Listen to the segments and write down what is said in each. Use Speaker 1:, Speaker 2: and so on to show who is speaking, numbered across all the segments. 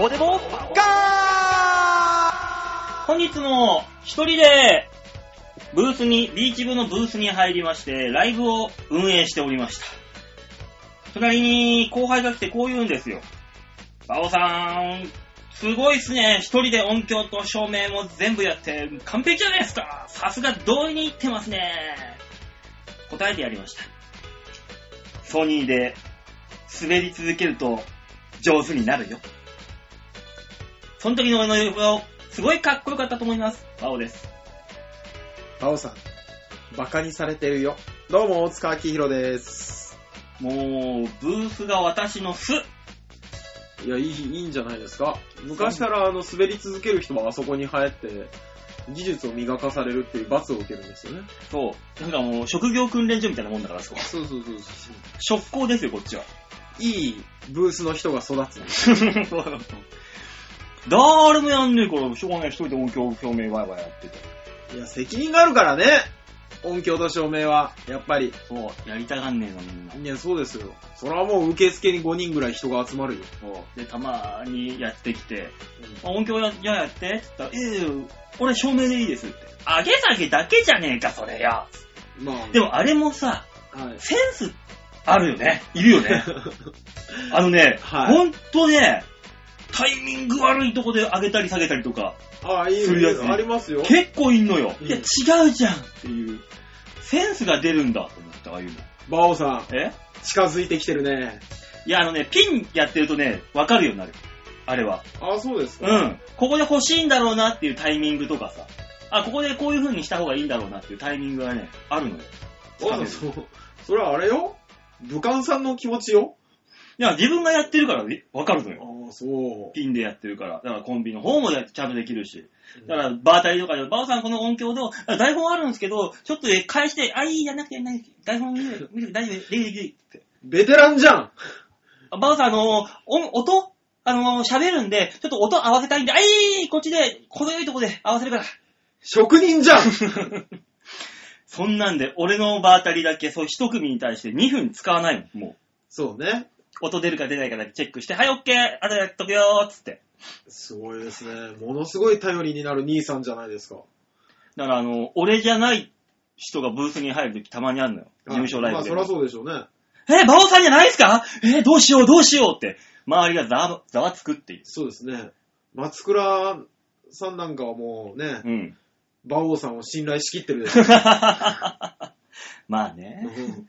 Speaker 1: こでもガー
Speaker 2: 本日も一人でブースに、ビーチ部のブースに入りまして、ライブを運営しておりました。隣に後輩が来てこう言うんですよ。バオさん、すごいっすね。一人で音響と照明も全部やって、完璧じゃないですか。さすが同意にいってますね。答えてやりました。ソニーで滑り続けると上手になるよ。その時の俺の横顔、すごいかっこよかったと思います。バオです。
Speaker 1: バオさん、バカにされてるよ。どうも、大塚明宏です。
Speaker 2: もう、ブースが私の巣。
Speaker 3: いや、いい、いいんじゃないですか。昔からあの、滑り続ける人はあそこに入って、技術を磨かされるっていう罰を受けるんですよね。
Speaker 2: そう。なんかもう、職業訓練所みたいなもんだから、あそこ。
Speaker 3: そうそうそうそ
Speaker 2: 職工ですよ、こっちは。
Speaker 3: う。いいブースの人が育つんです。
Speaker 2: 誰もやんねえから、しょうがない、一人で音響表明ワイワイやってて。
Speaker 3: いや、責任があるからね。音響と照明は、やっぱり。
Speaker 2: そう、やりたがんねえの、みんな。
Speaker 3: いや、そうですよ。それはもう受付に5人ぐらい人が集まるよ。
Speaker 2: そう。で、たまーにやってきて、あ音響やややってって言ったら、ええ俺照明でいいですって。上げ下げだけじゃねえか、それよ。
Speaker 3: まあ、
Speaker 2: でもあれもさ、
Speaker 3: はい。
Speaker 2: センスあるよね。いるよ ね。あのね、
Speaker 3: はい
Speaker 2: ほんとね、タイミング悪いとこで上げたり下げたりとか、
Speaker 3: ああ、いい
Speaker 2: するやつね
Speaker 3: ありますよ。
Speaker 2: 結構いんのよ。
Speaker 3: うん
Speaker 2: いや、違うじゃんっていう、センスが出るんだと思った、ああいうの。
Speaker 3: バオさん、
Speaker 2: え
Speaker 3: 近づいてきてるね。
Speaker 2: いや、あのね、ピンやってるとね、わかるようになる。あれは。
Speaker 3: ああ、そうですか。
Speaker 2: うん。ここで欲しいんだろうなっていうタイミングとかさ。あ、ここでこういう風にした方がいいんだろうなっていうタイミングがね、あるのよ。
Speaker 3: バオさん、そう。それはあれよ武漢さんの気持ちよ。
Speaker 2: いや、自分がやってるからねわかるの
Speaker 3: あ
Speaker 2: よ。
Speaker 3: あ、そう。
Speaker 2: ピンでやってるから。だからコンビの方もやちゃんとできるし。だか、
Speaker 3: だから
Speaker 2: バータリーとかで、バオさんこの音響どうあ台本あるんですけど、ちょっと返して、あ、いい、やんなくて、やんなくて、台本見る、見る、大丈夫、できる、できるって。
Speaker 3: ベテランじゃん
Speaker 2: あバオさん、あのー、音、音あのー、喋るんで、ちょっと音合わせたいんで、あ、いい、こっちで、程よいとこで合わせるから。
Speaker 3: 職人じゃん
Speaker 2: そんなんで、俺のバータリーだけ、そう、一組に対して2分使わないもん、もう。
Speaker 3: そうね。
Speaker 2: 音出るか出ないかだけチェックして、はい、オッケー、あとやっとくよー、つって。
Speaker 3: すごいですね。ものすごい頼りになる兄さんじゃないですか。
Speaker 2: だから、あのー、俺じゃない人がブースに入るときたまにあるのよ。事務所ライブ
Speaker 3: まあ、
Speaker 2: で。
Speaker 3: そりゃそうでしょうね。
Speaker 2: え、馬王さんじゃないですかえ、どうしよう、どうしようって、周りがざわざわつくっていう。
Speaker 3: そうですね。松倉さんなんかはもうね、
Speaker 2: うん。
Speaker 3: 馬王さんを信頼しきってるでしょ。
Speaker 2: まあ
Speaker 3: う
Speaker 2: ね。
Speaker 3: ん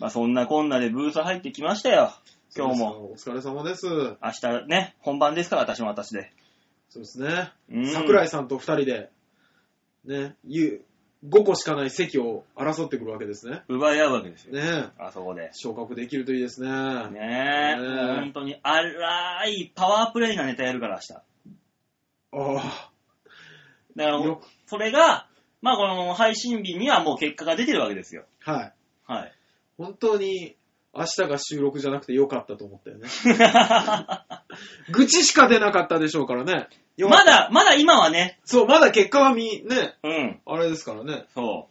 Speaker 2: まあそんなこんなでブース入ってきましたよ。今日も。。
Speaker 3: そうですよお疲れ様です。
Speaker 2: 明日ね、本番ですから、私も私で。
Speaker 3: そうですね。
Speaker 2: うん
Speaker 3: 桜井さんと二人で、ね、5個しかない席を争ってくるわけですね。
Speaker 2: 奪い合うわけですよ。
Speaker 3: ね
Speaker 2: あそこで。
Speaker 3: 昇格できるといいですね。
Speaker 2: ねえ、
Speaker 3: ねえ
Speaker 2: 本当に荒いパワープレイなネタやるから明日。だか
Speaker 3: あ
Speaker 2: ら
Speaker 3: よく、
Speaker 2: それが、まあこの配信日にはもう結果が出てるわけですよ。
Speaker 3: あ、はい。
Speaker 2: はい。
Speaker 3: 本当に明日が収録じゃなくてよかったと思 った よね。愚痴しか出なかったでしょうからね。よかっ
Speaker 2: ま
Speaker 3: た
Speaker 2: だ、まだ今はね、
Speaker 3: そう、まだ結果は見、ね、
Speaker 2: うん、
Speaker 3: あれですからね。
Speaker 2: そ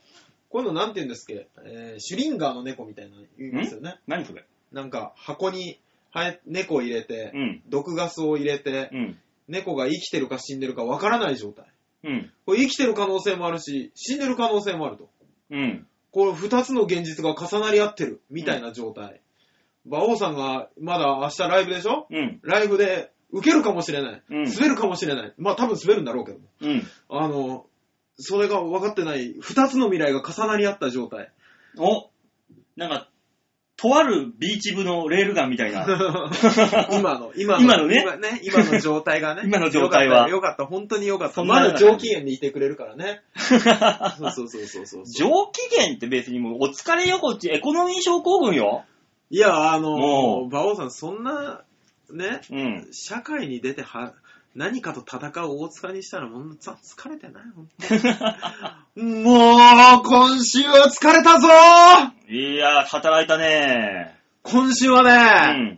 Speaker 3: こういうのなんて言うんですっけ、えーシュリンガーの猫みたいなの言いますよね
Speaker 2: う。。何それ
Speaker 3: なんか箱にはえ猫を入れて、
Speaker 2: うん、
Speaker 3: 毒ガスを入れて、
Speaker 2: うん、
Speaker 3: 猫が生きてるか死んでるかわからない状態。
Speaker 2: うん、
Speaker 3: これ生きてる可能性もあるし、死んでる可能性もあると。
Speaker 2: うん。
Speaker 3: この二つの現実が重なり合ってる、みたいな状態。馬王さんが、まだ明日ライブでしょ
Speaker 2: うん。
Speaker 3: ライブで受けるかもしれない。
Speaker 2: うん
Speaker 3: 滑るかもしれない。まあ多分滑るんだろうけども。
Speaker 2: うん。
Speaker 3: あの、それが分かってない、二つの未来が重なり合った状 態。
Speaker 2: お、なんか、とあるビーチ部のレールガンみたい な。
Speaker 3: 今の、今の。
Speaker 2: 今のね。
Speaker 3: 今今の状態がね
Speaker 2: 今の状態は
Speaker 3: よかったよかった、本当によかっ
Speaker 2: そ
Speaker 3: た。
Speaker 2: んな
Speaker 3: ま
Speaker 2: 中
Speaker 3: だ上機嫌でいてくれるから ね。そうそうそうそうそう。
Speaker 2: 上機嫌って別にもうお疲れよ、こっち。エコノミー症候群よ。
Speaker 3: いや、あの
Speaker 2: も、う
Speaker 3: 馬王さん、そんな、ね、
Speaker 2: うん。
Speaker 3: 社会に出ては、何かと戦う大塚にしたらもうざ疲れてない本当にもう、今週は疲れたぞー
Speaker 2: いやー、働いたね
Speaker 3: 今週は
Speaker 2: う
Speaker 3: ね、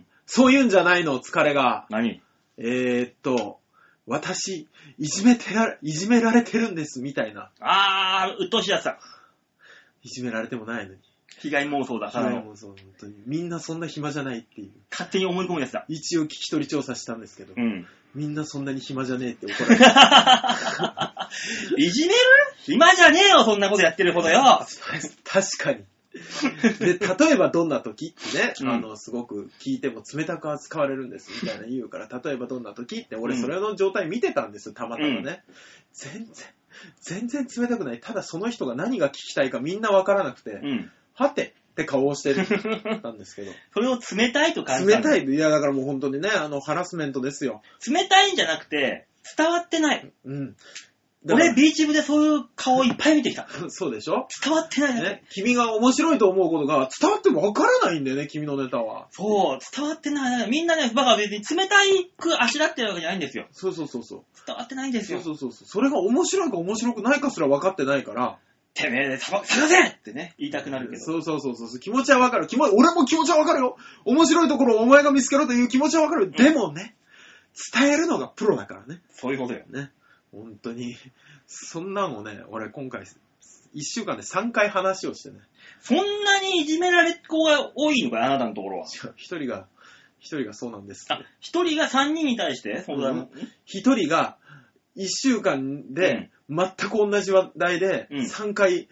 Speaker 2: ん。
Speaker 3: そういうんじゃないの、疲れが。
Speaker 2: 何
Speaker 3: えー、っと、私、いじめてられ、いじめられてるんです、みたいな。
Speaker 2: あー、うっとうしいやつだ。
Speaker 3: いじめられてもないのに。
Speaker 2: 被害妄想だ。ただの
Speaker 3: もうそう、本当に。みんなそんな暇じゃないっていう。
Speaker 2: 勝手に思い込むやつだ。
Speaker 3: 一応聞き取り調査したんですけど、
Speaker 2: うん。
Speaker 3: みんなそんなに暇じゃねえって怒られる。
Speaker 2: いじめる暇じゃねえよ、そんなことやってるほどよ。
Speaker 3: 確かに。で、例えばどんな時ってね、
Speaker 2: うん
Speaker 3: あの、すごく聞いても冷たく扱われるんです、みたいな言うから、例えばどんな時って、俺
Speaker 2: うん
Speaker 3: それの状態見てたんですよ、たまたまね。
Speaker 2: うん
Speaker 3: 全然、全然冷たくない。ただその人が何が聞きたいかみんなわからなくて、
Speaker 2: うん。
Speaker 3: はてって顔をしてたんですけど、
Speaker 2: それを冷たいと感じた
Speaker 3: 冷
Speaker 2: んだ。
Speaker 3: たい。いや、だからもう本当にね、あの、ハラスメントですよ。
Speaker 2: 冷たいんじゃなくて、伝わってない。
Speaker 3: うん。だから
Speaker 2: 俺、ビーチ部でそういう顔いっぱい見てきた。
Speaker 3: そうでしょ
Speaker 2: 伝わってないだけ。
Speaker 3: ね、君が面白いと思うことが伝わってもわからないんだよね、君のネタは。
Speaker 2: そう、伝わってないだけ。みんなね、バカ別に冷たいくあしらってるわけじゃないんですよ。
Speaker 3: そうそうそうそう。
Speaker 2: 伝わってないんです
Speaker 3: そ
Speaker 2: よ。
Speaker 3: うそうそうそう。それが面白いか面白くないかすら分かってないから。
Speaker 2: てめえで探探せってね、言いたくなるけど。
Speaker 3: そうそうそうそう。気持ちは分かる。気持ち、俺も気持ちは分かるよ。面白いところをお前が見つけろという気持ちは分かる。でもね、伝えるのがプロだからね。
Speaker 2: そういうことよ。
Speaker 3: ね。本当に。そんなんをね、俺今回、一週間で3回話をしてね。
Speaker 2: そんなにいじめられっ子が多いのかよあなたのところは。
Speaker 3: 違う一人が、一人がそうなんです。
Speaker 2: あ、一人が三人に対して、そうだ、
Speaker 3: うん一人が、一週間で、全く同じ話題で、
Speaker 2: うん
Speaker 3: 3回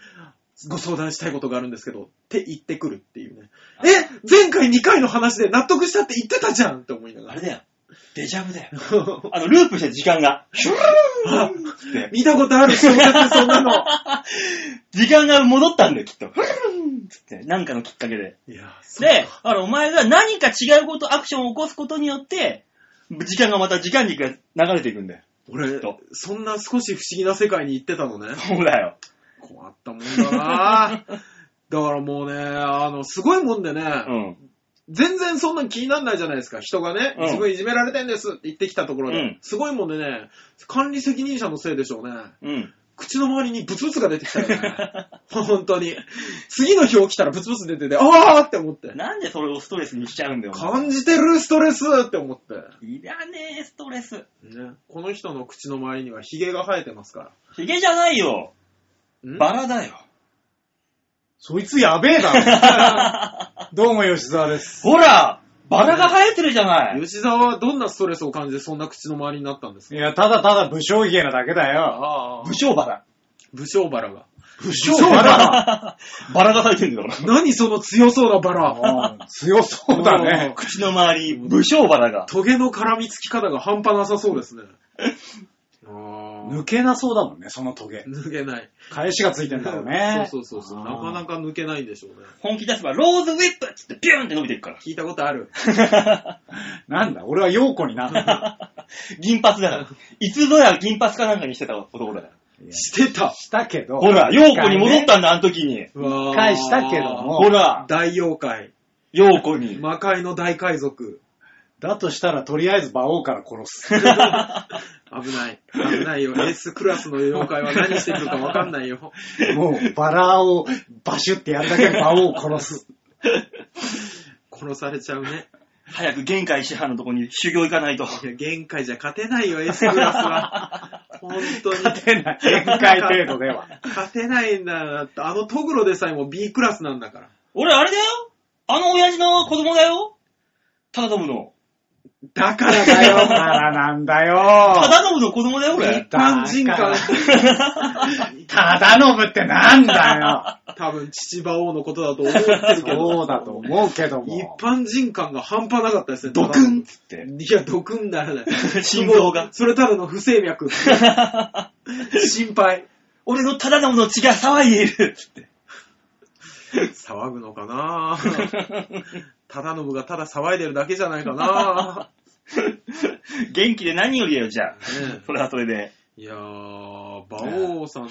Speaker 3: ご相談したいことがあるんですけど、って言ってくるっていうね。
Speaker 2: あ
Speaker 3: え前回2回の話で納得したって言ってたじゃんって思いなが
Speaker 2: あ
Speaker 3: ら
Speaker 2: れ。だよ。デジャブだよ。あの、ループして時間が。シュルーンって
Speaker 3: 見たことある小説そん なの。
Speaker 2: 時間が戻ったんだよ、きっと。フルーンつって、なんかのきっかけで。
Speaker 3: いや、そう
Speaker 2: で、あの、お前が何か違うこと、アクションを起こすことによって、時間がまた時間軸が流れていくんだよ。
Speaker 3: 俺
Speaker 2: と、
Speaker 3: そんな少し不思議な世界に行ってたのね。
Speaker 2: そうだよ。
Speaker 3: 困った もんだなだからもうね、あの、すごいもんでね、
Speaker 2: うん。
Speaker 3: 全然そんなん気にならないじゃないですか。人がね
Speaker 2: う、ん
Speaker 3: すごいいじめられてんですって言ってきたところで、
Speaker 2: うん
Speaker 3: すごいもんでね、管理責任者のせいでしょうね。
Speaker 2: うん。
Speaker 3: 口の周りにブツブツが出てきた よね。本当に。次の表来たらブツブツ出てて、あーって思って。
Speaker 2: なんでそれをストレスにしちゃうんだよ。お前
Speaker 3: 感じてるストレスって思って。
Speaker 2: いらねえ、ストレス。
Speaker 3: ね、この人の口の周りにはヒゲが生えてますか
Speaker 2: ヒゲじゃないよ。
Speaker 3: ら。ん
Speaker 2: バラだよ。
Speaker 1: そいつやべえな。どうも吉沢です。
Speaker 2: ほらバラが生えてるじゃない。
Speaker 3: 吉沢はどんなストレスを感じてそんな口の周りになったんです
Speaker 1: い
Speaker 3: か
Speaker 1: や、ただただ武将髭なだけだよ。
Speaker 3: あ
Speaker 2: 武将バラ。
Speaker 3: 武将バラが。
Speaker 1: 不
Speaker 3: バラ
Speaker 2: バラが生えてるんだから。
Speaker 3: 何その強そうなバラ。
Speaker 1: 強そうだね。
Speaker 2: 口の周り、武将バラが。
Speaker 3: トゲの絡みつき方が半端なさそ うですね。あー
Speaker 1: 抜けなそうだもんね、そのトゲ。
Speaker 3: 抜けない。
Speaker 1: 返しがついてんだろうね。
Speaker 3: そうそうそうそう。なかな
Speaker 1: か。
Speaker 3: か抜けないんでしょうね。
Speaker 2: 本気出せば、ローズウィップっつってビューンって伸びていくか
Speaker 3: 聞いたことある。
Speaker 2: ら。
Speaker 1: なんだ、俺は陽子にな った。
Speaker 2: 銀髪だ から。いつぞや銀髪かなんかにしてた男だから。
Speaker 3: してた。
Speaker 1: したけど。
Speaker 2: ほら、陽子に戻ったんだ、あの時に。
Speaker 3: うわー
Speaker 1: 一回したけども。
Speaker 2: ほ。ら、
Speaker 3: 大妖怪。
Speaker 2: 陽子に。
Speaker 3: 魔界の大海賊。
Speaker 1: だとしたら、とりあえず馬王から殺す。
Speaker 3: 危ない。危ないよ。エースクラスの妖怪は何してくるかわかんない よ。
Speaker 1: もう、バラをバシュってやるだけで馬王を殺す。
Speaker 3: 殺されちゃうね。
Speaker 2: 早く玄界師範のとこに修行行かないと。
Speaker 3: いや、限界じゃ勝てないよ、エースクラス は。本当に。
Speaker 1: 勝てない。限界程度では。
Speaker 3: 勝てないんだよだって。あのトグロでさえも B クラスなんだから。
Speaker 2: 俺、あれだよあの親父の子供だよ忠信の。
Speaker 3: だから
Speaker 1: だ
Speaker 3: だ
Speaker 1: よ、
Speaker 3: よ。
Speaker 1: ならなんだよ。
Speaker 2: 忠信の子供だよ、俺。
Speaker 3: 一般 人から
Speaker 1: ただのぶってなんだ
Speaker 3: 多分、父馬王のことだと思っ て
Speaker 1: よ。
Speaker 3: るけど。
Speaker 1: そうだと思うけど
Speaker 3: 一
Speaker 1: も。
Speaker 3: 般人感が半端なかったですね。
Speaker 2: ドクンっつって。
Speaker 3: いや、ドクンならない。
Speaker 2: 心臓が
Speaker 3: それただの不整 脈。心配。
Speaker 2: 俺の忠信の血が騒いでいるっつって。
Speaker 3: 騒ぐのかなただのぶがただ騒いでるだけじゃない かな
Speaker 2: 元気で何よりだよ、じゃあ。
Speaker 3: ね
Speaker 2: それはそれで。
Speaker 3: いやー、馬王さんの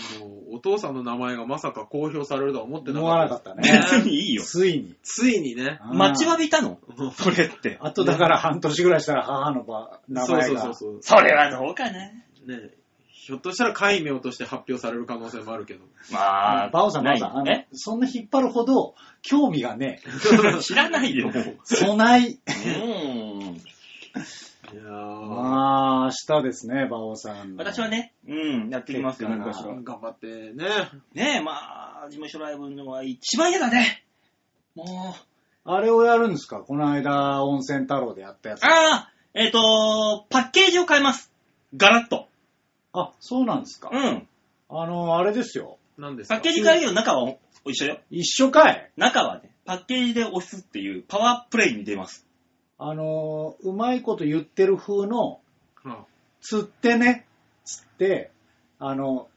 Speaker 3: お父さんの名前がまさか公表されるとは思ってな
Speaker 1: 思
Speaker 3: か
Speaker 1: わ
Speaker 3: っ
Speaker 1: な
Speaker 3: た
Speaker 1: か
Speaker 3: で
Speaker 1: っ
Speaker 3: す。
Speaker 1: た
Speaker 2: 別
Speaker 1: ね。
Speaker 2: にいいよ。
Speaker 1: ついに。
Speaker 3: ついにね。
Speaker 2: 待ち
Speaker 1: は
Speaker 2: わびたのそれって。
Speaker 1: あとだから半年ぐらいしたら母のば名
Speaker 3: そう
Speaker 1: 前
Speaker 3: そう
Speaker 1: が。
Speaker 3: そうそう。
Speaker 2: それはどうかね。
Speaker 3: ねひょっとしたら戒名として発表される可能性もあるけど。
Speaker 2: まあ、
Speaker 1: バオさんまだ、あの
Speaker 2: ないえ、
Speaker 1: そんな引っ張るほど興味がね、
Speaker 2: 知らないよ、も う。
Speaker 1: 備 え。
Speaker 2: うん。
Speaker 3: いやー、
Speaker 1: まあ、明日ですね、馬王さんの。
Speaker 2: 私はね、うん、やってきますよ、何かしら。
Speaker 3: 頑張ってね。
Speaker 2: ねえ、まあ、事務所ライブのは一番嫌だね。もう、
Speaker 1: あれをやるんですかこの間、温泉太郎でやったやつ。
Speaker 2: ああ、えっ、と、パッケージを変えます。ガラッと。
Speaker 4: あ、そうなんですか
Speaker 2: う。ん。
Speaker 4: あの、あれですよ。
Speaker 3: 何です
Speaker 2: パ
Speaker 3: か
Speaker 2: ッケージ変えるけど中はお一緒よ。
Speaker 4: 一緒かい
Speaker 2: 中はね、パッケージで押すっていうパワープレイに出ます。
Speaker 4: あの、うまいこと言ってる風の、
Speaker 3: うん
Speaker 4: 釣ってね、釣って、あの、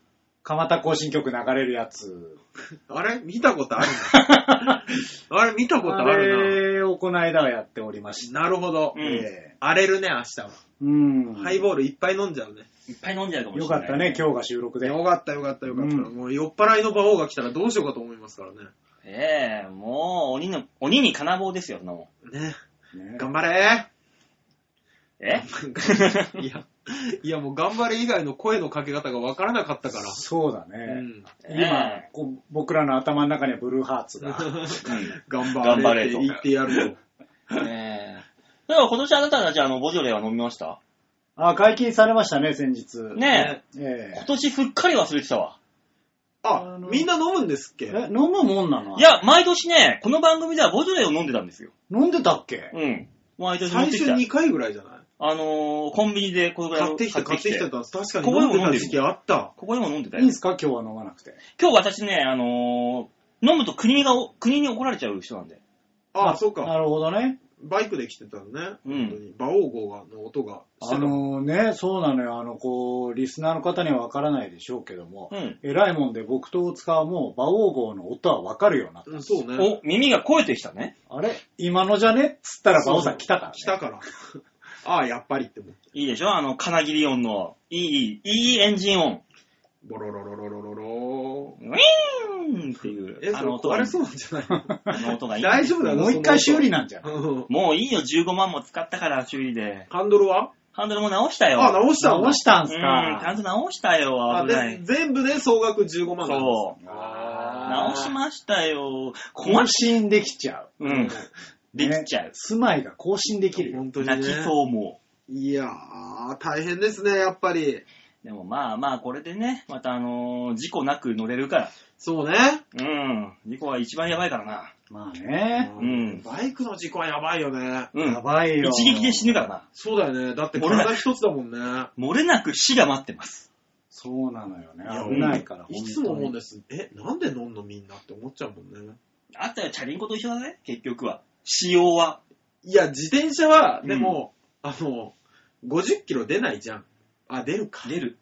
Speaker 4: 蒲田行進曲流れるやつ。
Speaker 3: あれ見たことあるな。あれ見たことあ
Speaker 4: あ
Speaker 3: る
Speaker 4: れをこの間はやっておりまし
Speaker 3: な。
Speaker 4: た。
Speaker 3: なるほど
Speaker 2: う。ん
Speaker 4: ええ
Speaker 3: 荒れるね、明日は。
Speaker 4: うん。
Speaker 3: ハイボールいっぱい飲んじゃうね。
Speaker 2: いっぱい飲んじゃうかもし
Speaker 4: よ
Speaker 2: れ
Speaker 4: か
Speaker 2: ない。
Speaker 4: ったね、今日が収録で。
Speaker 3: よかったよかったよかった。
Speaker 4: うん
Speaker 3: もう酔っ払いの馬王が来たらどうしようかと思いますからね。
Speaker 2: ええもう、鬼の、鬼に金棒ですよ、そんなもん。
Speaker 3: ね。
Speaker 4: ね
Speaker 3: 頑張れ
Speaker 2: え
Speaker 3: いや、いやもう頑張れ以外の声のかけ方がわからなかったから。
Speaker 4: そうだ
Speaker 3: う
Speaker 4: ね。
Speaker 3: ん。
Speaker 4: 今
Speaker 2: ね、
Speaker 4: こう僕らの頭の中にはブルーハーツが。
Speaker 3: 頑
Speaker 2: 頑張
Speaker 3: 張
Speaker 2: れ
Speaker 3: れって言ってやるよ。
Speaker 2: ええだから今年あなたたちあの、ボジョレーは飲みました
Speaker 4: あ、解禁されましたね、先日。
Speaker 2: ねえ、
Speaker 4: え
Speaker 2: 今年すっかり忘れてたわ。
Speaker 3: あ、みんな飲むんですっ
Speaker 4: え
Speaker 3: け
Speaker 4: え、飲むもんなの
Speaker 2: いや、毎年ね、この番組ではボジョレーを飲んでたんですよ。
Speaker 4: 飲んでたっけ
Speaker 2: うん。毎年持っ
Speaker 3: 最
Speaker 2: てき
Speaker 3: 初
Speaker 2: た。
Speaker 3: 2回ぐらいじゃない
Speaker 2: あのー、コンビニでこれぐらい
Speaker 3: 買
Speaker 2: の
Speaker 3: ってきた、買ってきた。確かに
Speaker 2: ここで
Speaker 3: 飲ん
Speaker 2: も飲
Speaker 3: で
Speaker 2: ん
Speaker 3: た
Speaker 2: でる
Speaker 3: 時期あった。
Speaker 2: ここでも飲んでた
Speaker 4: いいん
Speaker 2: よ
Speaker 4: す。か今日は飲まなくて。
Speaker 2: 今日私ね、あのー、飲むと国が、国に怒られちゃう人なんで。
Speaker 3: あ、そうか。
Speaker 4: なるほどね。
Speaker 3: バイクで来てたのね。
Speaker 2: うん
Speaker 3: 本当に。馬王号がの音がしてた。
Speaker 4: あのね、そうなのよ。あの、こう、リスナーの方にはわからないでしょうけども、
Speaker 2: うん。
Speaker 4: えらいもんで僕と大塚はもう、馬王号の音はわかるようになった。
Speaker 3: うんそうね。
Speaker 2: お、耳が肥えてきたね。
Speaker 4: あれ今のじゃねっつったら馬王さん来たからね。
Speaker 3: 来たから。ああ、やっぱりって思って。
Speaker 2: いいでしょあの、金切り音の、いい、いいエンジン音。
Speaker 3: ボロロロロロロロ
Speaker 2: ウィーンっていう、
Speaker 3: え、それ
Speaker 2: が
Speaker 3: 壊れそうなんじゃないの
Speaker 2: あの音がいい。
Speaker 3: 大丈夫だ
Speaker 4: もう一回修理なんじゃん。
Speaker 3: うん
Speaker 2: もういいよ、15万も使ったから、修理で。
Speaker 3: ハンドルは
Speaker 2: ハンドルも直したよ。
Speaker 3: あ、直したんだ
Speaker 4: 直したん
Speaker 2: うん、
Speaker 4: す
Speaker 2: ちゃん
Speaker 4: か
Speaker 2: と直したよ、
Speaker 3: あ
Speaker 2: 危ない
Speaker 3: で。全部で総額15万なんです
Speaker 2: そう。
Speaker 3: あ
Speaker 2: 直しましたよ。困
Speaker 4: 更
Speaker 2: っ
Speaker 4: 新できちゃう。
Speaker 2: うん。できちゃ
Speaker 4: ね
Speaker 2: う。
Speaker 4: 住まいが更新できるよ。
Speaker 3: 本当にね
Speaker 2: 泣きそうも
Speaker 3: いやー、大変ですね、やっぱり。
Speaker 2: う。でもまあまあ、これでね、またあのー事故なく乗れるから。
Speaker 3: そうね。
Speaker 2: うん。事故は一番やばいからな。
Speaker 4: まあね。
Speaker 2: ん
Speaker 3: バイクの事故はやばいよね。
Speaker 2: う
Speaker 4: や
Speaker 2: ん。
Speaker 4: ばいよ。
Speaker 2: 一撃で死ぬからな。
Speaker 3: そうだよね。だって
Speaker 2: 俺ら
Speaker 3: 体一つだもんね。
Speaker 2: 漏れなく死が待ってます。
Speaker 4: そうなのよね
Speaker 3: いや。
Speaker 4: 危ないから、
Speaker 3: いつも思うん
Speaker 4: だ
Speaker 3: です。え、なんで飲んのみんなって思っちゃうもんね。
Speaker 2: あったらチャリンコと一緒だね、結局は。仕様は。
Speaker 3: いや、自転車は、
Speaker 2: うん
Speaker 3: でも、あの、50キロ出ないじゃん。あ、出るか。
Speaker 2: 出る。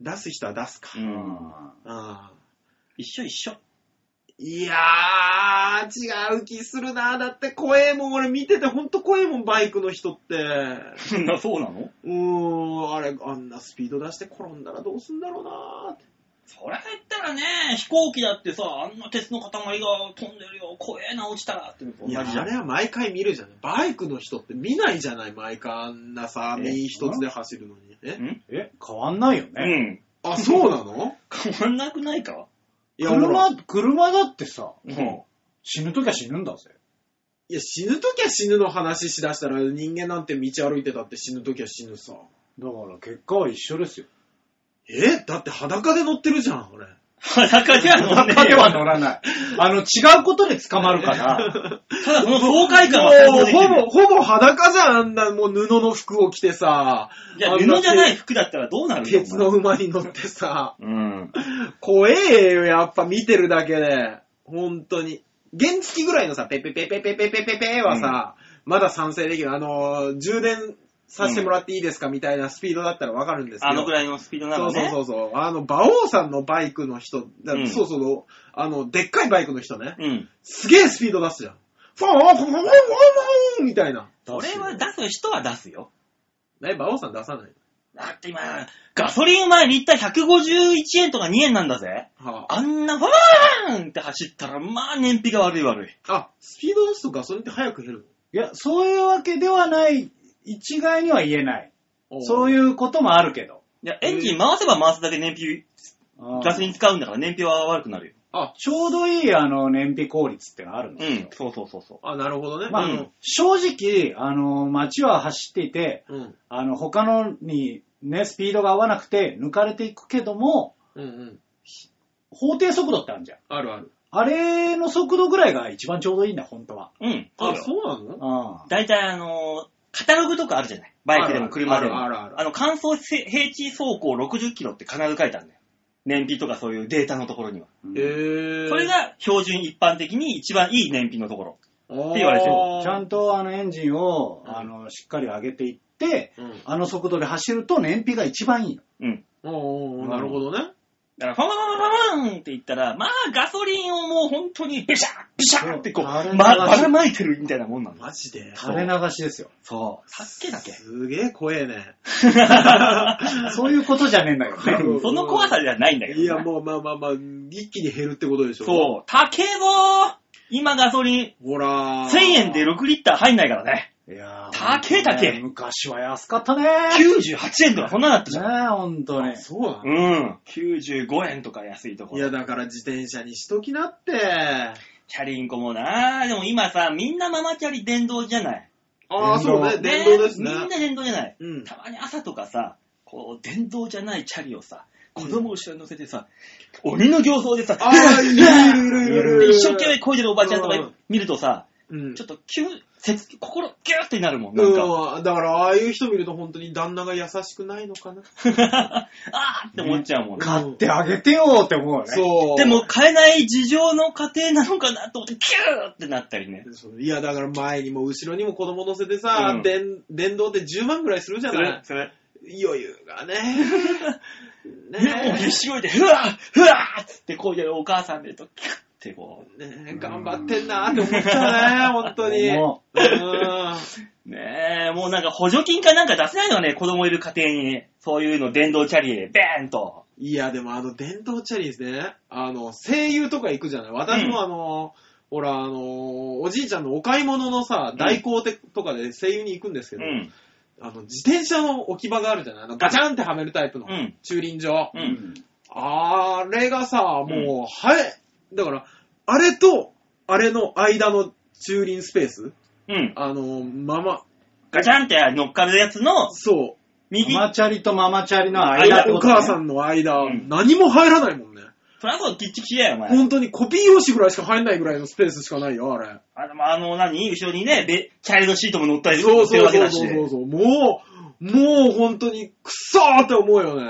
Speaker 3: 出す人は出すか。
Speaker 2: う。
Speaker 4: うんん。
Speaker 3: あ
Speaker 2: 一緒一緒。
Speaker 3: ーいやー、違う気するな。だって怖えもん。俺見ててほんと怖えもん、バイクの人って。
Speaker 2: なそうなの
Speaker 3: うーん、あれ、あんなスピード出して転んだらどうすんだろうなーって。
Speaker 2: それ言ったらね、飛行機だってさ、あんな鉄の塊が飛んでるよ、怖えな、落ちたらってのと
Speaker 3: いや、
Speaker 2: 同じじゃ
Speaker 3: あ
Speaker 2: ん。
Speaker 3: れは毎回見るじゃない。バイクの人って見ないじゃない、毎回。あんなさ、
Speaker 2: え
Speaker 3: 身一つで走るのに。え
Speaker 4: え、変わんないよ
Speaker 2: う
Speaker 4: ね。
Speaker 2: ん。
Speaker 3: あ、そうなの
Speaker 2: 変わんなくないか
Speaker 3: いや、ほら
Speaker 4: 車、車だってさ、
Speaker 2: うん。
Speaker 4: 死ぬときは死ぬんだぜ。
Speaker 3: いや、死ぬときは死ぬの話しだしたら、人間なんて道歩いてたって死ぬときは死ぬさ。
Speaker 4: だから結果は一緒 ですよ。
Speaker 3: えだって裸で乗ってるじゃん、俺。
Speaker 2: 裸では乗んね
Speaker 4: 中
Speaker 2: え
Speaker 4: で
Speaker 2: よ
Speaker 4: は乗らない。あの、違うことで捕まるから、
Speaker 2: ただその爽快感は想像でき
Speaker 3: も
Speaker 2: る
Speaker 3: う。ほぼ、ほぼ裸じゃん、あんなもう布の服を着てさ、
Speaker 2: いや、布じゃない服だったらどうなるよ
Speaker 3: 鉄の。馬に乗ってさ、
Speaker 2: お前うん。
Speaker 3: 怖えよ、やっぱ見てるだけで。本当に。原付きぐらいのさ、ペペペペペペペペペはさ、まだ賛成できる。あのー、充電させてもらっていいですか、みたいなスピードだったらわかるんですけど。
Speaker 2: あのぐらいのスピードな
Speaker 3: そ
Speaker 2: の
Speaker 3: うそう
Speaker 2: ね。
Speaker 3: そうそう。あの、馬王さんのバイクの人、だ
Speaker 2: うん
Speaker 3: そうそう、あの、でっかいバイクの人ね、
Speaker 2: うん。
Speaker 3: すげえスピード出すじゃん。フォーン、フォーン、フォーン、フォーン、フォーンみたいな。
Speaker 2: それは出す人は出すよ。
Speaker 3: え、馬王さん出さない
Speaker 2: だって今、ガソリン前リッター151円とか2円なんだぜ。
Speaker 3: はあ、
Speaker 2: あんなわーンって走ったら、まあ燃費が悪い悪い。
Speaker 3: あ、スピード出すとガソリンって早く減る
Speaker 4: いや、そういうわけではない、一概には言えない。
Speaker 3: の。
Speaker 4: そういううこともあるけど。
Speaker 2: いや、エンジン回せば回すだけ燃費、
Speaker 4: うん
Speaker 2: ガソリン使うんだから燃費は悪くなるよ。
Speaker 3: あ、
Speaker 4: ちょうどいい、あの、燃費効率ってのあるの
Speaker 2: う。ん、そうそうそうそ
Speaker 3: あ、なるほどね。
Speaker 4: まあ、
Speaker 2: うん
Speaker 4: 正直、あの、街は走っていて、
Speaker 3: うん、うん、
Speaker 4: あの、他のにね、スピードが合わなくて抜かれていくけども、
Speaker 3: うん、うん。
Speaker 4: 法定速度ってあるじゃん。
Speaker 3: あるある。
Speaker 4: あれの速度ぐらいが一番ちょうどいいんだ、本当は。
Speaker 2: う。うん、そう
Speaker 3: あ、
Speaker 2: よ。
Speaker 3: そうなの
Speaker 4: う
Speaker 2: 大体あのカタログとかあるじゃないバイクでも車でも。
Speaker 3: あるあるあるある
Speaker 2: あの、乾燥せ平地走行60キロって必ず書いてあるんだよ。燃費とかそういうデータのところには。
Speaker 4: うん
Speaker 3: えー、
Speaker 2: それが標準一般的に一番いい燃費のところ。
Speaker 3: って
Speaker 2: 言われてる
Speaker 4: ちゃんとあのエンジンを、あの、しっかり上げていって、あの速度で走ると燃費が一番いいの。
Speaker 2: うん。
Speaker 3: おーなるほどね。
Speaker 2: だから、ファンファンファンファンって言ったら、まあ、ガソリンをもう本当にビシャービシャーってこう、
Speaker 4: そう
Speaker 2: ま、ばらまいてるみたいなもんなんだ。
Speaker 3: マジで
Speaker 4: 垂れ流しですよ。
Speaker 2: そう。さっけだ け。
Speaker 3: すげえ怖えね。
Speaker 4: そういうことじゃねえんだよね。
Speaker 3: うん
Speaker 2: その怖さじゃないんだけど
Speaker 3: い
Speaker 2: ね。
Speaker 3: や、もうまあまあまあ、一気に減るってことでしょ。
Speaker 2: そう。高えぞー今ガソリン、
Speaker 3: う。ほら
Speaker 2: 1000円で6リッター入んないからね。
Speaker 4: いやー
Speaker 2: 高え高え
Speaker 4: 本当ね昔は安かったね。
Speaker 2: 98円とかそんなのだったじゃん。
Speaker 4: ねえ、ほんとに。
Speaker 3: そうなの
Speaker 2: うん。95円とか安いとこ
Speaker 3: い
Speaker 2: ろ。
Speaker 3: や、だから自転車にしときなって。
Speaker 2: チャリンコもなでも今さ、みんなママチャリ電動じゃない。
Speaker 3: ああ、
Speaker 4: 電
Speaker 3: そう
Speaker 4: 動
Speaker 3: ね。電動ですね
Speaker 2: み。んな電動じゃない。
Speaker 3: うん。
Speaker 2: たまに朝とかさ、こう、電動じゃないチャリをさ、子供を後ろに乗せてさ、鬼の形相でさ、
Speaker 3: ああ、いるいるいるいる。
Speaker 2: 一生懸命漕いでるおばちゃんと
Speaker 3: う
Speaker 2: か
Speaker 3: ん
Speaker 2: 見るとさ、
Speaker 3: うん。
Speaker 2: ちょっと急、せつ心ギューってなるもん、なんか。
Speaker 3: うん、だから、ああいう人見ると本当に旦那が優しくないのかな。
Speaker 2: あーって思っちゃうもんね。
Speaker 4: 買ってあげてよって思うよね。
Speaker 3: そう。
Speaker 2: でも買えない事情の家庭なのかなと思って、ギューってなったりね。
Speaker 3: そう、いや、だから前にも後ろにも子供乗せてさ、
Speaker 2: うん
Speaker 3: 電電動って10万ぐらいするじゃない
Speaker 2: それ。
Speaker 3: 余裕 がね。
Speaker 2: ね、もう
Speaker 3: ね
Speaker 2: 必死こいて、ふわーふわーっつってこういうお母さん見ると、キュッてこ
Speaker 3: ね頑張ってんなーって思ったね、本当に。
Speaker 4: も
Speaker 3: う
Speaker 2: う。ねえ、もうなんか補助金かなんか出せないのね、子供いる家庭にね。そういうの電動チャリで、ベーンと。
Speaker 3: んいや、でもあの、電動チャリですね。あの、声優とか行くじゃない私
Speaker 2: うん
Speaker 3: もあの、ほら、あの、おじいちゃんのお買い物のさ、代行てとかで声優に行くんですけ
Speaker 2: う
Speaker 3: ど、
Speaker 2: ん。
Speaker 3: あの、自転車の置き場があるじゃないあの、ガチャンってはめるタイプの、
Speaker 2: うん
Speaker 3: 駐輪場。
Speaker 2: う
Speaker 4: う。
Speaker 2: ん。
Speaker 3: あれがさ、もう、はい、だから、あれと、あれの間の駐輪スペース、
Speaker 2: うん。
Speaker 3: あの、まま、
Speaker 2: ガチャンって乗っかるやつの、
Speaker 3: そ
Speaker 2: 右。
Speaker 4: ママチャリとママチャリの
Speaker 3: う、
Speaker 4: 間っ
Speaker 2: 間
Speaker 4: て
Speaker 3: お
Speaker 4: ことね
Speaker 3: 母さんの間、
Speaker 2: うん
Speaker 3: 何も入らないもんね。
Speaker 2: そりゃそう、キッチキチだよ、お前。
Speaker 3: 本当にコピー用紙ぐらいしか入んないぐらいのスペースしかないよ、あれ。
Speaker 2: あの、あの何後ろにね、ベチャイルドシートも乗ったりする
Speaker 3: そう
Speaker 2: 乗ってる
Speaker 3: そう
Speaker 2: わけだ
Speaker 3: そう
Speaker 2: し
Speaker 3: そ
Speaker 2: ね。
Speaker 3: うそうそう。もう、もう本当に、くそーって思うよね。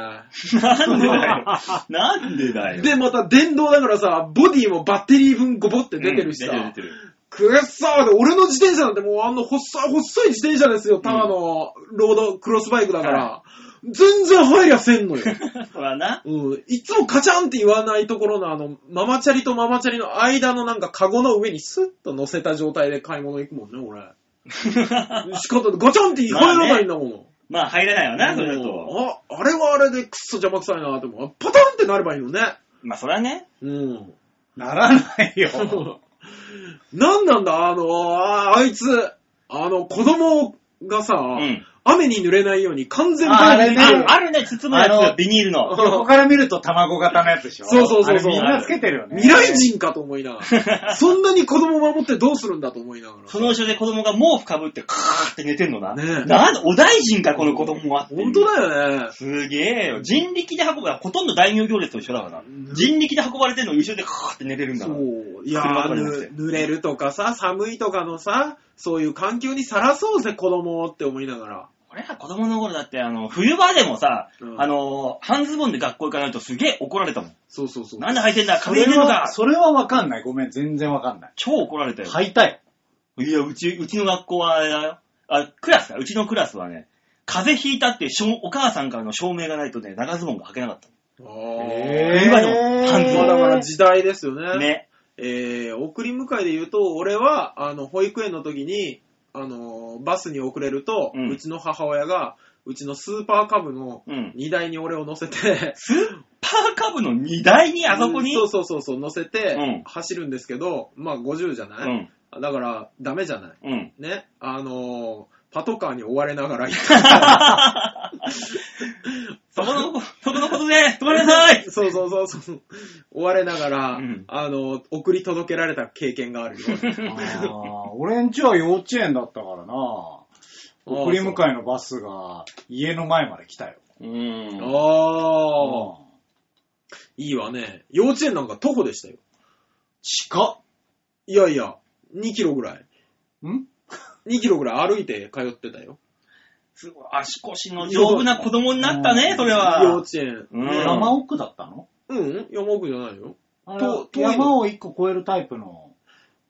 Speaker 2: なんでだよ。 なんでだよ。
Speaker 3: で、また電動だからさ、ボディもバッテリー分ゴボって出てるしさ、
Speaker 2: うん出てる出てる
Speaker 3: くっそーで、俺の自転車なんてもうあの細い、細い自転車ですよ、ただのロードクロスバイクだから。全然入りゃせんのよ。
Speaker 2: ほらな。
Speaker 3: うん。いつもカチャンって言わないところのあの、ママチャリとママチャリの間のなんかカゴの上にスッと乗せた状態で買い物行くもんね、俺。仕方ないガチャンって入らないんだもん。
Speaker 2: まあ入れないわな、それだと。
Speaker 3: あ、あれはあれでくっそ邪魔くさいなって思う。パタンってなればいいのね。
Speaker 2: まあそれはね。
Speaker 3: うん。
Speaker 4: ならないよ。
Speaker 3: なんなんだ、あの、ああいつ、あの、子供がさ、
Speaker 2: ん
Speaker 3: 雨に濡れないように完全
Speaker 4: あ
Speaker 3: 防
Speaker 4: あ
Speaker 3: 備
Speaker 4: れね
Speaker 3: できる
Speaker 2: あ、あるね、包むやつ
Speaker 4: あ
Speaker 2: が
Speaker 4: の
Speaker 2: ビニールの。
Speaker 4: 横から見ると卵型のやつでしょ。
Speaker 3: そうそうそうそう
Speaker 4: あれみんなつけてるよね。
Speaker 3: 未来人かと思いながら、そんなに子供守ってどうするんだと思いなが
Speaker 2: その後ろで子供が毛布かぶってカーって寝てんのな。
Speaker 3: ねえ
Speaker 2: なんだお大臣か、この子供は
Speaker 3: ら。。本当
Speaker 2: だ
Speaker 3: だよね。
Speaker 2: すげえよ。人力で運ばれ、ほとんど大名行列と一緒だから
Speaker 3: ん
Speaker 2: な。人力で運ばれてんのに後ろでカーって寝てるんだ
Speaker 3: そ
Speaker 2: から。
Speaker 3: う。いや
Speaker 2: 車とか
Speaker 3: ー、
Speaker 2: じゃなくて
Speaker 3: ぬ濡れるとかさ、寒いとかのさ、そういう環境にさらそうぜ、子供をって思いながら。
Speaker 2: 俺ら子供の頃だって、あの、冬場でもさ、
Speaker 3: うん
Speaker 2: あの、半ズボンで学校行かないとすげえ怒られたもん。
Speaker 3: そうそうそう。
Speaker 2: なんで履いてんだ
Speaker 4: そ
Speaker 2: 風
Speaker 4: れ
Speaker 2: 邪入れる
Speaker 4: は、
Speaker 2: か
Speaker 4: それはわかんない。ごめん、全然わかんない。
Speaker 2: 超怒られたよ。
Speaker 4: 買いたい。
Speaker 2: いや、うち、うちの学校はあれだよ、あ、クラスだ、うちのクラスはね、風邪ひいたってしょ、お母さんからの証明がないとね、長ズボンが履けなかった。
Speaker 3: あ
Speaker 4: え
Speaker 3: ー
Speaker 4: ー
Speaker 2: 今の半ズ
Speaker 3: ま
Speaker 2: ボ
Speaker 3: あ
Speaker 2: ン
Speaker 3: だから時代ですよ
Speaker 2: だ。ね。
Speaker 3: えー、送り迎えで言うと、俺は、あの、保育園の時に、あのー、バスに遅れると、
Speaker 2: う
Speaker 3: うんちの母親が、うちのスーパーカブの
Speaker 2: うん
Speaker 3: 荷台に俺を乗せて、
Speaker 2: スーパーカブの荷台にあそこに、
Speaker 3: そうそうそうそう、乗せ
Speaker 2: うん
Speaker 3: て、走るんですけど、まあ50じゃ
Speaker 2: う
Speaker 3: ない、
Speaker 2: ん。
Speaker 3: だから、ダメじゃない
Speaker 2: うん。
Speaker 3: ね。あのー、パトカーに追われながら行っ
Speaker 2: そこの、そこのことで、止まりなさい
Speaker 3: て そうそうそうそう。追われながら、
Speaker 2: うん
Speaker 3: あのー、送り届けられた経験が あるよ。
Speaker 4: あー俺んちは幼稚園だったからな。送り迎えのバスが家の前まで来たよ。
Speaker 2: う
Speaker 3: あ
Speaker 2: ん。
Speaker 3: ー、いいわね。幼稚園なんか徒歩でしたよ。
Speaker 4: 近っ。
Speaker 3: いやいや、2キロぐらい。
Speaker 4: ん
Speaker 3: 2キロぐらい歩いて通ってたよ。
Speaker 2: すごい足腰の丈夫な子供になったね、それ
Speaker 3: 幼
Speaker 2: は。
Speaker 3: 稚園。
Speaker 2: うん
Speaker 4: 山奥だったの
Speaker 3: うん、山奥じゃないよ。
Speaker 4: あれ
Speaker 3: と遠いの
Speaker 4: 山を一個越えるタイプの。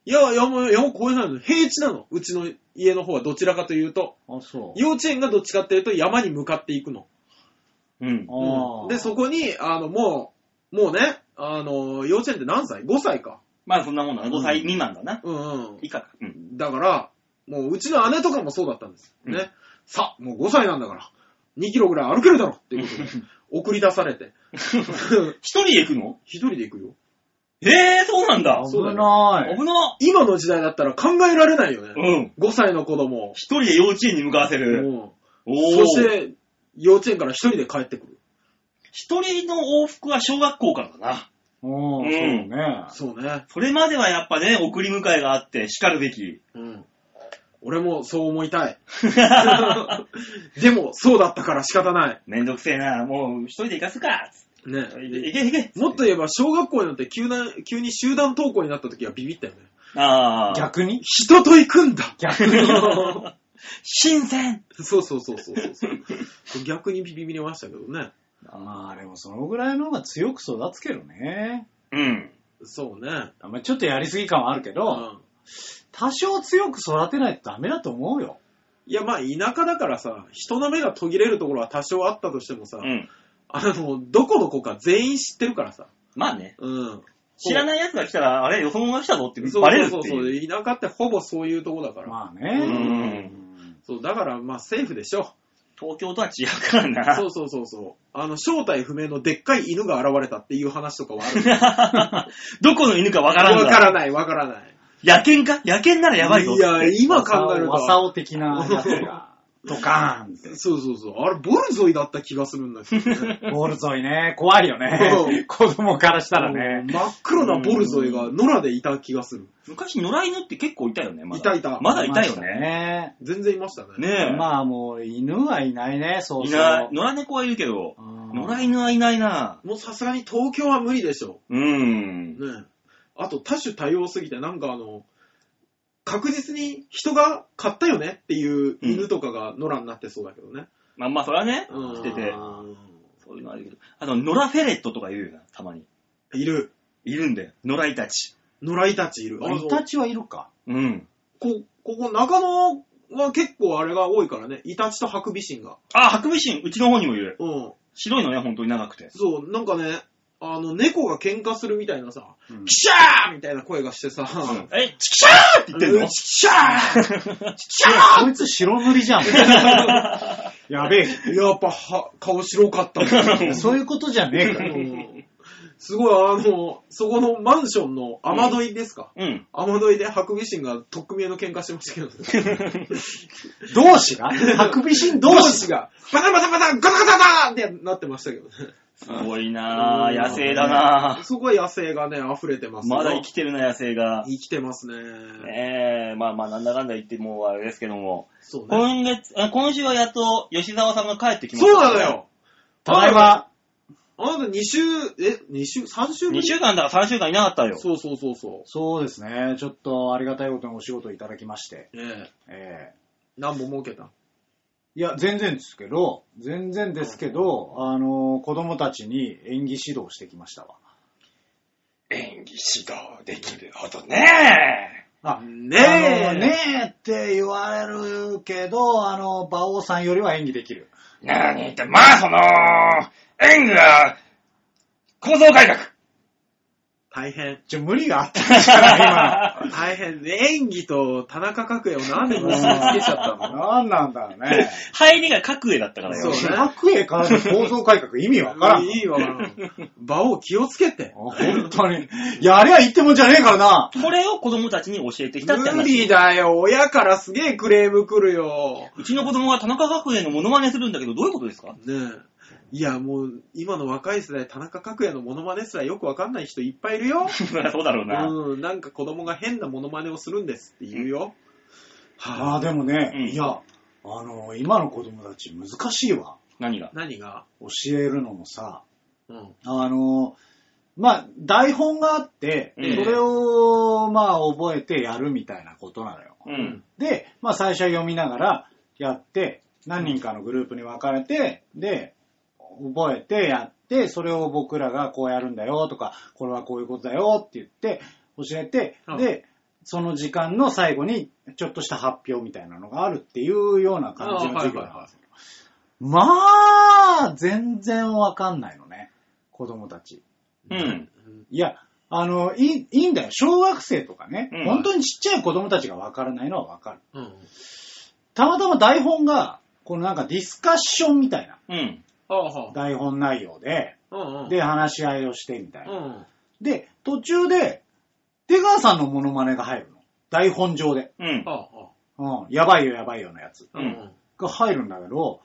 Speaker 3: いや、山、山越えないの。平地なの。うちの家の方はどちらかというと。
Speaker 4: あ、そう。
Speaker 3: 幼稚園がどっちかっていうと山に向かっていくの。
Speaker 2: うん。
Speaker 4: あー
Speaker 3: で、そこに、あの、もう、もうね、あの、幼稚園って何歳 ?5 歳か。
Speaker 2: まあそんなもんだな。5歳未満だな。
Speaker 3: うん
Speaker 2: 以下か。うん。
Speaker 3: うん。だから、もううちの姉とかもそうだったんです。ね。
Speaker 2: うん
Speaker 3: さあ、もう5歳なんだから、2キロぐらい歩けるだろってい うことで、送り出されて。
Speaker 2: 一人で行くの
Speaker 3: 一人で行くよ。
Speaker 2: ええー、そうなんだ。
Speaker 4: 危ない。
Speaker 2: 危な。
Speaker 3: 今の時代だったら考えられないよね。
Speaker 2: うん。
Speaker 3: 5歳の子供。
Speaker 2: 一人で幼稚園に向かわせる。
Speaker 3: うん
Speaker 2: お
Speaker 3: そ
Speaker 2: お。
Speaker 3: して、幼稚園から一人で帰ってくる。
Speaker 2: 一人の往復は小学校からだな。
Speaker 4: おーそう
Speaker 2: うん
Speaker 4: ね。
Speaker 3: そうね。
Speaker 2: それまではやっぱね、送り迎えがあって、叱るべ き。
Speaker 3: うん。俺もそう思いた い。でも、そうだったから仕方ない。
Speaker 2: めんどくせえな、もう一人で行かすか。つ
Speaker 3: ね
Speaker 2: っ。て行け行け。
Speaker 3: もっと言えば、小学校になって急な、急に集団登校になった時はビビったよね。
Speaker 2: ああ。。
Speaker 4: 逆に
Speaker 3: 人と行くんだ
Speaker 4: 逆に。
Speaker 2: 新鮮。
Speaker 3: そうそうそうそうそうそう。 逆にビビりましたけどね。
Speaker 4: まあでもそのぐらいの方が強く育つけどね。
Speaker 2: うん。
Speaker 3: そうね。
Speaker 4: まあちょっとやりすぎ感はあるけ
Speaker 3: う
Speaker 4: ど、
Speaker 3: ん。
Speaker 4: 多少強く育てないとダメだと思うよ。
Speaker 3: いや、まあ、田舎だからさ、人の目が途切れるところは多少あったとしてもさ、
Speaker 2: うん。
Speaker 3: あの、どこの子か全員知ってるからさ。
Speaker 2: まあね。
Speaker 3: うん。
Speaker 2: 知らない奴が来たら、あれ、よそ者が来たぞって
Speaker 3: そう
Speaker 2: バレるってい
Speaker 3: そう
Speaker 2: う。
Speaker 3: そうそう。田舎ってほぼそういうとこだから。
Speaker 4: まあ
Speaker 2: う
Speaker 4: ね。
Speaker 2: ん
Speaker 3: そう、だから、まあ、セーフでしょ。
Speaker 2: 東京とは違うからな。
Speaker 3: そうそうそうそう。あの、正体不明のでっかい犬が現れたっていう話と かはある。
Speaker 2: どこの犬かわからん
Speaker 3: わ
Speaker 2: が
Speaker 3: からない、わからない。
Speaker 2: 野犬か野犬ならやばいぞ。
Speaker 3: いや、今考える
Speaker 4: わさ
Speaker 3: と。
Speaker 4: お的なやつが、ドカーンって。
Speaker 3: そうそうそう。あれ、ボルゾイだった気がするんだけどね。
Speaker 4: ボルゾイね、怖いよ
Speaker 3: う
Speaker 4: ね。 子供からしたらね。
Speaker 3: 真っ黒なボルゾイが野良でいた気がする。
Speaker 2: 昔野良犬って結構いたよね、まだ。
Speaker 3: いたいた
Speaker 2: まだいたよ
Speaker 4: ました
Speaker 2: ね。
Speaker 4: ね。
Speaker 3: 全然いましたね。
Speaker 2: ねえ。
Speaker 4: まあもう犬はいないね、そう
Speaker 2: い
Speaker 4: そう。
Speaker 2: ない。野良猫はいるけど、
Speaker 4: うん
Speaker 2: 野良犬はいないな。
Speaker 3: もうさすがに東京は無理でしょ
Speaker 2: うーん。
Speaker 3: う。ね。あと多種多様すぎて、なんかあの、確実に人が買ったよねっていう犬とかが野良になってそうだけどね。
Speaker 2: まあまあ、それはね、
Speaker 3: うん。
Speaker 2: してて
Speaker 3: うん
Speaker 2: そういうのあるけど。あと、野良フェレットとかいるよな、たまに。
Speaker 3: いる。
Speaker 2: いるんだよ。野良イタチ。
Speaker 3: 野良イタチいる。あの
Speaker 4: イタチはいるか。
Speaker 2: うん。
Speaker 3: こ、ここ中野は結構あれが多いからね。イタチとハクビシンが。
Speaker 2: あ、ハクビシン、うちの方にもいる。
Speaker 3: うん。
Speaker 2: 白いのね、本当に長くて。
Speaker 3: そう、なんかね、あの、猫が喧嘩するみたいなさ、
Speaker 4: うん
Speaker 3: キシャーみたいな声がしてさ、
Speaker 2: え、チキシャーって言ってん
Speaker 3: う
Speaker 2: の
Speaker 3: んキシャー
Speaker 4: こいつ白塗りじゃん。やべ
Speaker 3: やっぱは、顔白かったね、
Speaker 4: え。そういうことじゃねえか
Speaker 3: う
Speaker 4: ら。
Speaker 3: ん すごい、あの、そこのマンションの雨どいですか、
Speaker 2: うん。
Speaker 3: 雨どいでハクビシンが特命の喧嘩してました けど、ね、
Speaker 4: 同志がハクビシン同
Speaker 3: 同
Speaker 4: 士
Speaker 3: 士
Speaker 4: が。
Speaker 3: が、バタバタバタ、ガタガタガタってなってましたけどね。
Speaker 2: すごいなぁ、
Speaker 3: うん
Speaker 2: 野生だなぁ。
Speaker 3: そこは野生がね、溢れてますよ
Speaker 2: まだ生きてるな、野生が。
Speaker 3: 生きてますね。
Speaker 2: ええまあまあ、なんだかんだ言ってもうあれですけども。
Speaker 3: そうね。
Speaker 2: 今月、あ今週はやっと吉沢さんが帰ってきました、
Speaker 3: そうなの。よ。
Speaker 4: ただいま。
Speaker 3: あなた2週、え、2週、3週ぶり
Speaker 2: 2週間だから3週間いなかったよ。
Speaker 3: そうそうそうそ
Speaker 4: そうですね。ちょっとありがたいことにお仕事いただきまして。
Speaker 3: う。ねえ。
Speaker 4: ええ
Speaker 3: 何本儲けた
Speaker 4: いや、全然ですけど、全然ですけど、あの、子供たちに演技指導してきましたわ。
Speaker 2: 演技指導できるほどね。
Speaker 4: あ、
Speaker 3: ね
Speaker 4: あのねえって言われるけど、あの、馬王さんよりは演技できる。
Speaker 2: なにって、まあその、演技が、構造改革。
Speaker 3: 大変。
Speaker 4: じゃ、無理があったんですか ら、
Speaker 3: 大変。演技と田中角栄をなんで結びつけちゃった
Speaker 4: 今。
Speaker 3: の
Speaker 4: なんなんだろうね。
Speaker 2: 入りが各絵だったからよ。
Speaker 3: そうね
Speaker 4: 白絵からの構造改革意味わからん。
Speaker 3: いいわ。馬王気をつけ て。
Speaker 4: 本当に。やりゃ言ってもんじゃねえからな。
Speaker 2: これを子供たちに教えてきたって
Speaker 3: 無
Speaker 2: 話。
Speaker 3: 理だよ。親からすげえクレーム来るよ。
Speaker 2: うちの子供が田中角栄のモノマネするんだけど、どういうこと ですか
Speaker 3: ねえ。いや、もう、今の若い世代、田中角栄のモノマネすらよくわかんない人いっぱいいるよ。
Speaker 2: そうだろうな。
Speaker 3: うん、なんか子供が変なモノマネをするんですって言うよ。は
Speaker 4: あ
Speaker 3: あ、
Speaker 4: あ、でもね、
Speaker 2: うん
Speaker 4: いや、あの、今の子供たち難しいわ。
Speaker 2: 何が
Speaker 3: 何が
Speaker 4: 教えるのもさ、
Speaker 3: うん。
Speaker 4: あの、まあ、台本があって、
Speaker 2: うん
Speaker 4: それを、まあ、覚えてやるみたいなことなのよ。
Speaker 2: うん。
Speaker 4: で、まあ、最初は読みながらやって、何人かのグループに分かれて、で、覚えてやって、それを僕らがこうやるんだよとか、これはこういうことだよって言って、教えて
Speaker 3: う、ん
Speaker 4: で、その時間の最後に、ちょっとした発表みたいなのがあるっていうような感じの授業なんですよ。まあ、全然わかんないのね、子供たち。
Speaker 2: うん。
Speaker 4: いや、あの、いいいいんだよ。小学生とかね、
Speaker 2: うん
Speaker 4: 本当にちっちゃい子供たちがわからないのはわかる。
Speaker 3: うん。
Speaker 4: たまたま台本が、このなんかディスカッションみたいな
Speaker 2: うん。
Speaker 3: はあは
Speaker 4: 台本内容で、
Speaker 3: あ。うんうん。
Speaker 4: で、話し合いをしてみたい
Speaker 3: うん
Speaker 4: な。。で、途中で、出川さんのモノマネが入るの。台本上で。
Speaker 2: うん
Speaker 3: は。あは
Speaker 4: うん、やばいよやばいよのやつ
Speaker 3: あ。
Speaker 2: うん
Speaker 4: が入るんだけど、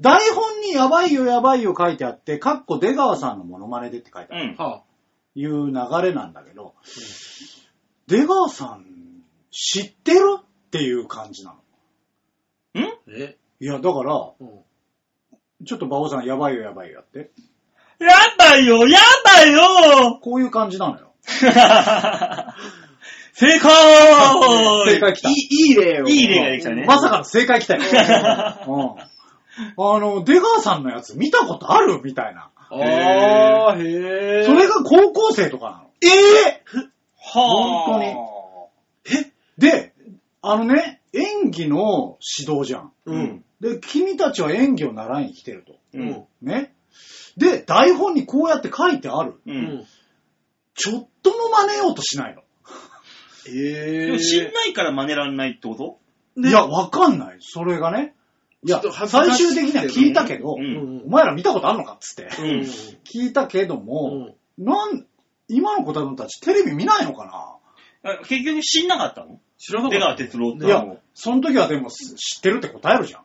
Speaker 4: 台本にやばいよやばいよ書いてあって、かっこ出川さんのモノマネでって書いてあ
Speaker 2: う
Speaker 4: る。
Speaker 2: ん。
Speaker 3: は
Speaker 4: いう流れなんだけど、出川さん知ってるっていう感じなの。
Speaker 2: うん
Speaker 3: あ。え
Speaker 4: いや、だから、
Speaker 3: うん。
Speaker 4: ちょっと馬王さんやばいよやばいよやって。
Speaker 2: やばいよやばい よ
Speaker 4: こういう感じなのよ。
Speaker 2: 正解
Speaker 4: 正解来た
Speaker 3: い。い、いい例を。
Speaker 2: いい例ができたね。
Speaker 4: まさかの正解来たよ。うん。あの、出川さんのやつ見たことあるみたいな。
Speaker 3: ああ、へえ。
Speaker 4: それが高校生とかなの。
Speaker 3: ええ
Speaker 2: はあ。
Speaker 4: で、あのね、演技の指導じゃん。
Speaker 3: うん。
Speaker 4: で、君たちは演技を習いに来てると。
Speaker 2: 当に。
Speaker 4: ね。で、台本にこうやって書いてある。
Speaker 2: う。
Speaker 3: うん
Speaker 2: うん。
Speaker 3: ん。
Speaker 4: ちょっとも真似ようとしないの。
Speaker 3: え
Speaker 2: で
Speaker 3: え。
Speaker 2: も知んないから真似られないってこと
Speaker 4: いや、わかんない。それがね。いや
Speaker 3: ちょっと、恥ず
Speaker 4: 最
Speaker 3: かしい
Speaker 4: 終的には聞いたけ
Speaker 2: う
Speaker 4: ど、
Speaker 3: うん
Speaker 2: ん。
Speaker 3: う
Speaker 4: お
Speaker 3: ん。
Speaker 4: 前ら見たことあるのかっつって。
Speaker 2: うん
Speaker 4: 聞いたけども、なん、今の子供たちテレビ見ないのか
Speaker 2: あ結局知んなかったの
Speaker 3: 知らなかった。
Speaker 2: 出川哲郎っ
Speaker 4: な
Speaker 2: て
Speaker 4: いや
Speaker 2: のも。、
Speaker 4: その時はでもす知ってるって答えるじゃん。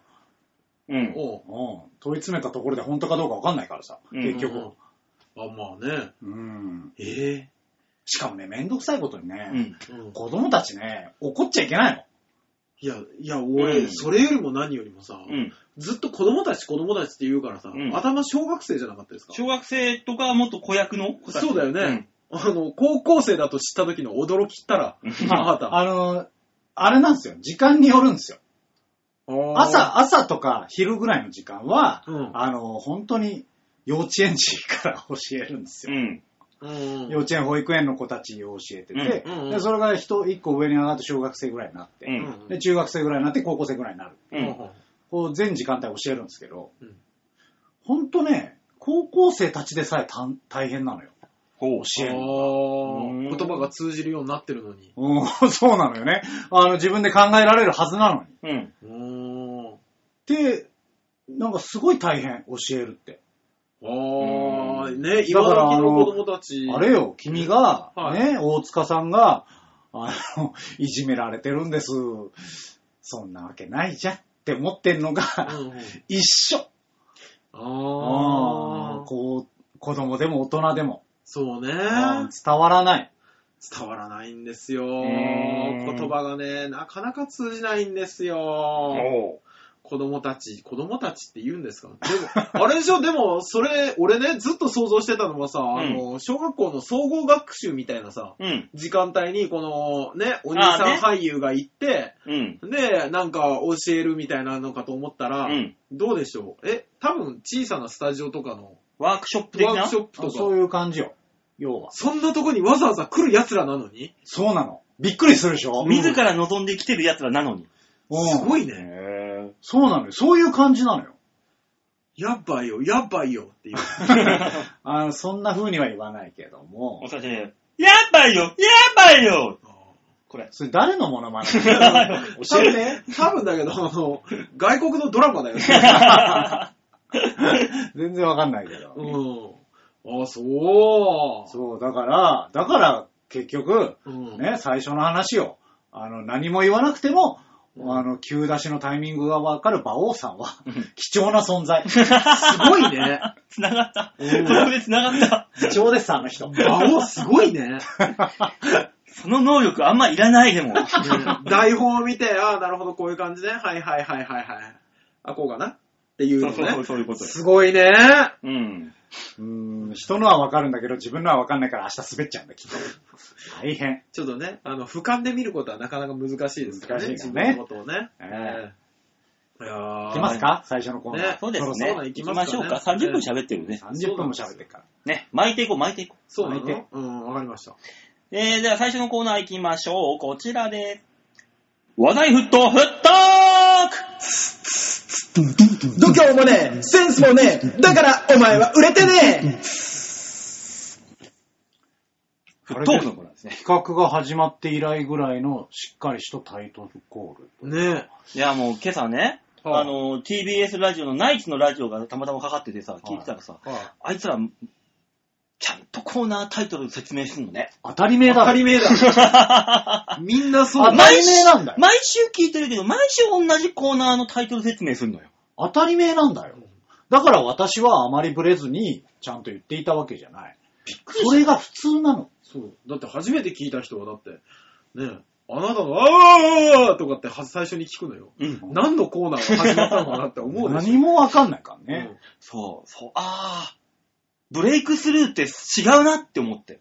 Speaker 2: うん。
Speaker 3: おう
Speaker 4: うん。問い詰めたところで本当かどうかわかんないからさ、
Speaker 2: うん
Speaker 4: 結局。
Speaker 3: あ、まあね。
Speaker 4: うん。
Speaker 3: え
Speaker 4: しかもね、めんどくさいことに
Speaker 2: う
Speaker 4: ね、
Speaker 2: ん。
Speaker 3: え。うん。
Speaker 4: 子供たちね、怒っちゃいけないの。
Speaker 3: いや、いや、
Speaker 2: う
Speaker 3: 俺、
Speaker 2: ん
Speaker 3: それよりも何よりもさ、
Speaker 2: うん。
Speaker 3: ずっと子供たち子供たちって言うからさ
Speaker 2: う、ん
Speaker 3: 頭小学生じゃなかったですか
Speaker 2: 小学生とかはもっと子役の子たち
Speaker 3: そうだよね。あの、高校生だと知った時の驚きったら、母
Speaker 4: あ
Speaker 3: た。
Speaker 4: の、あれなんですよ。時間によるんですよ。朝、朝とか昼ぐらいの時間は、
Speaker 3: うん
Speaker 4: あの、本当に幼稚園児から教えるんです
Speaker 2: う
Speaker 4: よ。
Speaker 2: ん。
Speaker 3: うん
Speaker 4: 幼稚園、保育園の子たちに教えてて、
Speaker 3: うんうんうん
Speaker 4: でそれが人一個上に上がって小学生ぐらいになって、
Speaker 2: うん。
Speaker 4: で中学生ぐらいになって高校生ぐらいになる。
Speaker 2: うん。うん。
Speaker 4: こう全時間帯教えるんですけど
Speaker 3: うん、
Speaker 4: ほんとね、高校生たちでさえたん大変なのよ。
Speaker 2: ほう。
Speaker 4: 教えるの。
Speaker 2: うん
Speaker 3: 言葉が通じるようになってるのに。
Speaker 4: うん そうなのよね。あの、自分で考えられるはずなのに。
Speaker 2: うん。
Speaker 3: うん
Speaker 4: で、なんかすごい大変、教えるって。
Speaker 3: ああ、
Speaker 2: うん
Speaker 3: ね、
Speaker 4: だ
Speaker 3: 今
Speaker 4: から
Speaker 3: 時の子供たち。
Speaker 4: あれよ、君が、
Speaker 3: はい
Speaker 4: ね、大塚さんが、あの、 いじめられてるんです。そんなわけないじゃんって思ってんのが、
Speaker 3: うんうん
Speaker 4: 一緒。
Speaker 3: ああ、
Speaker 4: こう、子供でも大人でも、
Speaker 3: そうね。
Speaker 4: うん伝わらない。
Speaker 3: 伝わらないんですよ。
Speaker 2: ん
Speaker 3: 言葉がね、なかなか通じないんですよ。
Speaker 2: ほ
Speaker 3: 子供たち、子供たちって言うんですか でも、あれでしょ、でも、それ、俺ね、ずっと想像してたのはさ、あの、小学校の総合学習みたいなさ、
Speaker 2: う。うん。
Speaker 3: 時間帯に、この、ね、お兄さ
Speaker 2: あー
Speaker 3: ん
Speaker 2: ね
Speaker 3: 俳優が行って、
Speaker 2: うん。
Speaker 3: で、なんか教えるみたいなのかと思った
Speaker 2: う
Speaker 3: ら、
Speaker 2: ん。
Speaker 3: どうでしょうえ、多分小さなスタジオとかの
Speaker 2: ワークショップ的
Speaker 3: ワー
Speaker 2: な
Speaker 3: クショップと
Speaker 4: あ
Speaker 3: か、
Speaker 4: そういう感じよ。要は。
Speaker 3: そんなとこにわざわざ来る奴らなのに、
Speaker 4: そうなの。びっくりするでしょ
Speaker 2: 自ら望んできてる奴らなのに。
Speaker 4: うん
Speaker 3: すごい
Speaker 2: へ
Speaker 3: ね。
Speaker 2: ぇ
Speaker 4: そうなのよ。そういう感じなのよ。
Speaker 3: やばいよ、やばいよっていう。
Speaker 4: あのそんな風には言わないけども
Speaker 2: お、疲れやばいよやばいよこれ。
Speaker 4: それ誰のモノマ ネ
Speaker 3: 多
Speaker 4: 教え
Speaker 3: 分
Speaker 4: て
Speaker 3: ね。、多分だけど、あの、外国のドラマだよね。
Speaker 4: 全然わかんないけど。
Speaker 3: うん。あ、そう。
Speaker 4: そう、だから、だから結局、
Speaker 3: うん。
Speaker 4: ね、最初の話を、あの、何も言わなくても、
Speaker 3: うん
Speaker 4: あの、急出しのタイミングがわかる馬王さんは、貴重な存 在。
Speaker 3: すごいね。
Speaker 2: 繋がった。
Speaker 3: う
Speaker 2: そ
Speaker 3: ん
Speaker 2: こで繋がった。
Speaker 4: 貴重です、あの人。
Speaker 3: 魔王すごいね。
Speaker 2: その能力あんまいらないでも。
Speaker 3: 台本を見て、ああ、なるほど、こういう感じね。はいはいはいはいはい。あ、こうかなっていう
Speaker 2: そ
Speaker 3: の
Speaker 2: うそうそう、
Speaker 3: ね。
Speaker 2: そういうことです
Speaker 3: ごいね。
Speaker 2: うん。
Speaker 4: うーん、人のはわかるんだけど、自分のはわかんないから明日滑っちゃうんだ、きっと。大変。
Speaker 3: ちょっとね、あの、俯瞰で見ることはなかなか難しいですからね、
Speaker 4: 難し
Speaker 3: 自
Speaker 4: い
Speaker 3: 分
Speaker 4: からね
Speaker 3: のことをね。
Speaker 4: え
Speaker 3: えいや
Speaker 4: い
Speaker 3: ー
Speaker 4: けますか最初のコーナー
Speaker 3: ね。
Speaker 2: そうです
Speaker 4: そろ
Speaker 2: ね。
Speaker 4: そろ
Speaker 3: 行
Speaker 2: 行
Speaker 3: き
Speaker 2: き
Speaker 3: ま
Speaker 2: ますし
Speaker 3: か
Speaker 2: ょ
Speaker 3: ね
Speaker 2: うか。30分喋ってるね。
Speaker 4: 30分も喋ってるから。
Speaker 2: ね、巻いていこう、巻いていこ
Speaker 3: そうな
Speaker 4: 巻いて
Speaker 3: のうん、わかりました。
Speaker 2: う。えー、では最初のコーナー行きましょう。こちらです。話題沸騰、沸騰
Speaker 1: 度胸もねえ、センスもねえ、だからお前は売れてね
Speaker 2: ーク沸騰クのコーナーですね。
Speaker 4: 企画が始まって以来ぐらいのしっかりしたタイトルコール。
Speaker 3: ね
Speaker 2: いや、もう今朝ね、
Speaker 3: はい
Speaker 2: あの、TBS ラジオのナイツのラジオがたまたまかかっててさ、聞いてたらさ、
Speaker 3: え。はい
Speaker 2: あいつら、ちゃんとコーナータイトル説明するのね。
Speaker 4: 当たり前だ
Speaker 3: 当た
Speaker 4: ろ
Speaker 3: り前だ。みんなそう
Speaker 4: あ
Speaker 3: だ。
Speaker 4: 題名なんだよ
Speaker 2: 毎週聞いてるけど、毎週同じコーナーのタイトル説明するのよ。
Speaker 4: 当たり前なんだよ。だから私はあまりブレずに、ちゃんと言っていたわけじゃない。それが普通なの。
Speaker 3: そう。だって初めて聞いた人は、だって、ねえ、あなたの、あーとかっては最初に聞くのよ。
Speaker 2: うん。
Speaker 3: 何のコーナーが始まったのかなって思うでしょ。
Speaker 4: 何もわかんないからね。
Speaker 2: そう、そう、あー、ブレイクスルーって違うなって思って。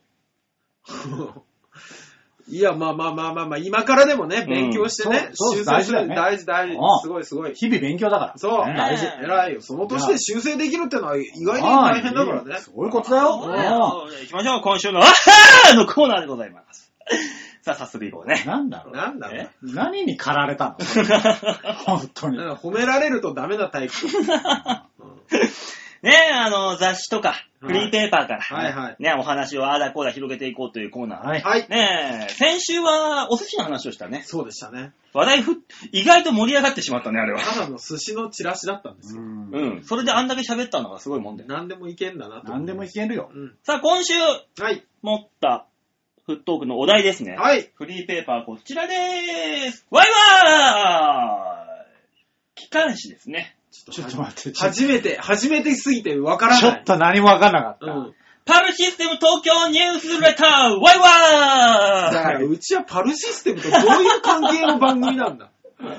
Speaker 3: いや、まあまあまあまあまあ、今からでもね、勉強してね、
Speaker 4: そうそう
Speaker 3: 修正する。
Speaker 4: 大事だね
Speaker 3: 大事大事
Speaker 4: うん。
Speaker 3: すごいすごい。
Speaker 4: 日々勉強だから。
Speaker 3: そう、
Speaker 4: ね
Speaker 2: 大事
Speaker 3: 偉いよ。その年で修正できるってのは意外に大変だからね。
Speaker 4: そういうことだよ。
Speaker 2: そうだよじゃあ行きましょう、今週の、あはーのコーナーでございます。さあ、早速行こうね。
Speaker 4: なんだろう。
Speaker 3: なんだろうね。
Speaker 4: 何に駆られたの 本当に。
Speaker 3: なんか褒められるとダメなタイプ。
Speaker 2: ねえ、あの、雑誌とか、フリーペーパーから、
Speaker 3: はいはい
Speaker 2: ね、お話をあーだこうだ広げていこうというコーナー。
Speaker 4: はい。
Speaker 3: はい。
Speaker 2: ねえ、先週はお寿司の話をしたね。
Speaker 3: そうでしたね。
Speaker 2: 話題ふ、意外と盛り上がってしまったね、あれは。
Speaker 3: ただの寿司のチラシだったんですよ。
Speaker 2: うん。それであんだけ喋ったのがすごいもんで。
Speaker 3: 何でもいけんだなと。
Speaker 4: 何でもいけるよ。
Speaker 3: うん。
Speaker 2: さあ、今週
Speaker 3: はい。
Speaker 2: 持ったフットークのお題ですね。
Speaker 3: はい。
Speaker 2: フリーペーパーこちらでーす。ワイワーイ機関誌ですね。
Speaker 4: ちょっと待って。ちょ
Speaker 3: 初めて、初めてすぎてわから
Speaker 4: ちょ
Speaker 3: ない。
Speaker 4: っと何もわかんなかった。
Speaker 3: うん。
Speaker 2: パルシステム東京ニュースレターワイワ
Speaker 3: だか
Speaker 2: ーイ
Speaker 3: ら、うちはパルシステムとどういう関係の番組 なんだ。本当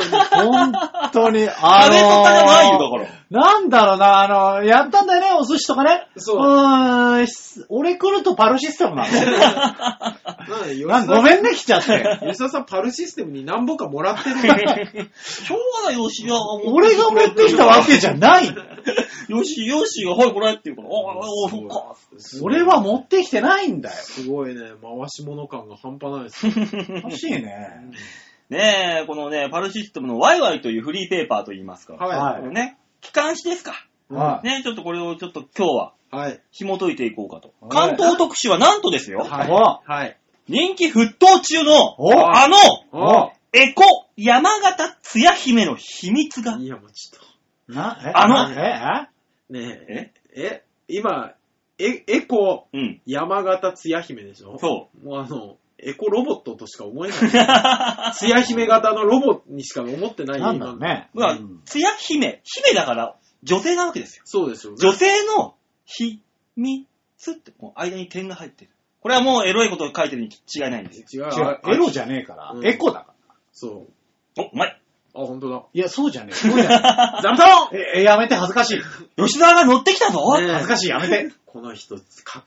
Speaker 3: に。
Speaker 4: 本当に、あ
Speaker 2: あ
Speaker 4: の
Speaker 2: れとかじゃないよ、だから。
Speaker 4: なんだろうな、あの、やったんだよね、お寿司とかね。
Speaker 3: そう
Speaker 4: うーんし、俺来るとパルシステムなの
Speaker 3: なんで
Speaker 4: なんごめんね、来ちゃって。
Speaker 3: 吉田さん、パルシステムに何本かもらってるん だ。
Speaker 2: 今日は吉田が持って
Speaker 4: 俺が持ってきたわけじゃない。
Speaker 2: よし、よしが、はい、これって言うから、おーおー、そっか。
Speaker 4: 俺は持ってきてないんだよ。
Speaker 3: すごいね、回し物感が半端ない ですね。
Speaker 4: 欲しいね。
Speaker 2: ねえ、このね、パルシステムのワイワイというフリーペーパーと言いますか。
Speaker 3: は
Speaker 2: これね、機関誌ですか。
Speaker 4: は
Speaker 2: ね、ちょっとこれをちょっと今日は
Speaker 3: はい。はい。
Speaker 2: 紐解いていこうかと
Speaker 4: は。
Speaker 2: 関
Speaker 4: い
Speaker 2: 東特集はなんとですよ、
Speaker 4: お
Speaker 3: はい。
Speaker 2: 人気沸騰中の、
Speaker 4: お
Speaker 2: あの、
Speaker 3: お
Speaker 2: エコ山形つや姫の秘密が。
Speaker 3: いや、もうちょっ
Speaker 4: な、え
Speaker 2: あの
Speaker 4: え
Speaker 3: と。ね
Speaker 2: え
Speaker 3: え、え、今、え、エコ、
Speaker 2: うん。
Speaker 3: 山形つや姫でしょ。
Speaker 2: そう
Speaker 3: もうあの、エコロボットとしか思えない。 つや姫型のロボットにしか思ってな
Speaker 4: え
Speaker 3: い
Speaker 4: なんだろう。ね。
Speaker 2: うわ
Speaker 4: うん
Speaker 2: つや姫、姫だから女性なわけですよ。
Speaker 3: そうですよね。
Speaker 2: 女性の秘密って、こう間に点が入ってる。これはもうエロいことを書いてるに違いないんですよ。
Speaker 3: 違う。
Speaker 4: 違う
Speaker 3: あ、
Speaker 4: エロじゃねえから
Speaker 3: う、ん
Speaker 4: エコだから。
Speaker 3: そう。
Speaker 2: お、うまい。
Speaker 3: あ、本当 だ。
Speaker 4: いや、そうじゃねえ。そうじゃ
Speaker 3: 座布団
Speaker 4: ねえ。え、やめて、恥ずかしい。
Speaker 2: 吉沢が乗ってきたぞ
Speaker 3: ねえ
Speaker 4: 恥ずかしい、やめて。
Speaker 3: この人、隠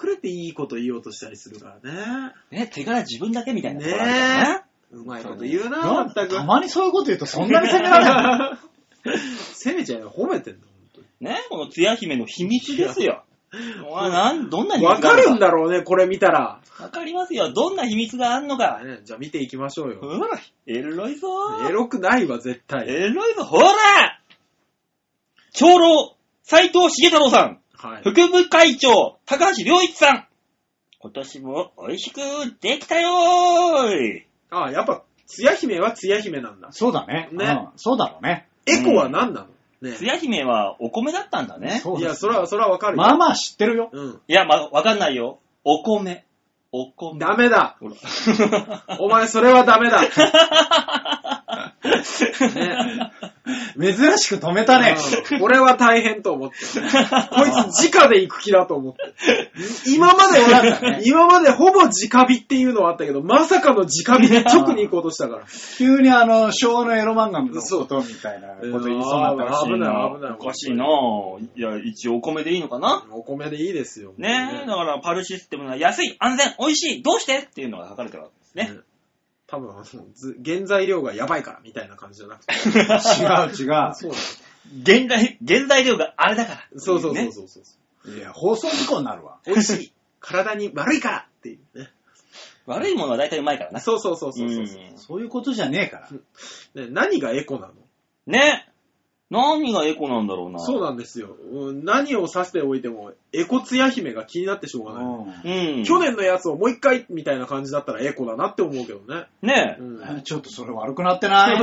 Speaker 3: れていいこと言おうとしたりするからね。
Speaker 2: ね、手柄自分だけみたいなところあるからね。
Speaker 3: ねえ。うまいこと言うな、ま
Speaker 4: な
Speaker 3: ったく。
Speaker 4: たまにそういうこと言うとそんなに責めら れない。
Speaker 3: せめちゃうよ、褒めてんだ、本
Speaker 2: ね、このつや姫の秘密ですよ。お前なん、どんな
Speaker 3: 当
Speaker 2: 秘密
Speaker 3: に。
Speaker 2: が
Speaker 3: わ
Speaker 2: あ
Speaker 3: か
Speaker 2: る
Speaker 3: るんだろうね、これ見たら。
Speaker 2: わかりますよ。どんな秘密があんのか。
Speaker 3: ねじゃあ見ていきましょうよ。
Speaker 2: ほら、エロいぞ
Speaker 3: エロくないわ、絶対。
Speaker 2: エロいぞ、ほら長老、斎藤重太郎さん、
Speaker 3: はい。
Speaker 2: 副部会長、高橋良一さん。今年も美味しくできたよーい。
Speaker 3: あ、やっぱ、つや姫はつや姫なんだ。
Speaker 4: そうだね。
Speaker 3: ね
Speaker 4: うんそうだろうね。
Speaker 3: エコは何なの、
Speaker 2: つ
Speaker 3: ね
Speaker 2: や姫はお米だったんだね。
Speaker 4: そう
Speaker 3: い
Speaker 4: で
Speaker 3: や、
Speaker 4: す
Speaker 3: それは、それはわかるよ。
Speaker 4: まあまあ知ってるよ。
Speaker 3: うん。
Speaker 2: いや、ま、わかんないよ。お米。お米。
Speaker 3: ダメだ。
Speaker 2: ほら。
Speaker 3: お前、それはダメだ。ね
Speaker 4: 珍しく止めたね。
Speaker 3: うん俺は大変と思って。こいつ直で行く気だと思って。今まで
Speaker 4: そうなん だね、
Speaker 3: 今までほぼ直火っていうのはあったけど、まさかの直火で直に行こうとしたから。
Speaker 4: 急にあの、昭和のエロ漫画のことみたいなこと言いそうになったらしい
Speaker 3: 危
Speaker 4: な。
Speaker 3: ない危ない
Speaker 2: おかしいなぁ。いや、一応お米でいいのかな
Speaker 3: お米でいいですよ。
Speaker 2: ねえ、だからパルシステムの安い、安全、美味しい、どうしてっていうのが書かれてるわけですね。
Speaker 3: 多分、ず原材料がやばいから、みたいな感じじゃなくて。
Speaker 4: 違う違
Speaker 3: そうだ
Speaker 2: 現代、現代量があれだから。
Speaker 3: そうそうそう
Speaker 2: ね。
Speaker 3: そうそう。
Speaker 4: う。いや、放送事故になるわ。
Speaker 3: 美味しい。体に悪いからっていうね。
Speaker 2: 悪いものは大体うまいからな。
Speaker 3: そうそうそうそうそう、
Speaker 2: ん
Speaker 4: そういうことじゃねえから。
Speaker 3: ね何がエコなの
Speaker 2: ね何がエコなんだろうな。
Speaker 3: そうなんですよ。うん何を指しておいても、エコツヤ姫が気になってしょうがない。
Speaker 4: う
Speaker 2: うん。
Speaker 3: 去年のやつをもう一回みたいな感じだったらエコだなって思うけどね。
Speaker 2: ね
Speaker 3: うんん、
Speaker 4: ちょっとそれ悪くなってない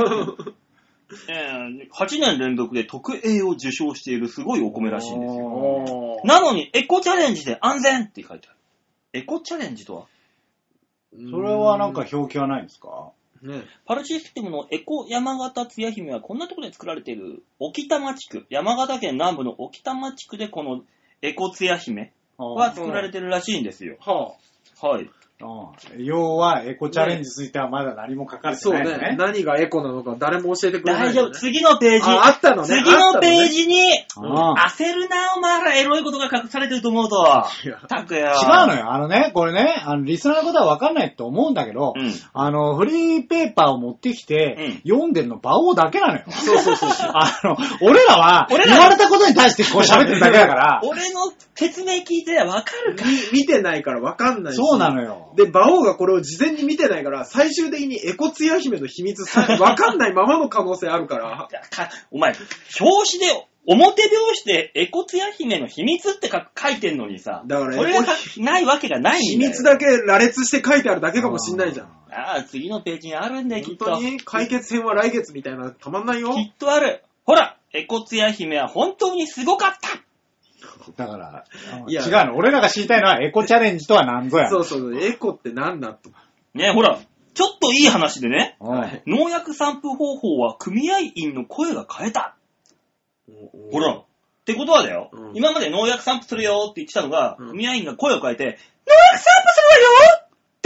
Speaker 2: えー8年連続で特 A を受賞しているすごいお米らしいんですよ。
Speaker 4: おー
Speaker 2: なのに、エコチャレンジで安全って書いてある。エコチャレンジとは
Speaker 4: それはなんか、表記はないんですか
Speaker 3: ね、
Speaker 2: パルシステムのエコ山形つや姫はこんなところで作られている、沖玉地区、山形県南部の沖玉地区でこのエコつや姫は作られてるらしいんですよ。
Speaker 3: は
Speaker 2: はい。
Speaker 4: うん要は、エコチャレンジについてはまだ何も書か
Speaker 3: あ、
Speaker 4: れて
Speaker 3: そう
Speaker 4: ない
Speaker 3: ね
Speaker 4: のね。
Speaker 3: 何がエコなのか誰も教えてくれない、
Speaker 2: 大丈夫、次のページ。
Speaker 3: ああったのね
Speaker 2: 次のペー
Speaker 3: ジ
Speaker 2: ジに、
Speaker 4: うん
Speaker 2: 焦るな、お前らエロいことが隠されてると思うと。
Speaker 3: いや
Speaker 2: たくや。
Speaker 4: 違うのよ。あのね、これね、あの、リスナーのことは分かんないと思うんだけど、
Speaker 2: うん
Speaker 4: あの、フリーペーパーを持ってきて、読んでるの、馬王だけなのよ。そうそうそう。 あの、俺らは、
Speaker 2: 俺ら
Speaker 4: 言われたことに対してこう喋ってるだけだから、
Speaker 2: 俺の説明聞いてわかるか
Speaker 3: み見て ないからわかんないし
Speaker 4: そうなのよ。
Speaker 3: で、馬王がこれを事前に見てないから、最終的にエコツヤ姫の秘密さ、 わかんないままの可能性あるから。
Speaker 2: かお前、表紙で、表表紙で、エコツヤ姫の秘密ってか書いてんのにさ、
Speaker 3: だから
Speaker 2: それが
Speaker 3: エコ
Speaker 2: 書ないわけがない
Speaker 3: 秘
Speaker 2: んだよ。
Speaker 3: 密だけ羅列して書いてあるだけかもしんないじゃん。
Speaker 2: ああ、次のページにあるんだよ、きっ
Speaker 3: 本
Speaker 2: と。
Speaker 3: 当に解決編は来月みたいな、たまんないよ。
Speaker 2: きっとある。ほら、エコツヤ姫は本当にすごかった
Speaker 4: だから、あの
Speaker 3: いや
Speaker 4: 違うの。俺らが知りたいのは、エコチャレンジとは何ぞや。
Speaker 3: そうそう、エコってなんだと。
Speaker 2: ね、ほら、ちょっといい話でね、
Speaker 4: うん
Speaker 3: はい
Speaker 2: 農薬散布方法は組合員の声が変えた。ほら。ってことはだよ、
Speaker 3: うん
Speaker 2: 今まで農薬散布するよって言ってたのが、
Speaker 3: うん
Speaker 2: 組合員が声を変えて、農薬散布す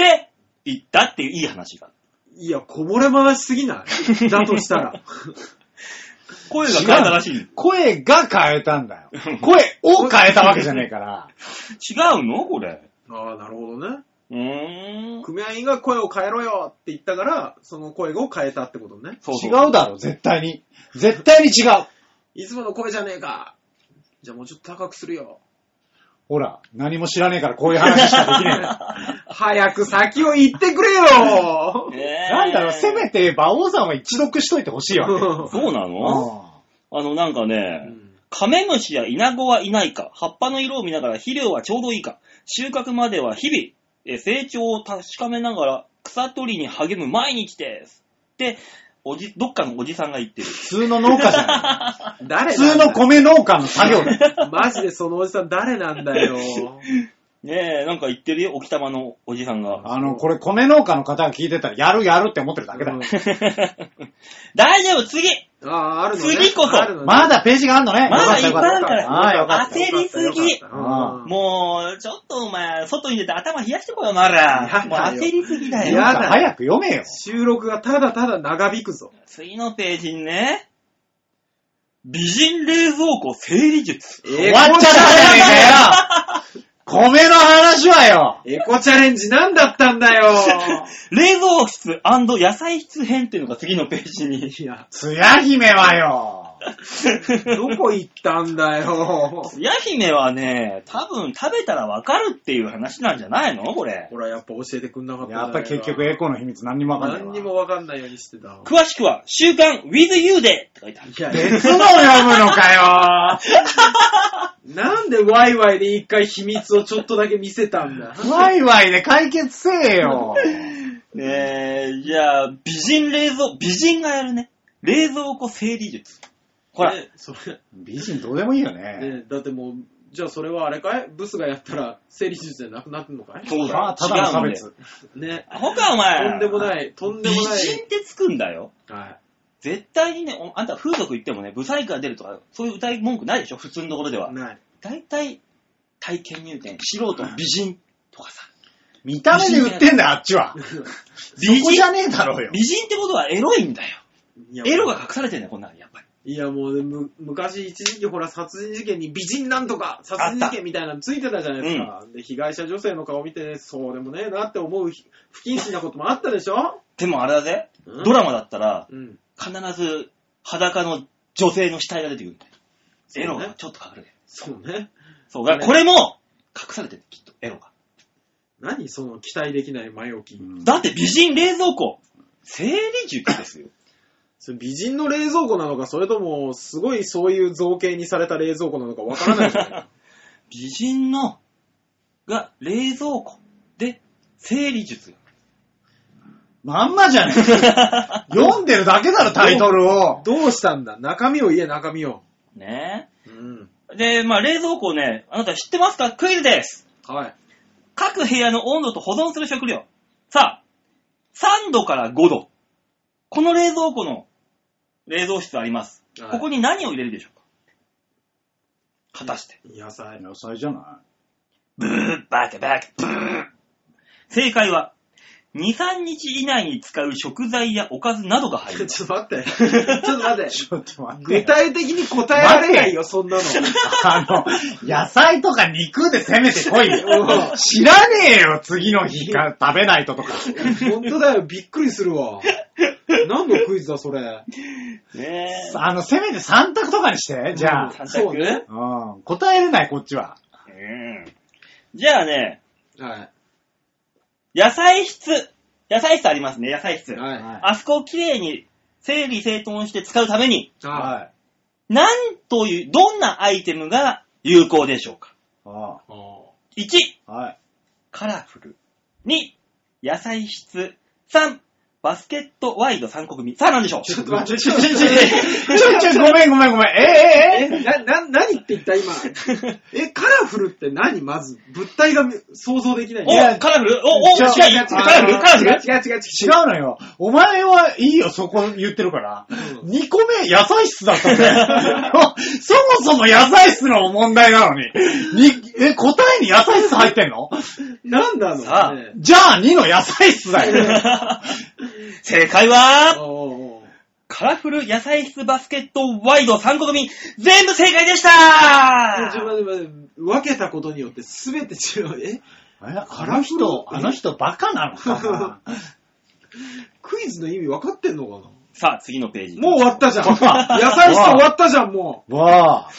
Speaker 2: るわよって言ったっていういい話が。
Speaker 3: いや、こぼれ回しすぎないだとしたら。
Speaker 2: 声が変えたらしい。違
Speaker 4: 声が変えたんだよ。声を変えたわけじゃねえから。
Speaker 2: うのこれ。
Speaker 3: ああ、なるほどね。
Speaker 2: うーん。
Speaker 3: 組合員が声を変えろよって言ったから、その声を変えたってことね。
Speaker 2: そ
Speaker 4: 違うだろ、絶対に。絶対に違う。
Speaker 3: いつもの声じゃねえか。じゃあもうちょっと高くするよ。
Speaker 4: ほら、何も知らねえからこういう話しかできねえんだよ。
Speaker 3: 早く先を言ってくれよ
Speaker 2: ね え
Speaker 4: なんだろう、せめて、馬王さんは一読しといてほしいわけ。
Speaker 2: そうなの
Speaker 4: う
Speaker 2: あの、なんか
Speaker 3: う
Speaker 2: ね、
Speaker 3: ん
Speaker 2: カメムシやイナゴはいないか、葉っぱの色を見ながら肥料はちょうどいいか、収穫までは日々、え成長を確かめながら草取りに励む毎日です。って、おじ、どっかのおじさんが言ってる。
Speaker 4: 普通の農家じゃない。
Speaker 3: 誰
Speaker 4: 普通の米農家の作業 だよ。
Speaker 3: のマジでそのおじさん誰なんだよ。
Speaker 2: ねえ、なんか言ってるよ、沖玉のおじさんが。
Speaker 4: あの、これ米農家の方が聞いてたら、やるやるって思ってるだけだ
Speaker 3: う。ん
Speaker 2: 大丈夫、次
Speaker 3: ああ、あるのね。
Speaker 2: 次こそ
Speaker 3: あるのね
Speaker 4: まだページがあんのね。
Speaker 2: まだいっ
Speaker 4: よ
Speaker 2: ぱ
Speaker 4: か
Speaker 2: いあ
Speaker 4: った
Speaker 2: るか
Speaker 4: よかったああ、よ
Speaker 2: ら
Speaker 4: かっ。た。
Speaker 2: 焦りすぎ。
Speaker 4: あ
Speaker 2: もう、ちょっとお前、外に出て頭冷やしてこいよ、お前ら。もう
Speaker 3: やだよ
Speaker 2: 焦りすぎだ
Speaker 3: や
Speaker 2: よ。
Speaker 3: だ
Speaker 4: なんか早く読めよ。
Speaker 3: 収録がただただ長引くぞ。
Speaker 2: 次のページにね、美人冷蔵庫整理術。
Speaker 4: 終わっちゃったじゃねえかよ米の話はよ
Speaker 3: エコチャレンジなんだったんだよ
Speaker 2: 冷蔵室野菜室編っていうのが次のページに。
Speaker 3: いや、
Speaker 4: つや姫はよ
Speaker 3: どこ行ったんだよ
Speaker 2: つや姫はね、多分食べたらわかるっていう話なんじゃないのこれ。
Speaker 3: ほら、やっぱ教えてくんなかったんだ
Speaker 4: や
Speaker 3: よ
Speaker 4: っぱ結局エコの秘密何にもわかんないわ。
Speaker 3: 何にもわかんないようにしてたわ。
Speaker 2: 詳しくは、週刊 with you でって書いてある。
Speaker 3: いや、
Speaker 4: 別のを読むのかよ
Speaker 3: なんでワイワイで一回秘密をちょっとだけ見せたんだ
Speaker 4: ワイワイで解決せえよ。
Speaker 2: ねえ、じゃあ、美人冷蔵、美人がやるね。冷蔵庫整理術。ほら、
Speaker 3: ねそれ、
Speaker 4: 美人どうでもいいよね。
Speaker 3: ねだってもう、じゃあそれはあれかいブスがやったら生理術じゃなくなってんのかい
Speaker 2: そう
Speaker 4: ま
Speaker 2: だ
Speaker 4: あ、、ただの差
Speaker 2: 違うんだよ
Speaker 4: 別。
Speaker 3: ね。
Speaker 2: 他お前、
Speaker 3: とんでもない、とんで
Speaker 2: 美
Speaker 3: もな
Speaker 2: 人っ
Speaker 3: い。
Speaker 2: てつくんだよ。
Speaker 3: はい。
Speaker 2: 絶対にね、おあんた風俗行ってもね、ブサイクが出るとか、そういう歌い文句ないでしょ普通のところでは。
Speaker 3: ない。
Speaker 2: 大体、体験入店、素人、美人とかさ。
Speaker 4: 見た目で売ってんだよ、あっちは。そ
Speaker 2: 美
Speaker 4: こじゃ
Speaker 2: 人
Speaker 4: ねえだろうよ。
Speaker 2: 美人ってことはエロいんだよ。
Speaker 3: いや
Speaker 2: エロが隠されてんだよ、こんなの、やっぱり。
Speaker 3: いやもうむ、昔一時期ほら殺人事件に美人なんとか殺人事件みたいなのついてたじゃないですか。で、被害者女性の顔見て、そうでもねえなって思うひ不謹慎なこともあったでしょ
Speaker 2: でもあれだぜ、
Speaker 3: うん
Speaker 2: ドラマだったら、
Speaker 3: うん。
Speaker 2: 必ず裸の女性の死体が出てくるんだよ。エロがちょっと隠れてる。
Speaker 3: そうね。
Speaker 2: そう、だからこれも、隠されてる、きっと、エロが。
Speaker 3: 何その期待できない前置き。
Speaker 2: だって美人冷蔵庫、生理術 ですよ。
Speaker 3: それ美人の冷蔵庫なのか、それとも、すごいそういう造形にされた冷蔵庫なのかわからないじゃない
Speaker 2: 美人の、が冷蔵庫で、生理 術。
Speaker 4: まんまじゃねえか読んでるだけだろ、タイトルを。
Speaker 3: どうしたんだ中身を言え、中身を。
Speaker 2: ね
Speaker 3: うん。
Speaker 2: え。で、まあ冷蔵庫ね、あなた知ってますかクイズです。
Speaker 3: はい。
Speaker 2: 各部屋の温度と保存する食料。さあ、3度から5度。この冷蔵庫の冷蔵室あります。
Speaker 3: はい
Speaker 2: ここに何を入れるでしょうか果たして。
Speaker 3: 野菜。
Speaker 5: 野菜じゃな
Speaker 2: ブー、バカバカ、ブー。正解は、2、3日以内に使う食材やおかずなどが入
Speaker 3: ち
Speaker 2: る
Speaker 3: ょっ。と待って。ちょっと待 って
Speaker 5: い。。ちょっと待って
Speaker 3: 具。体的に答えられないよ、そんなの。
Speaker 4: あの、野菜とか肉で攻めてこいよ。知らねえよ、次の日が食べないととか。
Speaker 3: 本当だよ、びっくりする わ。何のクイズだ、それ。
Speaker 2: ねえ。
Speaker 4: あの、せめて3択とかにして、じゃあ。
Speaker 2: 三択
Speaker 3: そうね。
Speaker 4: うん、答えれない、こっちは。
Speaker 2: うんじゃあね、
Speaker 3: は
Speaker 2: 野菜室。野菜室ありますね、野菜室
Speaker 3: い。。はい。
Speaker 4: は
Speaker 2: あそこをきれいに整理整頓して使うために、
Speaker 4: い。
Speaker 3: はい。
Speaker 4: はい。
Speaker 2: なんという、どんなアイテムが有効でしょうか
Speaker 4: あ
Speaker 2: ?1、
Speaker 4: あはい。
Speaker 2: カラフル。2、野菜室。3、バスケットワイド3個組。さあ何でしょう
Speaker 3: ちょっと待って、ち
Speaker 4: ち
Speaker 3: ょ
Speaker 4: ょ
Speaker 3: っと
Speaker 4: ち
Speaker 3: 待
Speaker 4: ょ
Speaker 3: って。
Speaker 4: ちょちょ、ごめんごめんごめん。えええ
Speaker 3: え、な、な、何って言った 今。え、カラフルって何まず、物体が想像できない。
Speaker 2: お
Speaker 3: いや
Speaker 2: カラフルお、お、
Speaker 4: じ
Speaker 2: 近
Speaker 4: ゃあ
Speaker 2: いカラフルカラフル
Speaker 3: 違う違う違う違う。
Speaker 4: 違うのよ。お前はいいよ、そこ言ってるから。
Speaker 3: うん
Speaker 4: 2個目、野菜室だったんだよ。そもそも野菜室の問題なのに。にえ、答えに野菜室入ってんの
Speaker 3: 何なの
Speaker 2: さあ
Speaker 3: ね
Speaker 4: じゃあ2の野菜室だよ。
Speaker 2: 正解は
Speaker 3: おうおう
Speaker 2: カラフル野菜室バスケットワイド3個組、全部正解でした
Speaker 3: ちょ待って待って分けたことによって全て違う。え
Speaker 4: えあの人、あの人バカなのかな
Speaker 3: クイズの意味分かってんのかな
Speaker 2: さあ、次のページ。
Speaker 3: もう終わった じゃん。野菜室終わったじゃん、も
Speaker 4: わあ。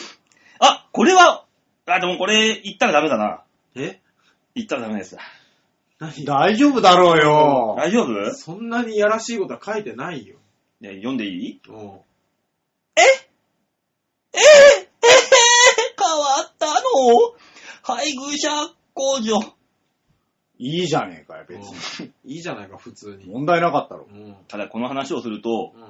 Speaker 2: あ、これは、あ、でもこれ、言ったらダメだな。
Speaker 3: う。え
Speaker 2: 言ったらダメです。
Speaker 3: 何
Speaker 4: 大丈夫だろうよ。
Speaker 2: 大丈夫
Speaker 3: そんなにやらしいことは書いてないよ。
Speaker 2: ね読んでいい
Speaker 3: おう
Speaker 2: ええええ変わったの配偶者控除。
Speaker 4: いいじゃねえかよ、別に。
Speaker 3: いいじゃないか、普通に。
Speaker 4: 問題なかったろ
Speaker 3: う。ん
Speaker 2: ただ、この話をすると、
Speaker 3: うん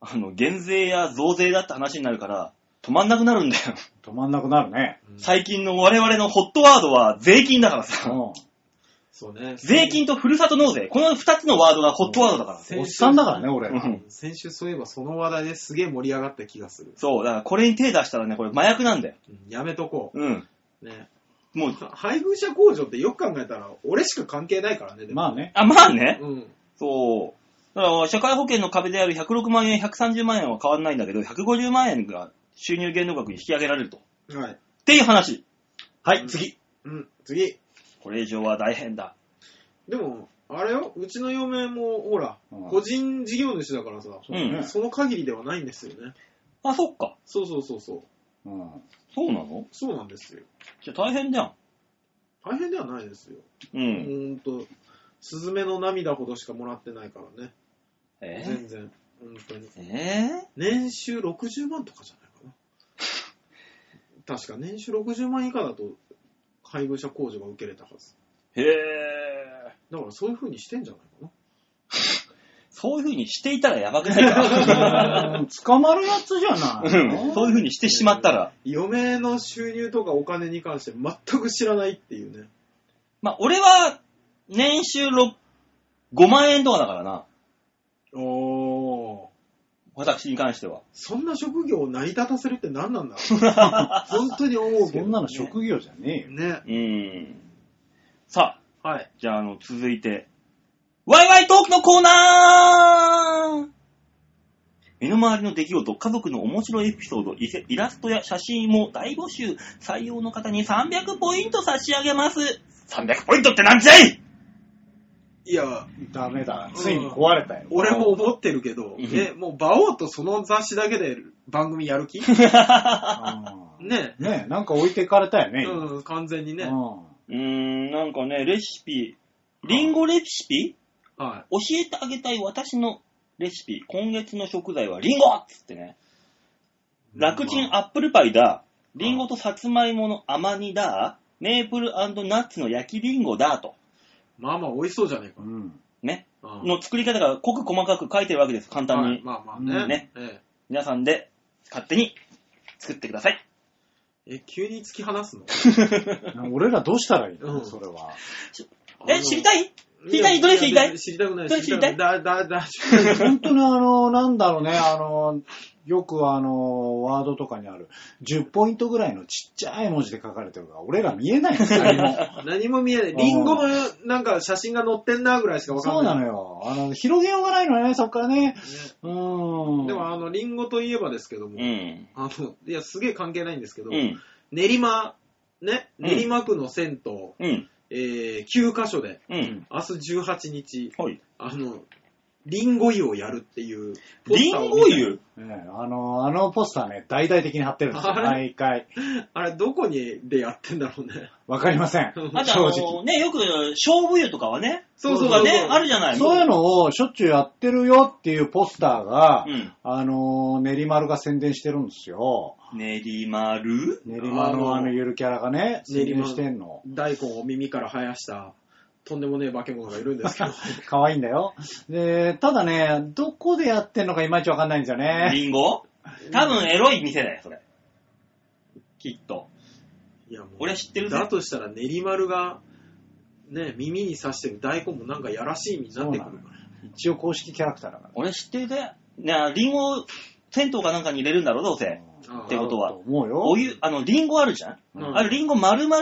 Speaker 2: あの、減税や増税だって話になるから、止まんなくなるんだよ。
Speaker 4: 止まんなくなるね。
Speaker 2: 最近の我々のホットワードは税金だからさ。
Speaker 4: う
Speaker 3: そうね。
Speaker 2: 税金とふるさと納税。この二つのワードがホットワードだから。
Speaker 4: ん。おっさんだからね、俺。
Speaker 2: うん
Speaker 3: 先週そういえばその話題ですげえ盛り上がった気がする。
Speaker 2: そう、だからこれに手出したらね、これ麻薬なんだよ。
Speaker 3: うんやめとこ
Speaker 2: うん。
Speaker 3: う。ね。
Speaker 2: もう、
Speaker 3: 配偶者控除ってよく考えたら、俺しか関係ないからね。でも
Speaker 4: まあね。
Speaker 2: あ、まあね。
Speaker 3: うん。
Speaker 2: そう。だから、社会保険の壁である106万円、130万円は変わらないんだけど、150万円が収入限度額に引き上げられると。っ
Speaker 3: はい。
Speaker 2: ていう話。
Speaker 4: はい、次。
Speaker 3: うん。次。
Speaker 2: これ以上は大変だ。
Speaker 3: でも、あれよ、うちの嫁も、ほら、
Speaker 4: うん
Speaker 3: 個人事業主だからさ、
Speaker 4: そうね
Speaker 3: その限りではないんですよね。
Speaker 2: あ、そっか。
Speaker 3: そうそうそうそう。
Speaker 4: うん。
Speaker 2: そうなの
Speaker 3: そうなんですよ。
Speaker 2: じゃあ大変じゃん。
Speaker 3: 大変ではないですよ。
Speaker 2: う。
Speaker 3: うんんと、スズメの涙ほどしかもらってないからね。
Speaker 2: えー
Speaker 3: 全然。本当に。
Speaker 2: え
Speaker 3: 年収60万とかじゃないかな。確か年収60万以下だと配偶者控除が受けれたはず。
Speaker 2: ー、へえ。
Speaker 3: だからそういう風にしてんじゃないかな。
Speaker 2: そういう風にしていたらやばくない か。
Speaker 4: 捕まるやつじゃ
Speaker 2: う
Speaker 4: ない
Speaker 2: ん。そういう風にしてしまったら。
Speaker 3: 嫁の収入とかお金に関して全く知らないっていうね。
Speaker 2: まあ、俺は、年収6 5万円とかだからな。
Speaker 3: お
Speaker 2: 私に関して は。
Speaker 3: そんな職業を成り立たせるって何 なんだろう本当に思うけど、
Speaker 4: そんなの職業じゃねえよ。
Speaker 3: ね。
Speaker 2: うん。さあ、
Speaker 3: はい。
Speaker 2: じゃあ、あの、続いて、ワイワイトークのコーナー目の周りの出来事、家族の面白いエピソード、イセイラストや写真も大募集、採用の方に300ポイント差し上げます。300ポイントってなんじゃい
Speaker 3: いや、
Speaker 4: ダメだ。ついに壊れたよ。
Speaker 3: 俺も思ってるけど、
Speaker 2: うん
Speaker 3: ね、もう、馬王とその雑誌だけで番組やる 気
Speaker 4: うん
Speaker 3: ね。
Speaker 4: ねえ、なんか置いていかれたよね。今
Speaker 3: うん、完全にね。
Speaker 4: う
Speaker 2: うーん、なんかね、レシピ、リンゴレシピ
Speaker 3: は
Speaker 2: 教えてあげたい私のレシピ、今月の食材はリンゴっつってね。楽チンアップルパイだ、リンゴとさつまいもの甘煮だ、メープルナッツの焼きリンゴだと、
Speaker 3: い。まあまあ、美味しそうじゃねえか。
Speaker 4: んうん。
Speaker 2: ね、
Speaker 3: うん
Speaker 2: の作り方が濃く細かく書いてるわけです、簡単に。
Speaker 3: はいまあまあね。
Speaker 2: ね
Speaker 3: え
Speaker 2: 皆さんで勝手に作ってください。
Speaker 3: ええ、急に突き放すの
Speaker 4: 俺らどうしたらいい
Speaker 3: うん
Speaker 4: のそれは。
Speaker 2: え、知りたい
Speaker 3: い
Speaker 2: 知りたいどれ知りたい
Speaker 3: 知りたくない。
Speaker 2: どれ知りたい
Speaker 3: くないだ、だ、だ、
Speaker 4: 本当にあの、なんだろうね、あの、よくあの、ワードとかにある、10ポイントぐらいのちっちゃい文字で書かれてるから、俺ら見 えないんですよ、何も
Speaker 3: 何も見えない。リンゴの、なんか写真が載ってんなぐらいしかわかん
Speaker 4: そう
Speaker 3: ない。
Speaker 4: なのよ。あの、広げようがないのね、そっからね。うーん。
Speaker 3: でも、あの、リンゴといえばですけども、
Speaker 2: うん。
Speaker 3: あの、いや、すげえ関係ないんですけど、
Speaker 2: うん。
Speaker 3: 練馬、ね、
Speaker 2: うん
Speaker 3: 練馬区の銭湯、
Speaker 2: うん。
Speaker 3: えー、9カ所で、
Speaker 2: うん。
Speaker 3: 明日18日、
Speaker 2: はい。
Speaker 3: あの、リンゴ湯をやるっていうポス
Speaker 2: リ
Speaker 3: ター
Speaker 2: ン
Speaker 3: を見
Speaker 2: ゴ
Speaker 3: た。
Speaker 2: 湯
Speaker 4: ええあの、あのポスターね、大々的に貼ってるんですよ、
Speaker 3: あれ
Speaker 4: 毎回。
Speaker 3: あれ、どこにでやってんだろうね。
Speaker 4: わかりません。正
Speaker 2: あとあの
Speaker 4: 直。
Speaker 2: ね、よく勝負湯とかはね、
Speaker 3: そうそう
Speaker 2: とかね、あるじゃない。
Speaker 4: そういうのをしょっちゅうやってるよっていうポスターが、
Speaker 2: うん
Speaker 4: あの、練馬が宣伝してるんですよ。
Speaker 2: 練馬る
Speaker 4: 練馬の
Speaker 3: あ
Speaker 4: あ
Speaker 3: の
Speaker 4: のゆるキャラがね、宣
Speaker 3: 練馬
Speaker 4: 伝してんの。
Speaker 3: 大根を耳から生やした、とんでもねえ化け物がいるんですけど。
Speaker 4: 可愛いんだよ。で、ただね、どこでやってんのかいまいちわかんないんですよね。
Speaker 2: リンゴ 多分エロい店だよ、それ。きっと。
Speaker 3: いやもう
Speaker 2: 俺は知ってるぜ
Speaker 3: だとしたら練馬丸が、ね、耳に刺してる大根もなんかやらしい身になってくるから。
Speaker 4: 一応公式キャラクターだから。
Speaker 2: 俺知ってるぜ。ねリンゴ、銭湯かなんかに入れるんだろう、どうせ。
Speaker 3: ああ
Speaker 2: ってことは
Speaker 4: と思うよ。
Speaker 2: お湯、あの、リンゴあるじゃん、
Speaker 3: うん
Speaker 2: あれ、リンゴ丸々、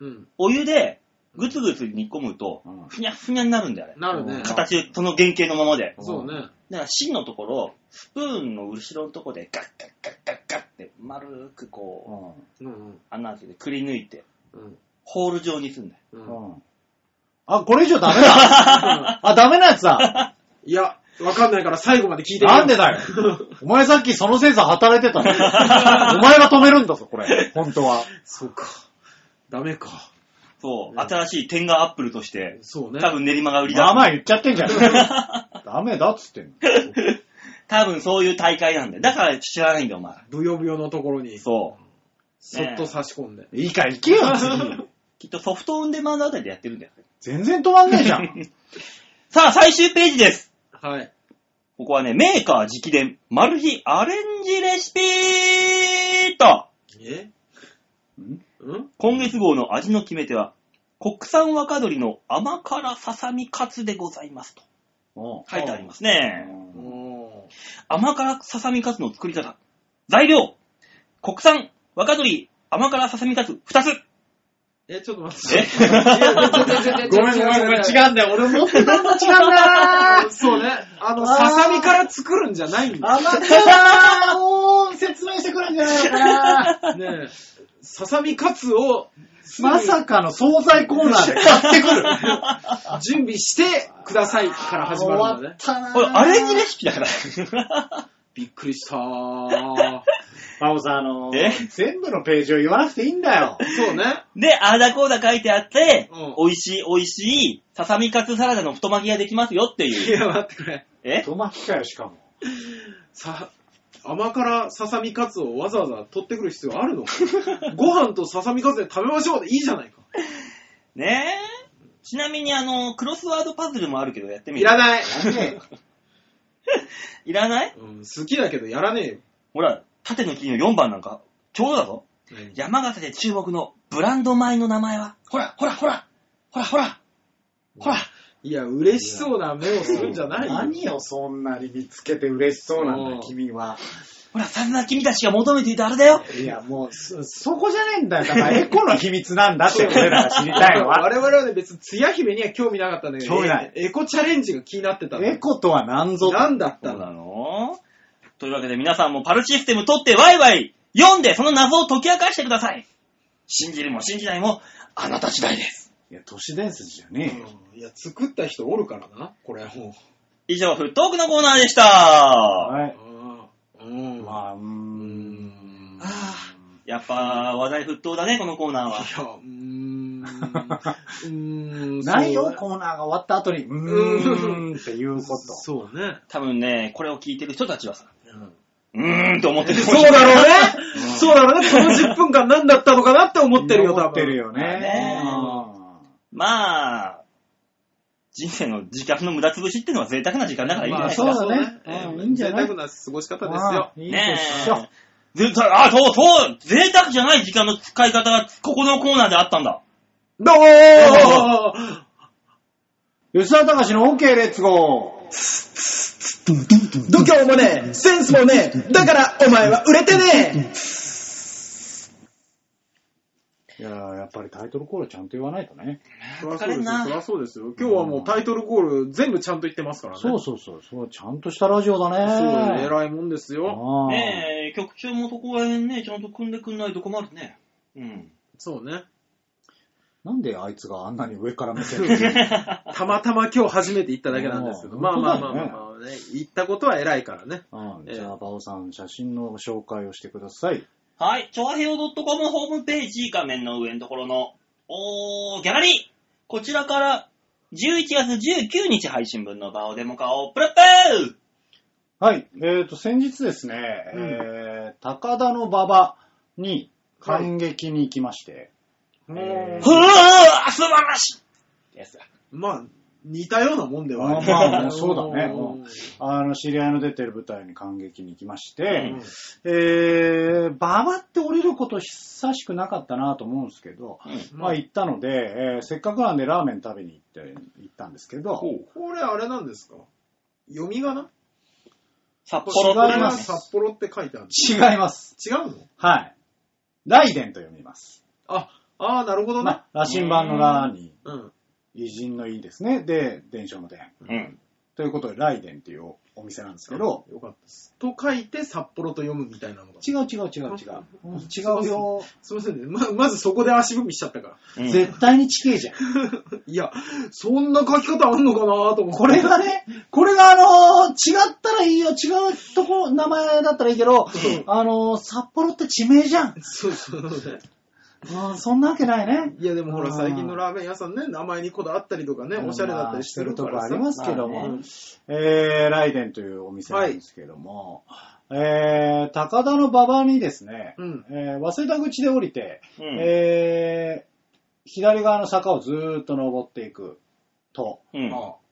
Speaker 3: うん。
Speaker 2: お湯で、ぐつぐつ煮込むと
Speaker 4: う、ん
Speaker 2: ふにゃふにゃになるんだよ、あれ。
Speaker 3: なるね。
Speaker 2: 形、その原型のままで。
Speaker 3: そうね。
Speaker 2: だから芯のところ、スプーンの後ろのところでガッガッガッガッガッって丸く
Speaker 4: う
Speaker 2: こう、
Speaker 4: ん
Speaker 3: うん
Speaker 2: 穴開けてくり抜いて、
Speaker 3: うん。
Speaker 2: ホール状にすんだよ。
Speaker 3: う。
Speaker 4: うん
Speaker 3: うん。
Speaker 4: んあ、これ以上ダメ だあ、ダメなやつだ
Speaker 3: いや、わかんないから最後まで聞いてみよう
Speaker 4: なんでだよお前さっきそのセンサー働いてたのお前が止めるんだぞ、これ。本当は。
Speaker 3: そうか。ダメか。
Speaker 2: そう、
Speaker 3: うん
Speaker 2: 新しい天下アップルとして、
Speaker 3: そうね。
Speaker 2: 多分練馬が売り
Speaker 4: まあま
Speaker 2: だ。
Speaker 4: あ言っちゃって んじゃん。ダメだっつってんの。
Speaker 2: 多分そういう大会なんだよ。だから知らないんだよ、お前。
Speaker 3: ブヨブヨのところに、そ
Speaker 2: そう。
Speaker 3: っと差し込んで。
Speaker 4: いいから行けよ、次。
Speaker 2: きっとソフトオンデマンドあたりでやってるんだよ。
Speaker 4: 全然止まんねえ じゃん。
Speaker 2: さあ、最終ページです。
Speaker 3: はい。
Speaker 2: ここはね、メーカー直伝、マル秘アレンジレシピーと、
Speaker 3: え
Speaker 4: ん
Speaker 3: うん
Speaker 2: 今月号の味の決め手は、国産若鶏の甘辛ささみカツでございますと
Speaker 4: うん
Speaker 2: 書いてありますね。
Speaker 3: おー
Speaker 2: 甘辛ささみカツの作り方。材料、国産若鶏甘辛ささみカツ2つ。
Speaker 3: え、ちょっと待って。
Speaker 2: え
Speaker 3: ごめんごめんごめん。違うんだよ。俺も
Speaker 4: 違うな
Speaker 3: そうね。あの、ささみから作るんじゃないんだよ。
Speaker 4: 甘辛を説明してくるんじゃないのか な
Speaker 3: ねえ、ささみカツを
Speaker 4: まさかの惣菜コーナーで買っ てくる。
Speaker 3: 準備してくださいから始まるんだね。
Speaker 4: 終わっ た
Speaker 2: これ
Speaker 4: な
Speaker 2: アレンジレシピだから。
Speaker 3: びっくりしたー。
Speaker 4: バオさん、あの
Speaker 2: え
Speaker 4: 全部のページを言わなくていいんだよ。
Speaker 3: そう ね。
Speaker 2: で、あーだこーだ書いてあって、
Speaker 3: う
Speaker 2: 美味しい美味しいささみカツサラダの太巻きができますよって
Speaker 3: い
Speaker 2: いう。
Speaker 3: や、待ってくれ。
Speaker 2: え
Speaker 4: トマキかよ、しかも。
Speaker 3: さ、甘辛ささみカツをわざわざ取ってくる必要あるの ご飯とささみカツで食べましょうでいいじゃないか。
Speaker 2: ねえ。ちなみにあの、クロスワードパズルもあるけどやってみる
Speaker 3: いらない。
Speaker 4: なんで
Speaker 2: いらない
Speaker 3: うん、好きだけどやらねえよ。
Speaker 2: ほら、縦の金の4番なんか、ちょうどだぞ。山形で注目のブランド米の名前はほら、ほら、ほら、ほら、ほら、ほら、
Speaker 3: いや、嬉しそうな目をするんじゃないよ。
Speaker 4: 何よ、そんなに見つけて嬉しそうなんだ
Speaker 3: うん
Speaker 4: よ、君は。
Speaker 2: ほら、そんな君たちが求めていたあれだよ。
Speaker 4: いや、もう、そ、そこじゃねえんだよ。だから、エコの秘密なんだって俺らが知りたいのは。
Speaker 3: 我々はね、別に、つや姫には興味なかったんだけど、
Speaker 4: 興味ない
Speaker 3: エコチャレンジが気になってたの
Speaker 4: エコとは何ぞ。
Speaker 3: 何だった
Speaker 2: そう
Speaker 3: の
Speaker 2: なのというわけで皆さんもパルシステム取ってワイワイ読んでその謎を解き明かしてください。信じるも信じないもあなた次第です。
Speaker 4: いや、都市伝説じゃねえよ。
Speaker 3: うんいや、作った人おるからな、これ。も
Speaker 2: 以上、フットオークのコーナーでした。
Speaker 4: はい。
Speaker 3: ううん。
Speaker 4: まあ、うー
Speaker 3: ん。
Speaker 4: ん。
Speaker 2: あやっぱ話題沸騰だね、このコーナーはい
Speaker 3: や、うーん。うーん。
Speaker 4: ないよ、
Speaker 3: こ
Speaker 4: コーナーが終わった後に、うーんっていうこと。
Speaker 3: そうね。
Speaker 2: 多分ね、これを聞いてる人たちはさ、うーんと思ってる。
Speaker 3: そうだろうね。そうだろうね。この10分間何だったのかなって思ってるよ、多分。
Speaker 4: 思ってる。よね。
Speaker 2: ま まあ、人生の時間の無駄潰しってのは贅沢な時間だからいいんじゃ
Speaker 3: ま
Speaker 2: な
Speaker 3: あ、
Speaker 2: いですか。
Speaker 3: そうだ
Speaker 4: まあ
Speaker 3: ね。
Speaker 4: そうだねうんいいんじゃない
Speaker 3: 贅沢な過ごし方
Speaker 4: うん
Speaker 3: ですよ。
Speaker 4: いいで
Speaker 2: ね
Speaker 4: しょ。
Speaker 2: え。ぜあ、そうそう贅沢じゃない時間の使い方がここのコーナーであったんだ。
Speaker 3: どうもー
Speaker 4: 吉沢隆の OK レッツゴー
Speaker 3: 度胸もねえ、センスもねえ、だからお前は売れてね
Speaker 4: いやーやっぱりタイトルコールちゃんと言わないとね。
Speaker 3: え
Speaker 2: わかるな
Speaker 3: そりゃそうですよ。今日はもうタイトルコール全部ちゃんと言ってますからね。
Speaker 4: そうそうそう、そうちゃんとしたラジオだね。
Speaker 3: すごい偉いもんですよ。
Speaker 4: あー
Speaker 2: ねえ、局長もそこら辺ね、ちゃんと組んでくんないと困るね。うん。
Speaker 3: そうね。
Speaker 4: なんであいつがあんなに上から目線で
Speaker 3: たまたま今日初めて行っただけなんですけど、
Speaker 4: うん
Speaker 3: まあまあまあ
Speaker 4: 本
Speaker 3: ま
Speaker 4: 当だ
Speaker 3: あ
Speaker 4: よね
Speaker 3: まあね、行ったことは偉いからね。
Speaker 4: うん
Speaker 3: ええ
Speaker 4: じゃあ、バオさん、写真の紹介をしてください。
Speaker 2: はい、ちょわへよ .com ホームページ画面の上のところの、おー、ギャラリーこちらから11月19日配信分のバオデモ化をプラップ
Speaker 4: はい、えっ、と、先日ですね、
Speaker 3: うん
Speaker 4: えー高田の馬場に感激に行きまして、
Speaker 3: も
Speaker 2: ふぅ素晴らしいです。
Speaker 3: う、まあ、似たようなもんではある
Speaker 4: まあまあそうだね
Speaker 3: うん
Speaker 4: あの、知り合いの出てる舞台に感激に行きまして、
Speaker 2: うん
Speaker 4: えー、馬場って降りること久しくなかったなと思うんですけど、
Speaker 2: う
Speaker 4: まあ行ったので、えーせっかくなんでラーメン食べに行って、行ったんですけど、
Speaker 3: これあれなんですか読み仮名
Speaker 2: 札
Speaker 4: 違
Speaker 2: 幌と
Speaker 4: いま
Speaker 2: 言いますす。
Speaker 3: 札幌って書いてある。
Speaker 4: 違います。
Speaker 3: 違うの
Speaker 4: はい。ライデンと読みます。
Speaker 3: あ、ああ、なるほど
Speaker 4: ま
Speaker 3: ね
Speaker 4: あ。、羅針盤のラーに、
Speaker 3: うん。
Speaker 4: 偉人の偉ですね。で、伝承の伝。
Speaker 2: うん。
Speaker 4: ということで、ライデンっていうおお店なんですけど、
Speaker 3: よかったです。と書いて札幌と読むみたいなのが。
Speaker 4: 違う違う違う違う。うん違うよ。
Speaker 3: すいませんね。ままずそこで足踏みしちゃったから。
Speaker 2: うん
Speaker 4: 絶対に地形じゃん。
Speaker 3: いや、そんな書き方あんのかなと思って。
Speaker 4: これがね、これがあのー違ったらいいよ、違うとこ、名前だったらいいけど、あのー札幌って地名じゃん。
Speaker 3: そうそうそう。
Speaker 4: うん、そんなわけないね。
Speaker 3: いやでもほら
Speaker 4: うん
Speaker 3: 最近のラーメン屋さんね、名前にこだわったりとかね、おしゃれだったりしてるから
Speaker 4: まあ
Speaker 3: さ。
Speaker 4: してるとこありますけど
Speaker 2: まあ
Speaker 4: も
Speaker 2: ね。
Speaker 4: えー、ライデンというお店なんですけども、えー、高田の馬場にですね、
Speaker 3: うん
Speaker 4: えー早稲田口で降りて、
Speaker 2: うん
Speaker 4: えー、左側の坂をずーっと登っていくと、
Speaker 2: うん。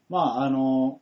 Speaker 4: まあ、あの、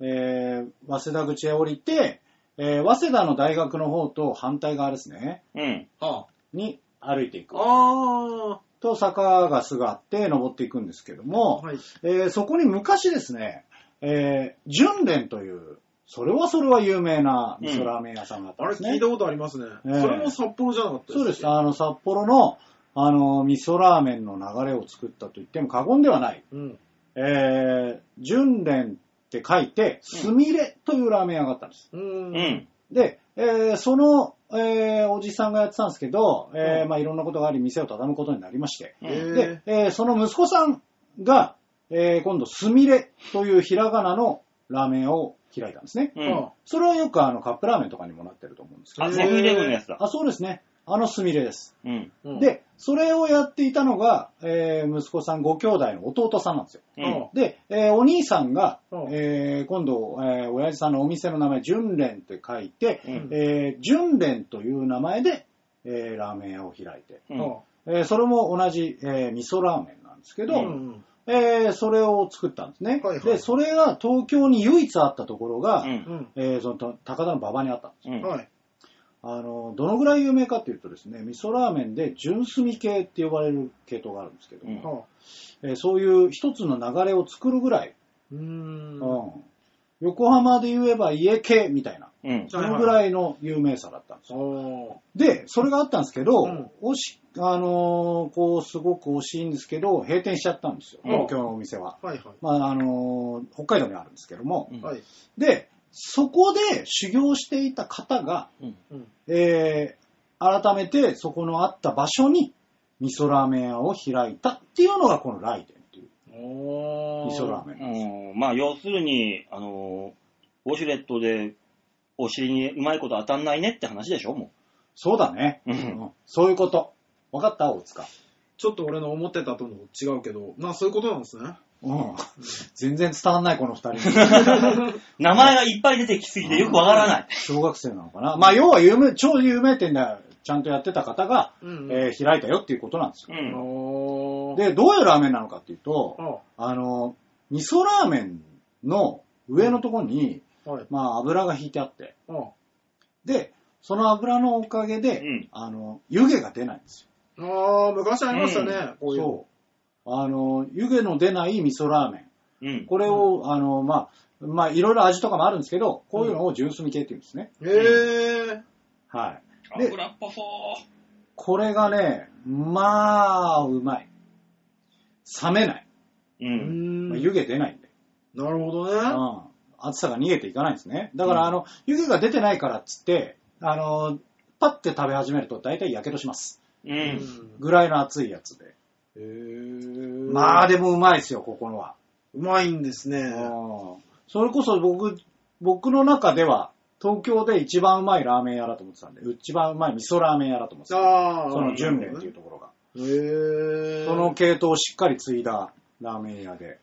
Speaker 4: えー、早稲田口へ降りて、えー、早稲田の大学の方と反対側ですね、
Speaker 2: うん。
Speaker 3: あ
Speaker 4: に歩いていく
Speaker 3: あ。。あ
Speaker 4: と、坂がすぐあって登っていくんですけど
Speaker 3: あ。
Speaker 4: も、
Speaker 3: はい。
Speaker 4: えーそこに昔ですね、えー、純連という、それはそれは有名な味噌ラーメン屋さんがあった
Speaker 3: あ
Speaker 4: ん
Speaker 3: れ
Speaker 4: ですね。
Speaker 3: 聞いたことありますね。
Speaker 4: ええ
Speaker 3: それも札幌じゃなかった
Speaker 4: そうです。
Speaker 3: か
Speaker 4: あの、札幌の、あの、味噌ラーメンの流れを作ったと言っても過言ではない。
Speaker 3: うん。
Speaker 4: えー、純連って書いて、すみれというラーメン屋があったんです。
Speaker 3: う。
Speaker 2: うんん。
Speaker 4: で、えーその、えーおじさんがやってたんですけど、えーまあいろんなことがあり、店を畳むことになりまして。
Speaker 2: うん
Speaker 3: ええ
Speaker 4: で、えーその息子さんが、えー今度、すみれというひらがなのラーメンを開いたんですね。
Speaker 2: うん
Speaker 3: あ
Speaker 4: それはよくあのカップラーメンとかにもなってると思うんですけど。
Speaker 2: あ、セブンイレブンのやつだ。
Speaker 4: あ、そうですね。あのすみれです。
Speaker 2: うん。
Speaker 3: うん、
Speaker 4: で、それをやっていたのが、えー息子さん、ご兄弟の弟さんなんですよ。
Speaker 2: うん。
Speaker 4: で、えーお兄さんが、
Speaker 3: うん
Speaker 4: えー今度、えー親父さんのお店の名前、純連って書いて、
Speaker 2: うん
Speaker 4: えー純連という名前で、えーラーメン屋を開いて、
Speaker 2: う
Speaker 3: うん
Speaker 2: ん。
Speaker 4: えーそれも同じ、えー味噌ラーメンなんですけど、
Speaker 3: うん。
Speaker 4: えーそれを作ったんですね、
Speaker 3: はいはい
Speaker 4: で、それが東京に唯一あったところが、
Speaker 2: うん。
Speaker 4: えーそのた高田の馬場にあったんです。
Speaker 2: うん。
Speaker 3: はい。
Speaker 4: あの、どのぐらい有名かっていうとですね、味噌ラーメンで純炭系って呼ばれる系統があるんですけど、
Speaker 2: うん
Speaker 3: は
Speaker 4: えーそういう一つの流れを作るぐらい、
Speaker 3: うーん。
Speaker 4: うん。横浜で言えば家系みたいな、
Speaker 2: うん。
Speaker 4: そのぐらいの有名さだったんですよ。
Speaker 3: お
Speaker 4: で、それがあったんですけど、
Speaker 3: うん
Speaker 4: 惜し、あのーこう、すごく惜しいんですけど、閉店しちゃったんですよ、
Speaker 2: うん
Speaker 4: 東京のお店は。
Speaker 3: ーはいは
Speaker 4: まあ、あのー北海道にあるんですけども。
Speaker 2: うん
Speaker 3: い。はい。
Speaker 4: で、そこで修行していた方が、
Speaker 2: うん
Speaker 3: うん
Speaker 4: えー改めてそこのあった場所に、味噌ラーメン屋を開いたっていうのが、このライデンっていう
Speaker 3: おー。
Speaker 4: 味噌ラーメン。
Speaker 2: うんまあ、要するに、あのー、ウォシュレットで、お尻にうまいこと当たんないねって話でしょ、も
Speaker 4: そうだね。
Speaker 2: う。う。
Speaker 4: うんんそういうこと。わかった大塚。
Speaker 3: ちょっと俺の思ってたとの違うけど、まあそういうことなんですね。
Speaker 4: うん。全然伝わんない、この二人。
Speaker 2: 名前がいっぱい出てきすぎてよくわからない。
Speaker 4: 小学生なのかな。まあ、要は有名、超有名店でちゃんとやってた方が、
Speaker 3: うん
Speaker 4: えー開いたよっていうことなんです
Speaker 2: う
Speaker 4: よ。
Speaker 2: ん。
Speaker 3: おー。
Speaker 4: で、どういうラーメンなのかっていうと、
Speaker 3: あ、
Speaker 4: あの、味噌ラーメンの上のところに、
Speaker 3: はい。
Speaker 4: まあ、油が引いてあって、
Speaker 3: あ、
Speaker 4: で、その油のおかげで、
Speaker 2: うん
Speaker 4: あの、湯気が出ないんです
Speaker 3: あー、昔ありましたね。こう
Speaker 4: よ。
Speaker 3: いうの。
Speaker 4: そう。あの、湯気の出ない味噌ラーメン。
Speaker 2: うん。
Speaker 4: これを、あの、まあ、まあ、いろいろ味とかもあるんですけど、こういうのを純粋系っていうんですね。
Speaker 3: へー。
Speaker 4: はい。で
Speaker 2: 油っぽそう。
Speaker 4: これがね、まあ、うまい。冷めない。
Speaker 2: う
Speaker 3: うー
Speaker 2: ん。
Speaker 3: ん
Speaker 4: まあ湯気出ないんで。
Speaker 3: なるほど
Speaker 4: う
Speaker 3: ね。
Speaker 4: ん。暑さが逃げていかないんですね。だから、
Speaker 2: うん
Speaker 4: あの、湯気が出てないからっつって、あの、パッて食べ始めると大体火傷します。
Speaker 2: う。
Speaker 3: うん
Speaker 4: ぐらいの熱いやつで。
Speaker 3: へー。
Speaker 4: まあ、でもうまいですよ、ここのは。
Speaker 3: うまいんですね。
Speaker 4: うんそれこそ僕、僕の中では、東京で一番うまいラーメン屋だと思ってたんで、一番うまい味噌ラーメン屋だと思ってた。
Speaker 3: あー。
Speaker 4: その純連
Speaker 3: な
Speaker 4: ってい
Speaker 3: る
Speaker 4: うところが。
Speaker 3: ほどねへー。
Speaker 4: その、系統をしっかり継いだラーメン屋で。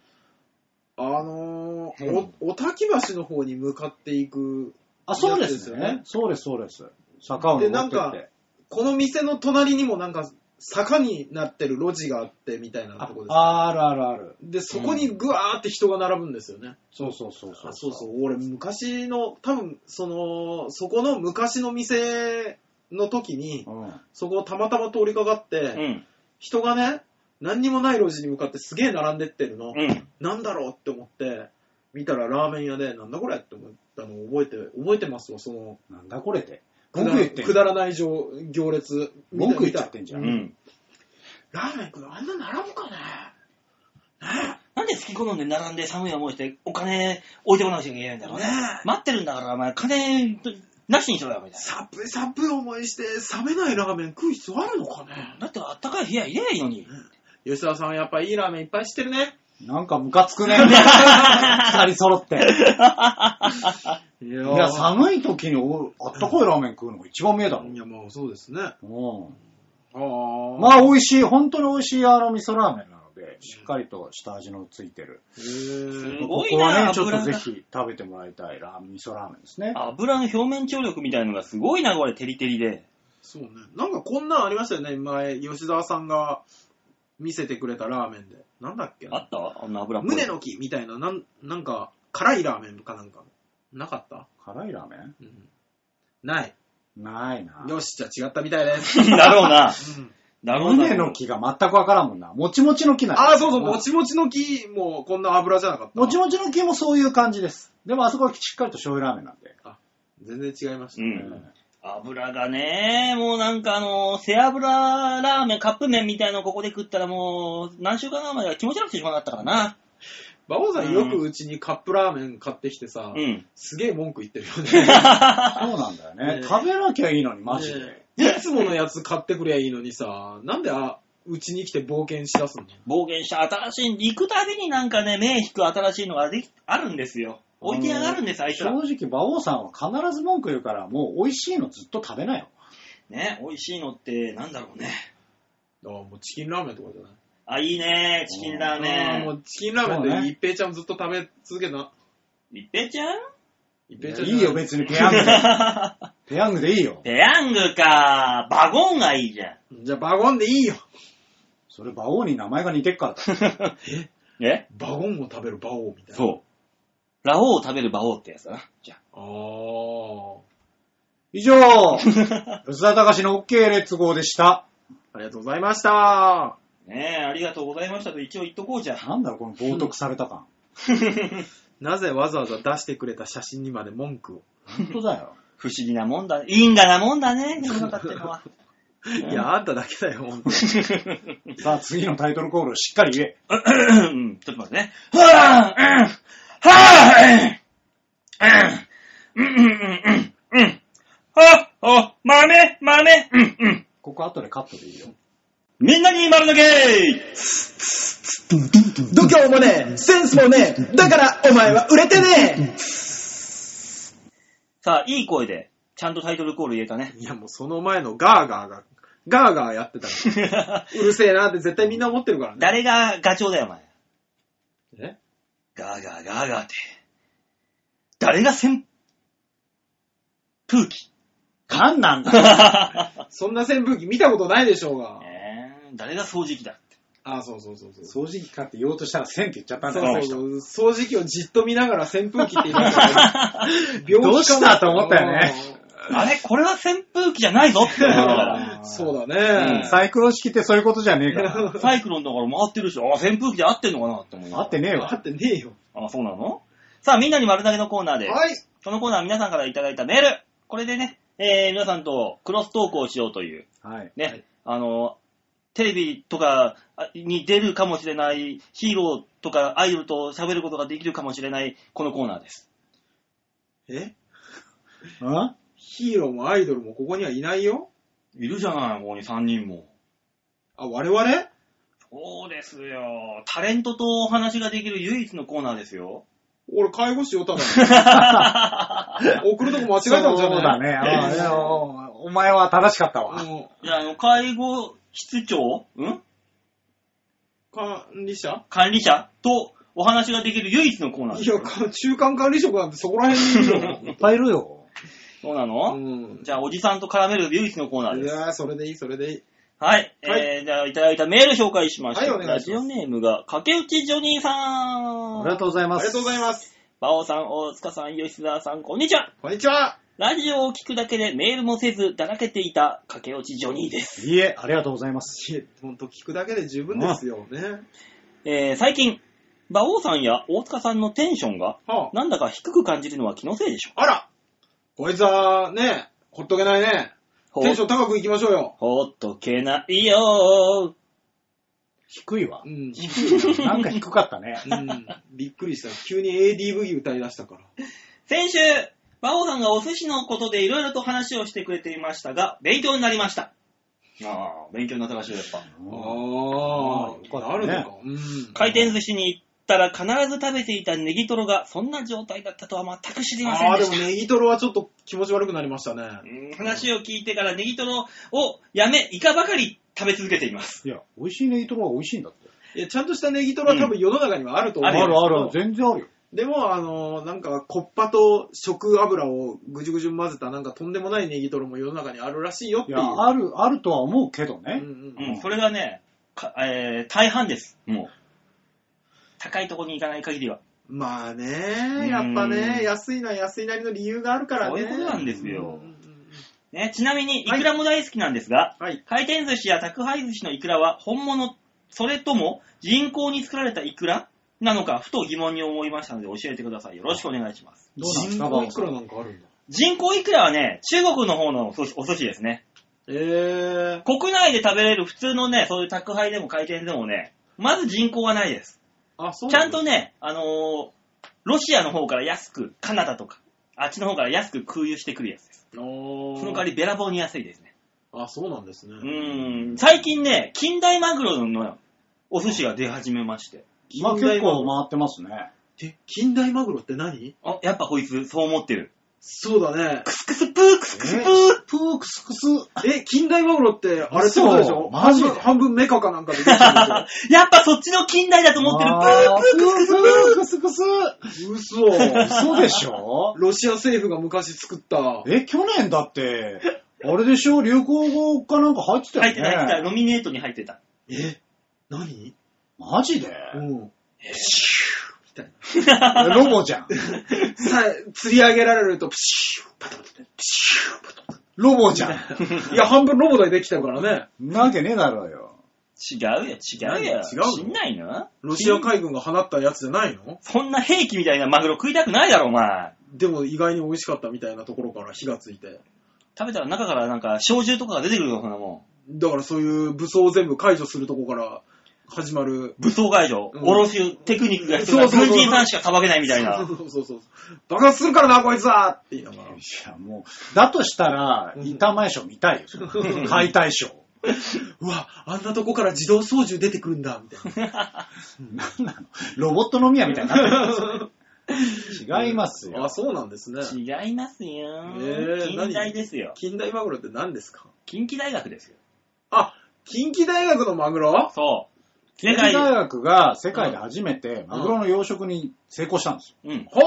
Speaker 3: あの
Speaker 4: う
Speaker 3: ー
Speaker 4: ん、
Speaker 3: お、おたき橋の方に向かっていく、
Speaker 4: あ、そうですよ
Speaker 3: やつですよね
Speaker 4: ね。そうです、そうです。坂を登って
Speaker 3: でなん
Speaker 4: っ
Speaker 3: か
Speaker 4: て。
Speaker 3: この店の隣にもなんか、坂になってる路地があってみたいな
Speaker 4: あ
Speaker 3: とこです。
Speaker 4: あるあるある。
Speaker 3: で、そこにぐわーって人が並ぶんですよね。
Speaker 4: そうそうそうそう。
Speaker 3: あそうそう、俺昔の、多分、その、そこの昔の店の時に、
Speaker 4: うん。
Speaker 3: そこをたまたま通りかかって、
Speaker 2: うん。
Speaker 3: 人がね、何にもない路地に向かってすげえ並んでってる
Speaker 2: う
Speaker 3: の、
Speaker 2: ん。
Speaker 3: なんだろうって思って、見たらラーメン屋で、なんだこれって思ったのを覚えて、覚えてますわ、その、
Speaker 4: なんだこれって。
Speaker 3: く
Speaker 4: 文
Speaker 3: だ
Speaker 4: 句言ってん
Speaker 3: くだらない行行列。
Speaker 4: 文句言っちゃってんじ
Speaker 2: う
Speaker 4: ゃん。
Speaker 2: ん。
Speaker 3: ラーメン食うのあんな並ぶかね
Speaker 2: なんで好き好んで並んで寒い思いしてお金置いてこなくちゃいけないんだろうね
Speaker 3: ね。
Speaker 2: 待ってるんだから、お前金なしにしろよ、みたい
Speaker 3: さっぷりさっぷり思いして、冷めないラーメン食う必要あるのかね
Speaker 2: な。だってあったかい部屋言えばいいのに。
Speaker 3: 吉田さんはやっぱいいラーメンいっぱい知ってるね。
Speaker 4: なんかムカつ くね。二人揃って。
Speaker 3: いや
Speaker 4: いや、寒い時におあったかいラーメン食うのが一番目だろ。
Speaker 3: いや、まあそうですね。あ
Speaker 4: うん。
Speaker 3: あ。ま
Speaker 4: まあ、美味しい、本当に美味しいあの味噌ラーメンなので、しっかりと下味のついてる。
Speaker 3: へー
Speaker 2: す
Speaker 4: こ
Speaker 2: ごい
Speaker 4: こ
Speaker 2: な
Speaker 4: はね、ちょっ
Speaker 2: 油
Speaker 4: と
Speaker 2: が
Speaker 4: ぜひ食べてもらいたいラーメン味噌ラーメンですね。
Speaker 2: 油の表面張力みたいのがすごいな、これ、テリテリで。
Speaker 3: そうね。なんかこんなんありましたよね、前、吉沢さんが見せてくれたラーメンで。なんだっけ
Speaker 2: あったあの油っぽい。
Speaker 3: 胸の木みたいな、なんなんか、辛いラーメンかなんか。なかった、
Speaker 4: 辛いラーメン
Speaker 3: うん、ない。
Speaker 4: ないな。
Speaker 3: よし、じゃあ違ったみたいです。
Speaker 2: だろうな。
Speaker 3: うん
Speaker 2: だろうな。
Speaker 4: 胸の木が全くわからんもんな。もちもちの木なんです
Speaker 3: ああ、そうそう、もちもちの木もこんな油じゃなかった。
Speaker 4: もちもちの木もそういう感じです。でもあそこはしっかりと醤油ラーメンなんで。
Speaker 3: 全然違いました
Speaker 2: う
Speaker 3: ね。
Speaker 2: ん。油がね、もうなんかあの、背脂ラーメン、カップ麺みたいのここで食ったらもう、何週間前は気持ち悪くてしまなかったからな。
Speaker 3: 馬王さ
Speaker 2: うん
Speaker 3: んよくうちにカップラーメン買ってきてさ、
Speaker 2: うん。
Speaker 3: すげえ文句言ってるよね。
Speaker 4: そうなんだよね。
Speaker 3: ね
Speaker 4: 食べなきゃいいのに、マジで。
Speaker 3: ねえいつものやつ買ってくりゃいいのにさ、なんであ、うちに来て冒険しだすの
Speaker 2: 冒険した新しい、行くたびになんかね、目引く新しいのができ、あるんですよ。置いてやがるんです、あいつ
Speaker 4: 正
Speaker 2: ら。
Speaker 4: 直、馬王さんは必ず文句言うから、もう美味しいのずっと食べなよ。
Speaker 2: ね、美味しいのって、なんだろうね。
Speaker 3: あもうチキンラーメンとかじゃない
Speaker 2: あ、いいね、チキンラー
Speaker 3: あー
Speaker 2: メ
Speaker 3: も
Speaker 2: ン。
Speaker 3: うチキンラーメン
Speaker 4: そう
Speaker 3: で
Speaker 4: ね
Speaker 3: 一平ちゃんずっと食べ続けな。
Speaker 2: 一平ちゃん
Speaker 3: 一
Speaker 4: い
Speaker 3: 平ちゃんじゃない
Speaker 4: よ、別にペヤ ングで。ペヤングでいいよ。
Speaker 2: ペヤングか。バゴンがいいじゃん。
Speaker 3: じゃあバゴンでいいよ。
Speaker 4: それ、馬王に名前が似て っからだ。
Speaker 2: え
Speaker 3: バゴンを食べるバオみたいな。う。
Speaker 2: そう。ラオウを食べる馬王ってやつだな。じゃ
Speaker 3: あー。
Speaker 4: 以上、吉田隆の OK レッツゴーでした。
Speaker 3: ありがとうございました。
Speaker 2: あ。ねえ、ありがとうございましたと一応言っとこうじゃん。
Speaker 4: なんだろう、この冒涜された感。
Speaker 3: なぜわざわざ出してくれた写真にまで文句を。
Speaker 4: 本当 だよ。
Speaker 2: 不思議なもんだ。因果なもんだね、世の中ってのは。
Speaker 3: いや、あんただけだよ、ほんとに。
Speaker 4: さあ、次のタイトルコールをしっかり言え。
Speaker 2: うんちょっと待ってね。はぁ、うん、はぁ、うん、うん、うん、うん、うん、はぁ、はぁ、豆、豆、うん、うん。
Speaker 4: ここ後でカットでいいよ。
Speaker 2: みんなに丸投げ
Speaker 3: 度胸もねえ、センスもねえ、だからお前は売れてね
Speaker 2: さあ、いい声で、ちゃんとタイトルコール言えたね。
Speaker 3: えいや、もうその前のガーガーが、ガーガーやってたら、うるせえなって絶対みんな思ってるからね。
Speaker 2: 誰がガチョウだよ、お前。
Speaker 3: え
Speaker 2: ガーガーガーガーって。誰が扇風機
Speaker 4: 何なんだ
Speaker 3: そんな扇風機見たことないでしょうが。
Speaker 2: えー、誰が掃除機だって。
Speaker 3: あ、そうそうそうそう。
Speaker 4: 掃除機かって言おうとしたら1000って言っちゃったん
Speaker 3: そ
Speaker 4: だ
Speaker 3: う
Speaker 4: よ。
Speaker 3: そうそう。掃除機をじっと見ながら扇風機って言いましたけ
Speaker 4: どうしたと思ったよね。
Speaker 2: あれこれは扇風機じゃないぞって思いながら。
Speaker 3: うんそうだね。
Speaker 4: サイクロン式ってそういうことじゃねえから。
Speaker 2: サイクロンだから回ってるし、あ、扇風機で合ってんのかなって思いなが
Speaker 4: 合ってねえ
Speaker 3: あ
Speaker 4: わ。
Speaker 3: ってねえよ。
Speaker 2: ら。あ、そうなのさあ、みんなに丸投げのコーナーです。
Speaker 3: はい。
Speaker 2: このコーナーは皆さんからいただいたメール。これでね、えー、皆さんとクロストークをしようという、
Speaker 4: はい。
Speaker 2: ね、
Speaker 3: はい
Speaker 2: あの、テレビとかに出るかもしれないヒーローとかアイドルと喋ることができるかもしれないこのコーナーです。
Speaker 3: え
Speaker 4: うん
Speaker 3: ヒーローもアイドルもここにはいないよ
Speaker 2: いるじゃない、ここに3人も。
Speaker 3: あ、我々
Speaker 2: そうですよ。タレントとお話ができる唯一のコーナーですよ。
Speaker 3: 俺、介護士よ、ただの。送るとこ間違えたんじゃない
Speaker 4: そうだね。ああいやおお前は正しかったわ。
Speaker 3: うん
Speaker 2: いや、あの、介護室長ん
Speaker 3: 管理者
Speaker 2: 管理者とお話ができる唯一のコーナーで
Speaker 3: い
Speaker 2: すよ
Speaker 3: や、か中間管理職なんてそこら辺にいるよ。
Speaker 4: いっぱいいるよ。
Speaker 2: そうなの、
Speaker 3: うん。
Speaker 2: じゃあ、おじさんと絡める唯一のコーナー
Speaker 3: い
Speaker 2: です。
Speaker 3: やーそれでいい、それでいい。
Speaker 2: はい。
Speaker 3: はい
Speaker 2: えー、じゃあ、いただいたメール紹介しましょう。
Speaker 3: はいお願いします
Speaker 2: ラジオネームが、竹内ジョニー
Speaker 4: あ
Speaker 2: さ
Speaker 4: りが
Speaker 2: ん。
Speaker 4: とうござい
Speaker 3: あ
Speaker 4: ま
Speaker 3: り
Speaker 4: す。
Speaker 3: がとうございます。
Speaker 2: バオさん、大塚さん、吉沢さん、こんにちは。
Speaker 3: こんにちは。
Speaker 2: ラジオを聞くだけでメールもせず、だらけていた竹内ジョニーです。
Speaker 4: いいえ、ありがとうございます。
Speaker 3: いえほんと聞くだけで十分ですよね。
Speaker 2: えー、最近、馬王さんや大塚さんのテンションが、
Speaker 3: は
Speaker 2: なんだか低く感じるのは気のせいでしょ
Speaker 3: あ、あらこいつは、ね、ほっとけないね。
Speaker 2: う。
Speaker 3: テンション高くいきましょうよ。
Speaker 2: ほっとけないよ
Speaker 4: 低いわ
Speaker 3: う。ん。
Speaker 4: なんか低かっ たね。
Speaker 3: うん、びっくりした。急に ADV 歌い出したから。
Speaker 2: 先週、馬王さんがお寿司のことでいろいろと話をしてくれていましたが、勉強になりました。ああ、勉強になったらしいやっぱ。
Speaker 3: あ
Speaker 4: よ
Speaker 3: あ、
Speaker 4: か
Speaker 3: な
Speaker 4: っ
Speaker 3: る
Speaker 4: たね
Speaker 3: のか。うん。
Speaker 2: 回転寿司に行ったら必ず食べていたネギトロがそんな状態だったとは全く知りませ
Speaker 3: あ
Speaker 2: ん
Speaker 3: あ、
Speaker 2: で
Speaker 3: で
Speaker 2: し
Speaker 3: も
Speaker 2: た。
Speaker 3: ネギトロはちょっと気持ち悪くなりましたね。
Speaker 2: うん話を聞いてからネギトロをやめ、イカばかり食べ続けています。
Speaker 4: いや、美味しいネギトロは美味しいんだって。
Speaker 3: いや、ちゃんとしたネギトロは多分世の中にはあると思
Speaker 2: あ
Speaker 3: う。
Speaker 2: るよ
Speaker 4: ある、全然あるよ。
Speaker 3: でも、あのーなんか、コッパと食油をぐじゅぐじゅ混ぜた、なんかとんでもないネギトロも世の中にあるらしいよっ
Speaker 4: い
Speaker 3: ていう。
Speaker 4: や、ある、あるとは思うけど
Speaker 3: うん
Speaker 4: ね
Speaker 3: う。
Speaker 2: うんん、それがね、かえー大半です。もう。高いとこに行かない限りは。
Speaker 3: まあね、やっぱ
Speaker 2: うん
Speaker 3: ね、安いのは安いなりの理由があるからね。
Speaker 2: そういうことなんです
Speaker 3: うんう
Speaker 2: よ
Speaker 3: ん。うん
Speaker 2: ね、ちなみに、イクラも大好きなんですが、
Speaker 3: はい。
Speaker 2: 回転寿司や宅配寿司のイクラは本物、それとも人工に作られたイクラなのか、ふと疑問に思いましたので教えてください。よろしくお願いします。
Speaker 4: どうなんです
Speaker 3: 人
Speaker 4: か、
Speaker 3: 工
Speaker 4: バオ
Speaker 3: い
Speaker 4: さ
Speaker 3: く
Speaker 4: ん
Speaker 3: らなんかあるんだ。
Speaker 2: 人工イクラはね、中国の方のお寿司お寿司ですね。
Speaker 3: えー、
Speaker 2: 国内で食べれる普通のね、そういう宅配でも回転でもね、まず人工はないです。
Speaker 3: あ、そう
Speaker 2: ちゃん
Speaker 3: と。
Speaker 2: とね、あのーロシアの方から安く、カナダとか、あっちの方から安く空輸してくるやつです。
Speaker 3: おー
Speaker 2: その代わりべらぼうに安いですね。
Speaker 3: あ、そうなんですね。
Speaker 2: うーん、最近ね、近代マグロのお寿司が出始めまして。
Speaker 4: まあ
Speaker 3: 近代
Speaker 4: 結
Speaker 3: マグ
Speaker 4: 構
Speaker 3: ロ
Speaker 4: 回ってますね。
Speaker 3: え、近代マグロって何
Speaker 2: あ、やっぱこいつ、そう思ってる。
Speaker 3: そうだね
Speaker 2: ク。スクスプー、クスクスプー。
Speaker 4: プークスクス。
Speaker 3: え、近代マグロって、あれってことでしょ
Speaker 4: 嘘マジで
Speaker 3: 半分半分メカかなんかでできてるん
Speaker 2: やっぱそっちの近代だと思ってる。プープー。
Speaker 4: プークスクス。
Speaker 3: ですよ。嘘。
Speaker 4: 嘘でしょ
Speaker 3: ロシア政府が昔作った。
Speaker 4: え、去年だって、あれでしょ流行語かなんか入ってたよ
Speaker 2: 入
Speaker 4: ね。
Speaker 2: ってない、入ってた。ノミネートに入ってた。
Speaker 3: え、何
Speaker 4: マジで
Speaker 3: うん。
Speaker 4: ロボじゃん。
Speaker 3: さ、釣り上げられると、プシュー、パタパタパタ、プシュー、パタパ
Speaker 4: ロボじゃん。
Speaker 3: タ。いや、半分ロボでできてるからね。
Speaker 4: なわけねえだろうよ。
Speaker 2: 違うよ、違う
Speaker 3: 何違う
Speaker 2: よ。
Speaker 3: の
Speaker 2: しんないの
Speaker 3: ロシア海軍が放ったやつじゃないの
Speaker 2: そんな兵器みたいなマグロ食いたくないだろ、お前。
Speaker 3: でも意外に美味しかったみたいなところから火がついて。
Speaker 2: 食べたら中からなんか、小銃とかが出てくるよ、そんなも
Speaker 3: だからそういう武装を全部解除するとこから始まる
Speaker 2: ん。。武装解除、
Speaker 3: うん
Speaker 2: 卸すテクニックが必要な
Speaker 3: そうそう
Speaker 2: 軍
Speaker 3: そう
Speaker 2: 人さんしかさばけないみたいな
Speaker 3: そ。うそうそうそう。爆発するからな、こいつはって言いながら。
Speaker 4: いや、もう、だとしたら、
Speaker 3: うん
Speaker 4: 板前賞見たいよそれ、解体賞。
Speaker 3: うわ、あんなとこから自動操縦出てくるんだ、みたいな。
Speaker 4: なんなのロボット飲み屋みたいになってるんですよ違いますよ
Speaker 3: あ、。そうなんですね。
Speaker 2: 違いますよ。
Speaker 3: えー
Speaker 2: 近代ですよ。
Speaker 3: 近代マグロって何ですか
Speaker 2: 近畿大学ですよ。
Speaker 3: あ、近畿大学のマグロ
Speaker 2: そう。世
Speaker 4: 近
Speaker 2: 界
Speaker 4: 畿、大学が世界で初めてマグロの養殖に成功したんですよ。
Speaker 2: うん。
Speaker 3: ほ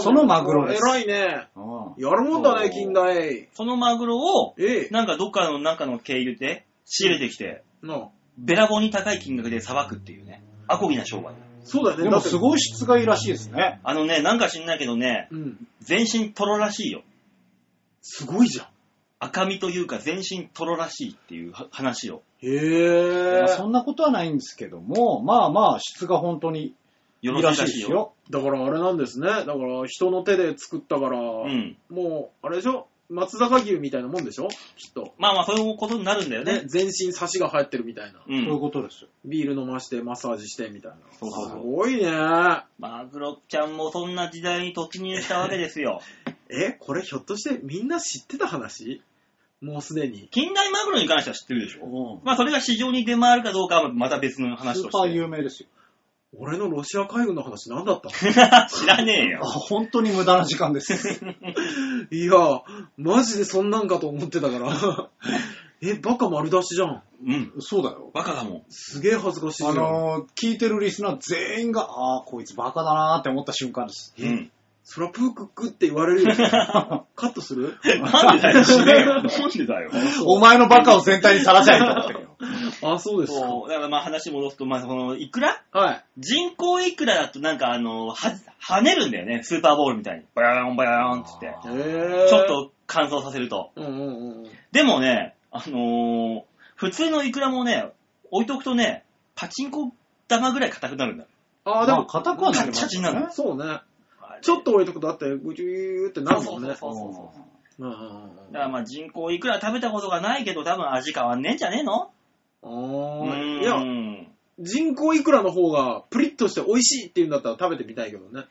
Speaker 3: ー
Speaker 4: そのマグロです
Speaker 3: 偉いね。
Speaker 4: うん
Speaker 3: やるもんだね、
Speaker 2: そう
Speaker 3: 近代。
Speaker 2: そのマグロを、
Speaker 3: ええ。
Speaker 2: なんかどっかの中の経由で仕入れてきて、
Speaker 3: な
Speaker 2: べらぼうに高い金額でさばくっていうね、アコギな商売。
Speaker 3: そうだね、
Speaker 4: で
Speaker 3: だ
Speaker 4: も
Speaker 3: って
Speaker 4: すごい質がいいらしいですね。
Speaker 2: あのね、なんか知んないけどね、
Speaker 3: うん。
Speaker 2: 全身トロらしいよ。
Speaker 3: すごいじゃん。
Speaker 2: 赤身というか全身トロらしいっていうは話を。
Speaker 3: へ
Speaker 4: まあ
Speaker 3: え。
Speaker 4: そんなことはないんですけども、まあまあ質が本当にい
Speaker 2: よろ
Speaker 4: いら
Speaker 2: しいら
Speaker 4: しいで
Speaker 2: しい
Speaker 4: す
Speaker 2: よ。
Speaker 4: よ。
Speaker 3: だからあれなんですね。だから人の手で作ったから、
Speaker 2: うん。
Speaker 3: もう、あれでしょ松坂牛みたいなもんでしょきっと。
Speaker 2: まあまあ、そういうことになるんだよね。、
Speaker 3: ね全身サシが入ってるみたいな。
Speaker 2: う。
Speaker 4: そういうんことですよ。
Speaker 3: ビール飲まして、マッサージしてみたいな。
Speaker 2: そうそう
Speaker 3: す
Speaker 2: そう
Speaker 3: ごいね。
Speaker 2: マグロちゃんもそんな時代に突入したわけですよ。
Speaker 3: え、これひょっとしてみんな知ってた話もうすでに。
Speaker 2: 近代マグロに関しては知ってるでしょ
Speaker 4: うん
Speaker 2: まあ、それが市場に出回るかどうかはまた別の話
Speaker 4: ス
Speaker 2: と
Speaker 4: ーパー
Speaker 2: して。
Speaker 4: 有名ですよ。
Speaker 3: 俺のロシア海軍の話何だった
Speaker 2: 知らねえ
Speaker 4: あ、
Speaker 2: よ。
Speaker 4: 本当に無駄な時間 です。
Speaker 3: いや、マジでそんなんかと思ってたから。 え、バカ丸出しじゃん。
Speaker 2: うん。
Speaker 4: そうだよ。
Speaker 2: バカだもん。
Speaker 3: すげえ恥ずかしいじゃ
Speaker 4: あ
Speaker 3: ん。
Speaker 4: のー聞いてるリスナー全員が、ああ、こいつバカだなーって思った瞬間 です。
Speaker 2: うん。
Speaker 3: そらプークックって言われるよ。カットする
Speaker 2: なんでだよ、死ねよ。 なんでだよ。
Speaker 4: お前のバカを全体にさらせないと思ってる よ。
Speaker 3: あ、そうですか。
Speaker 2: そう、だからまあ話戻すと、まあその、イクラ
Speaker 3: はい。
Speaker 2: 人工イクラだとなんかあの、は、跳ねるんだよね。スーパーボールみたいに。バヤーンバヤーンつって。
Speaker 3: え
Speaker 4: あ
Speaker 3: ー、
Speaker 2: ちょっ。と乾燥させると。
Speaker 3: うんうんうんうん。
Speaker 2: でもね、あのー普通のイクラもね、置いとくとね、パチンコ玉ぐらい硬くなるんだよ。
Speaker 3: あー、で
Speaker 4: まあ、
Speaker 3: も、
Speaker 4: 硬くはなり
Speaker 2: カ
Speaker 4: ま
Speaker 2: チ
Speaker 4: す
Speaker 2: カチに
Speaker 4: よ
Speaker 2: なる
Speaker 4: ね。
Speaker 3: そうね。ちょっと置いとくとだって、ぐじゅーってなるもんね。
Speaker 2: そうそうそうそう
Speaker 3: うんうんうんうん
Speaker 2: だからまあ人工いくら食べたことがないけど多分味変わんねえんじゃねえの
Speaker 3: あ
Speaker 2: う
Speaker 3: ー
Speaker 2: ーん。
Speaker 3: いや、人工いくらの方がプリッとして美味しいっていうんだったら食べてみたいけどね。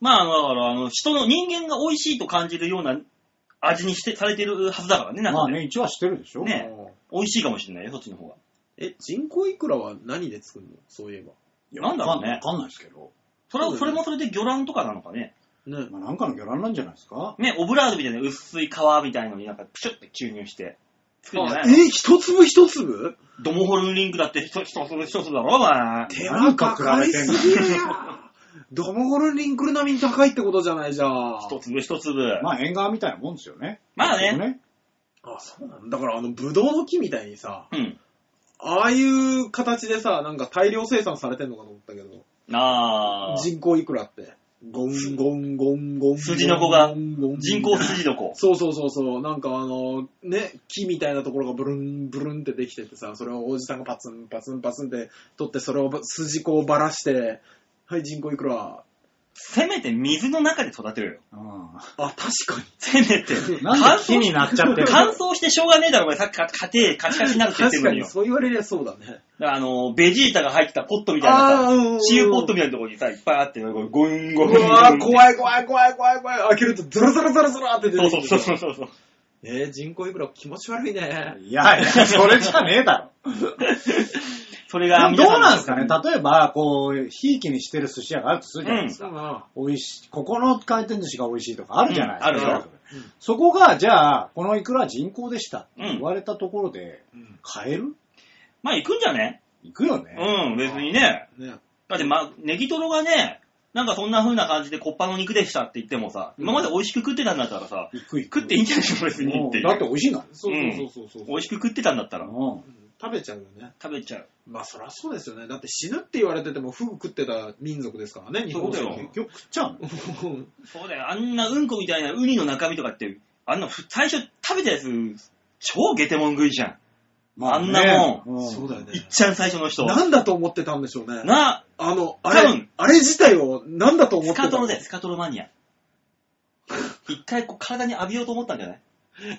Speaker 2: まああの、だからあの、人の人間が美味しいと感じるような味にして、されてるはずだからね、なん
Speaker 4: ま
Speaker 2: か
Speaker 4: あ
Speaker 2: ね。
Speaker 4: ね、一応はしてるでしょ。
Speaker 2: ね美味しいかもしれないよ、そっちの方が。
Speaker 3: え、人工いくらは何で作るのそういえば。
Speaker 4: いや
Speaker 2: なんだろうね
Speaker 4: わかんわかんないですけど。
Speaker 2: それ
Speaker 3: そ
Speaker 2: は、
Speaker 3: うだね
Speaker 2: それもそれで魚卵とかなのかね。
Speaker 3: ね。
Speaker 4: まあ、なんかの魚卵なんじゃないですか。
Speaker 2: ね、オブラードみたいな薄い皮みたいのになんかプシュって注入して作るんじゃないの
Speaker 3: え、一粒一粒
Speaker 2: ドモホルンリンクだって一つ一つ一つだろ、お前。
Speaker 3: 手間かかりすぎるやんドモホルンリンクル並みに高いってことじゃないじゃん。あ、
Speaker 2: 一粒一粒。
Speaker 4: まあ、縁側みたいなもんですよね。
Speaker 2: まあね。
Speaker 4: ね。
Speaker 3: そうなんだ。だからあの、ブドウの木みたいにさ、
Speaker 2: うん。
Speaker 3: ああいう形でさ、なんか大量生産されてんのかと思ったけど、
Speaker 2: あー。
Speaker 3: 人工いくらって。ゴンゴンゴンゴン。
Speaker 2: 筋の子が
Speaker 3: ゴンゴンゴン
Speaker 2: 人工筋床。
Speaker 3: そうそうそうそう、なんかあの、ね、木みたいなところがブルンブルンってできててさ、それをおじさんがパツンパツンパツンって取って、それを筋子をばらして、はい、人工いくら。
Speaker 2: せめて水の中で育てるよ。
Speaker 4: う
Speaker 3: あ、確か
Speaker 2: せめて。
Speaker 4: ん。なんで木になっちゃってる
Speaker 2: 乾燥してしょうがねえだろ、お前。さっきか家庭カチカチになる
Speaker 3: に。
Speaker 2: って言って
Speaker 3: 確
Speaker 2: る
Speaker 3: か
Speaker 2: のに
Speaker 3: に、
Speaker 2: よ。
Speaker 3: そう言われりゃそうだね。
Speaker 2: だからあの、ベジータが入ったポットみたいな
Speaker 3: あーうんう
Speaker 2: さ、
Speaker 3: んうん
Speaker 2: 治癒ポットみたいなところにさ、いっぱいあって、ゴンゴンゴン。
Speaker 3: うわー、怖い怖い怖い怖い怖い。開けるとザラザラザラザラって出
Speaker 2: そう
Speaker 3: て
Speaker 2: そう
Speaker 3: き
Speaker 2: そ
Speaker 3: て
Speaker 2: うそうそうそう。
Speaker 3: えー、人工いくら気持ち悪いね。
Speaker 4: いやいや、それじゃねえだろ。
Speaker 2: それ
Speaker 4: で
Speaker 2: が
Speaker 4: も
Speaker 2: 皆
Speaker 4: ど
Speaker 2: さ、
Speaker 4: うなんですかね例えば、こう、ひいきにしてる寿司屋があるとするじゃないですか。
Speaker 3: そうだな。
Speaker 4: 美味しい。ここの回転寿司が美味しいとかあるじゃないですか。
Speaker 2: うんあるよ
Speaker 4: そこが、じゃあ、このいくら人工でしたって
Speaker 2: うん
Speaker 4: 言われたところで、買える
Speaker 2: まあ行くんじゃね
Speaker 4: 行くよね。
Speaker 2: うん、別にね。
Speaker 3: ね。
Speaker 2: だって、ま、ネギトロがね、なんかそんな風な感じでコッパの肉でしたって言ってもさ、今まで美味しく食ってたんだったらさ、
Speaker 4: 行く行く。
Speaker 2: 食っていいんじゃないの別にっていう
Speaker 4: だって美味しいんだ
Speaker 3: そうそうそうそうそう。
Speaker 2: 美味しく食ってたんだったら、
Speaker 4: もん。
Speaker 3: 食べちゃうよね。
Speaker 2: 食べちゃう。
Speaker 3: まあそりゃそうですよね。だって死ぬって言われててもフグ食ってた民族ですからね、日本
Speaker 2: そうだ
Speaker 3: は
Speaker 2: よ
Speaker 4: 結局食っちゃうの。
Speaker 2: そうだよ、あんなうんこみたいなウニの中身とかって、あんなふ最初食べたやつ、超ゲテモン食いじゃん。
Speaker 4: ま
Speaker 2: あんなも
Speaker 4: ん。
Speaker 3: そうだよ
Speaker 2: いっ
Speaker 3: ね。
Speaker 2: ちゃん最初の人。な、
Speaker 3: なんだと思ってたんでしょうね。あの、あ
Speaker 2: 多
Speaker 3: れ
Speaker 2: 分、
Speaker 3: あれ自体をなんだと思
Speaker 2: ス
Speaker 3: って
Speaker 2: カ
Speaker 3: た
Speaker 2: トロで、スカトロマニア。一回こう体に浴びようと思ったんじゃない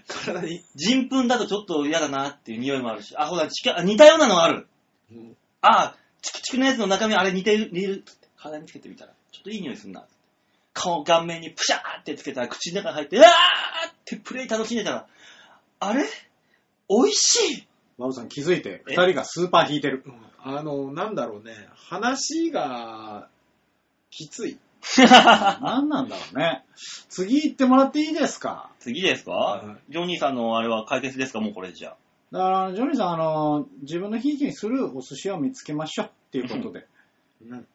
Speaker 3: 体に。
Speaker 2: 人糞だとちょっと嫌だなっていう匂いもあるし。あ、ほら、近あ似たようなのある。
Speaker 3: うん
Speaker 2: あ、チクチクのやつの中身あれ似てる、似る。体につけてみたら、ちょっといい匂いすんな。顔、顔面にプシャーってつけたら口の中に入って、うわーってプレイ楽しんでたら、あれ美味しい
Speaker 4: バブさん気づいて、
Speaker 2: え
Speaker 4: 二人がスーパー引いてる。
Speaker 3: あの、なんだろうね。話が、きつい。
Speaker 4: 何なんだろうね。次行ってもらっていいですか
Speaker 2: 次ですか、
Speaker 3: は
Speaker 2: ジョニーさんのあれは解決ですかもうこれじゃあ。
Speaker 4: だから、ジョニーさん、あの、自分のひいきにするお寿司を見つけましょうっていうことで。
Speaker 3: うん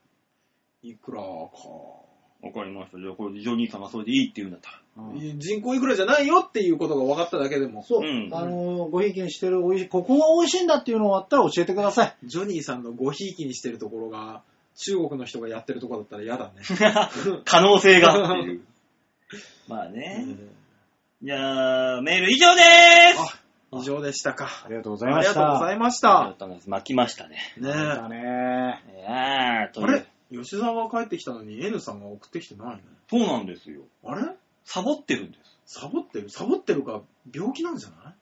Speaker 3: いくらか。
Speaker 2: わかりました。じゃあこれジョニーさんがそれでいいって言うんだったら。
Speaker 4: うん
Speaker 3: 人口いくらじゃないよっていうことが分かっただけでも。
Speaker 4: そう、
Speaker 2: うん
Speaker 4: あの、ごひいきにしてるおいしい、ここが美味しいんだっていうのがあったら教えてください。
Speaker 3: ジョニーさんのごひいきにしてるところが、中国の人がやってるところだったら嫌だね。
Speaker 2: 可能性がっていう。まあね。じゃあ、メール以上でーす
Speaker 3: 以上でしたか。
Speaker 4: ありがとうござい
Speaker 3: あ
Speaker 4: ま
Speaker 3: り
Speaker 4: し
Speaker 3: がとうござ
Speaker 4: た。
Speaker 3: いまし
Speaker 2: ありが
Speaker 3: た。
Speaker 2: とうございます巻きましたね。
Speaker 3: ねえ。
Speaker 4: あね。
Speaker 2: いやー、と
Speaker 3: あ
Speaker 2: いう
Speaker 3: れ。吉沢は帰ってきたのに N さんは送ってきてないね。
Speaker 2: そうなんですよ。
Speaker 3: あれ
Speaker 2: サボってるんです。
Speaker 3: サボってるサボってるか病気なんじゃない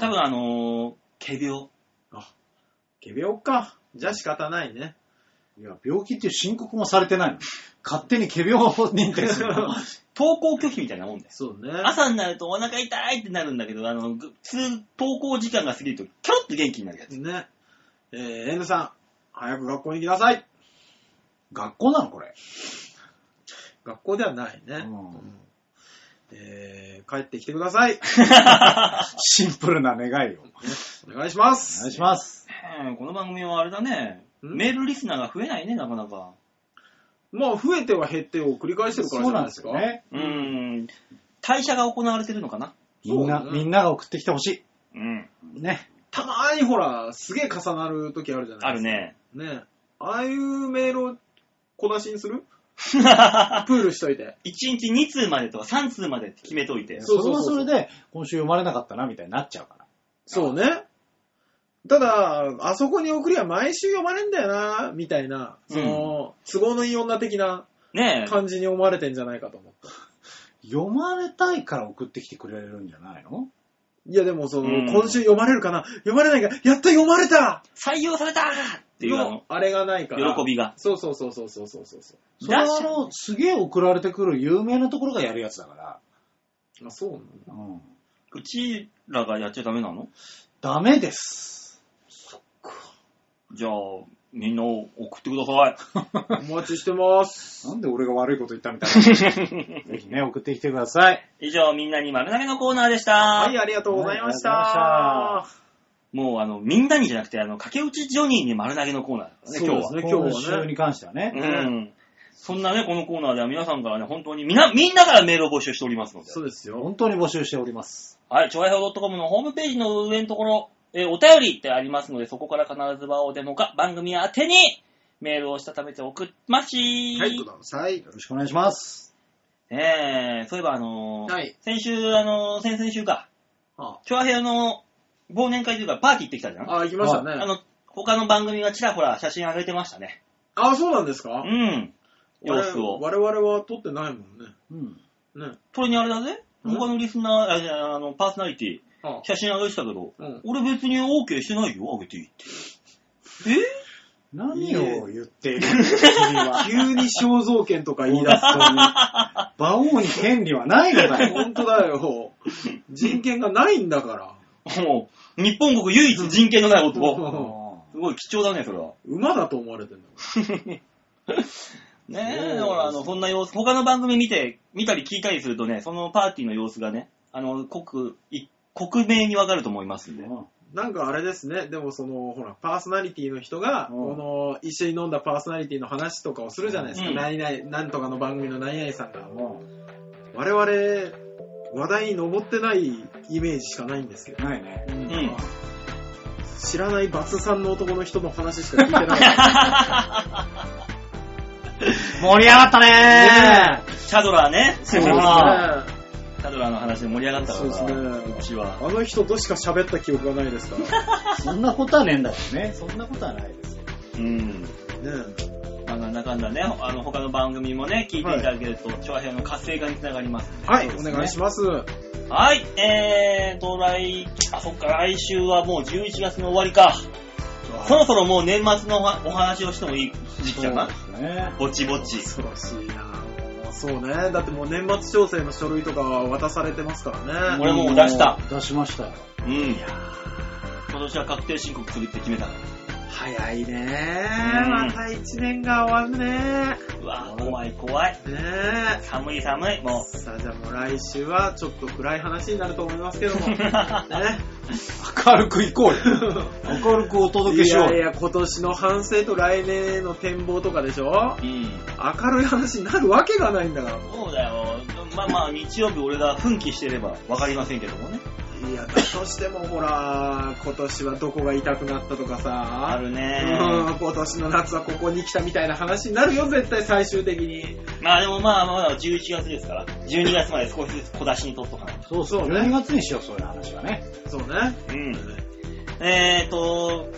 Speaker 2: 多分あのー、毛病。
Speaker 3: 仮病か。じゃあ仕方ないね。
Speaker 4: いや、病気っていう申告もされてないの。勝手に仮病を認定する の。
Speaker 2: 投稿拒否みたいなもんです。
Speaker 3: そうね。
Speaker 2: 朝になるとお腹痛いってなるんだけど、あの、ぐ通、投稿時間が過ぎると、キョロッと元気になるやつ。
Speaker 3: ね。えー、N さん、早く学校に行きなさい。
Speaker 4: 学校なのこれ。
Speaker 3: 学校ではないね。
Speaker 4: うん
Speaker 3: うんえー、帰ってきてください。
Speaker 4: シンプルな願いを。
Speaker 3: お願いしま
Speaker 4: お願い
Speaker 3: す。
Speaker 4: します。
Speaker 2: うん この番組はあれだね。
Speaker 3: ん
Speaker 2: メールリスナーが増えないね、なかなか。
Speaker 3: まあ、増えては減ってを繰り返してるからじゃないですか。
Speaker 4: そうなんですよね。
Speaker 2: うーん。代謝が行われてるのかな
Speaker 4: みんな、
Speaker 3: そうね
Speaker 4: みんなが送ってきてほし
Speaker 2: うん。
Speaker 4: い。ね。
Speaker 3: たまーにほら、すげえ重なる時あるじゃ な
Speaker 2: あ
Speaker 3: いで
Speaker 2: るね。
Speaker 3: すか。あるね。ね。ああいうメールを小出しにするプールしといて。
Speaker 2: 1日2通までとか3通までって決めといて。
Speaker 3: そ
Speaker 4: そうれ
Speaker 3: そう
Speaker 4: は
Speaker 3: そう
Speaker 4: それで、今週読まれなかったな、みたいになっちゃうから。
Speaker 3: そうね。ただ、あそこに送りは毎週読まれんだよな、みたいな、その、都合のいい女的な
Speaker 2: ねえ。
Speaker 3: 感じに思われてんじゃないかと思った。
Speaker 4: 読まれたいから送ってきてくれるんじゃないの
Speaker 3: いや、でもその、
Speaker 2: うん
Speaker 3: 今週読まれるかな読まれないかやっと読まれた
Speaker 2: 採用されたーっていうあの
Speaker 3: の、あれがないから。
Speaker 2: 喜びが。
Speaker 3: そうそうそうそうそうそうそうそ
Speaker 4: それは
Speaker 2: だ
Speaker 4: あ
Speaker 2: し
Speaker 4: の、すげえ送られてくる有名なところがやるやつだから。
Speaker 3: う。あ、そうなの
Speaker 4: うん。
Speaker 2: うちらがやっちゃダメなの
Speaker 4: ダメです。
Speaker 2: じゃあ、みんな送ってください。
Speaker 3: お待ちしてます。
Speaker 4: なんで俺が悪いこと言ったみたいな。 ぜひね、送ってきてください。
Speaker 2: 以上、みんなに丸投げのコーナーでした。
Speaker 3: はい、ありがとうございました。
Speaker 4: は
Speaker 2: もう、あの、みんなにじゃなくて、あの、駆け落ちジョニーに丸投げのコーナーだからね、今日は。
Speaker 3: ね今
Speaker 4: 今
Speaker 3: 日は
Speaker 4: 週に関してはね。
Speaker 2: うん。そんなね、このコーナーでは皆さんからね、本当にみな、みんなからメールを募集しておりますので。
Speaker 3: そうですよ。
Speaker 4: 本当に募集しております。
Speaker 2: はい、超平洋 .com のホームページの上のところ、えーお便りってありますので、そこから必ず場をデモか、番組宛てにメールをしたためて送っまし
Speaker 3: はい、ください
Speaker 4: よ。ろしくお願いします。
Speaker 2: えー、そういえばあのー
Speaker 3: はい。
Speaker 2: 先週、あのー先々週か、
Speaker 3: あ
Speaker 2: 超平洋の忘年会というか、パーティー行ってきたじゃんあ
Speaker 3: あ、行きましたね。
Speaker 2: の、他の番組がちらほら写真上げてましたね。
Speaker 3: あ、そうなんですか
Speaker 2: うん。様子を。
Speaker 3: 我々我々は撮ってないもんね。
Speaker 4: うん。
Speaker 3: ね。
Speaker 2: それにあれだぜ、
Speaker 3: うん
Speaker 2: 他のリスナー、あじゃああの、パーソナリティ、
Speaker 3: あ
Speaker 2: 写真上げてたけど、
Speaker 3: うん。
Speaker 2: 俺別に OK してないよ、上げていいって。え
Speaker 4: 何を言っている君 は。
Speaker 3: 急に肖像権とか言い出すとね。
Speaker 4: 馬王に権利はないのだ よ。
Speaker 3: 本当だよ。人権がないんだから。
Speaker 2: もう、日本国唯一人権のない男。
Speaker 4: う
Speaker 2: すごい貴重だね、それは。
Speaker 3: 馬だと思われてんだか
Speaker 2: ね
Speaker 3: そう
Speaker 2: え、だから、あの、そんな様子、他の番組見て、見たり聞いたりするとね、そのパーティーの様子がね、あの、国、い国名にわかると思いますんで。
Speaker 4: ん
Speaker 3: ら。なんかあれですね、でもその、ほら、パーソナリティの人が、
Speaker 4: うん
Speaker 3: この、一緒に飲んだパーソナリティの話とかをするじゃないですか。
Speaker 2: うん
Speaker 3: 何々、なんとかの番組の何々さんが。
Speaker 4: うん
Speaker 3: 我々、話題に上ってないイメージしかないんですけど。
Speaker 4: ないね。
Speaker 2: うん。
Speaker 3: 知らないバツさんの男の人の話しか聞いて ない。
Speaker 4: 盛り上がったね
Speaker 2: チャドラーね。
Speaker 4: そうです
Speaker 2: チ
Speaker 4: ね
Speaker 2: ャドラーの話で盛り上がったからな、
Speaker 3: そうですね
Speaker 2: うちは。
Speaker 3: あの人としか喋った記憶がないですから。ね
Speaker 4: そんなことはねえんだよね。そんなことはないですよ。
Speaker 2: うん。
Speaker 3: え
Speaker 2: まあ、なんだかんだね、あの、他の番組もね、聞いていただけると、長編の活性化につながりますんで。
Speaker 3: はい、
Speaker 2: そうですね
Speaker 3: お願いします。
Speaker 2: はい、えーと、来、あ、そっか、来週はもう11月の終わりか。そろそろもう年末のおお話をしてもいい時期かな。
Speaker 4: そうですね。
Speaker 2: ぼちぼち。
Speaker 3: 恐ろしいなそうね。だってもう年末調整の書類とかは渡されてますからね。
Speaker 2: 俺もう出した。
Speaker 4: 出しましたよ。
Speaker 2: うん。今年は確定申告するって決めた。
Speaker 3: 早いね
Speaker 2: うん
Speaker 3: また一年が終わるね
Speaker 2: うわー怖い怖い。
Speaker 3: ね
Speaker 2: 寒い寒い、 もう。
Speaker 3: さあじゃあもう来週はちょっと暗い話になると思います けども。ね。
Speaker 6: 明るく行こうよ。 明るくお届け
Speaker 3: い
Speaker 6: しよう
Speaker 3: やい
Speaker 6: よ。
Speaker 3: や、今年の反省と来年への展望とかでしょ
Speaker 2: うん。
Speaker 3: 明るい話になるわけがないんだから。
Speaker 2: そうだよ。まあまあ、日曜日俺が奮起してればわかりませんけどもね。
Speaker 3: いや、だとしてもほら、今年はどこが痛くなったとかさ。
Speaker 2: あるね。
Speaker 3: うん今年の夏はここに来たみたいな話になるよ、絶対最終的に。
Speaker 2: まあでもまあまだ11月ですから、12月まで少しずつ小出しに取っとかないと。
Speaker 4: そうそう。
Speaker 3: ね
Speaker 4: 12月にしよう、そういう話はね。
Speaker 3: そうね。
Speaker 2: うん。えーと、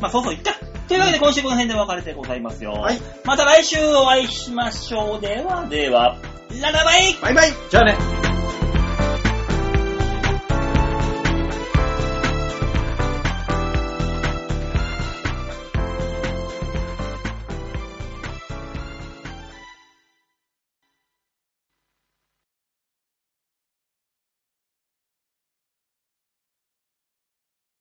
Speaker 2: まあそうそういった。というわけで今週この辺でお別れでございますよ。
Speaker 3: はい。
Speaker 2: また来週お会いしましょう。ではでは、ララバイ
Speaker 3: バイバイ
Speaker 4: じゃあね。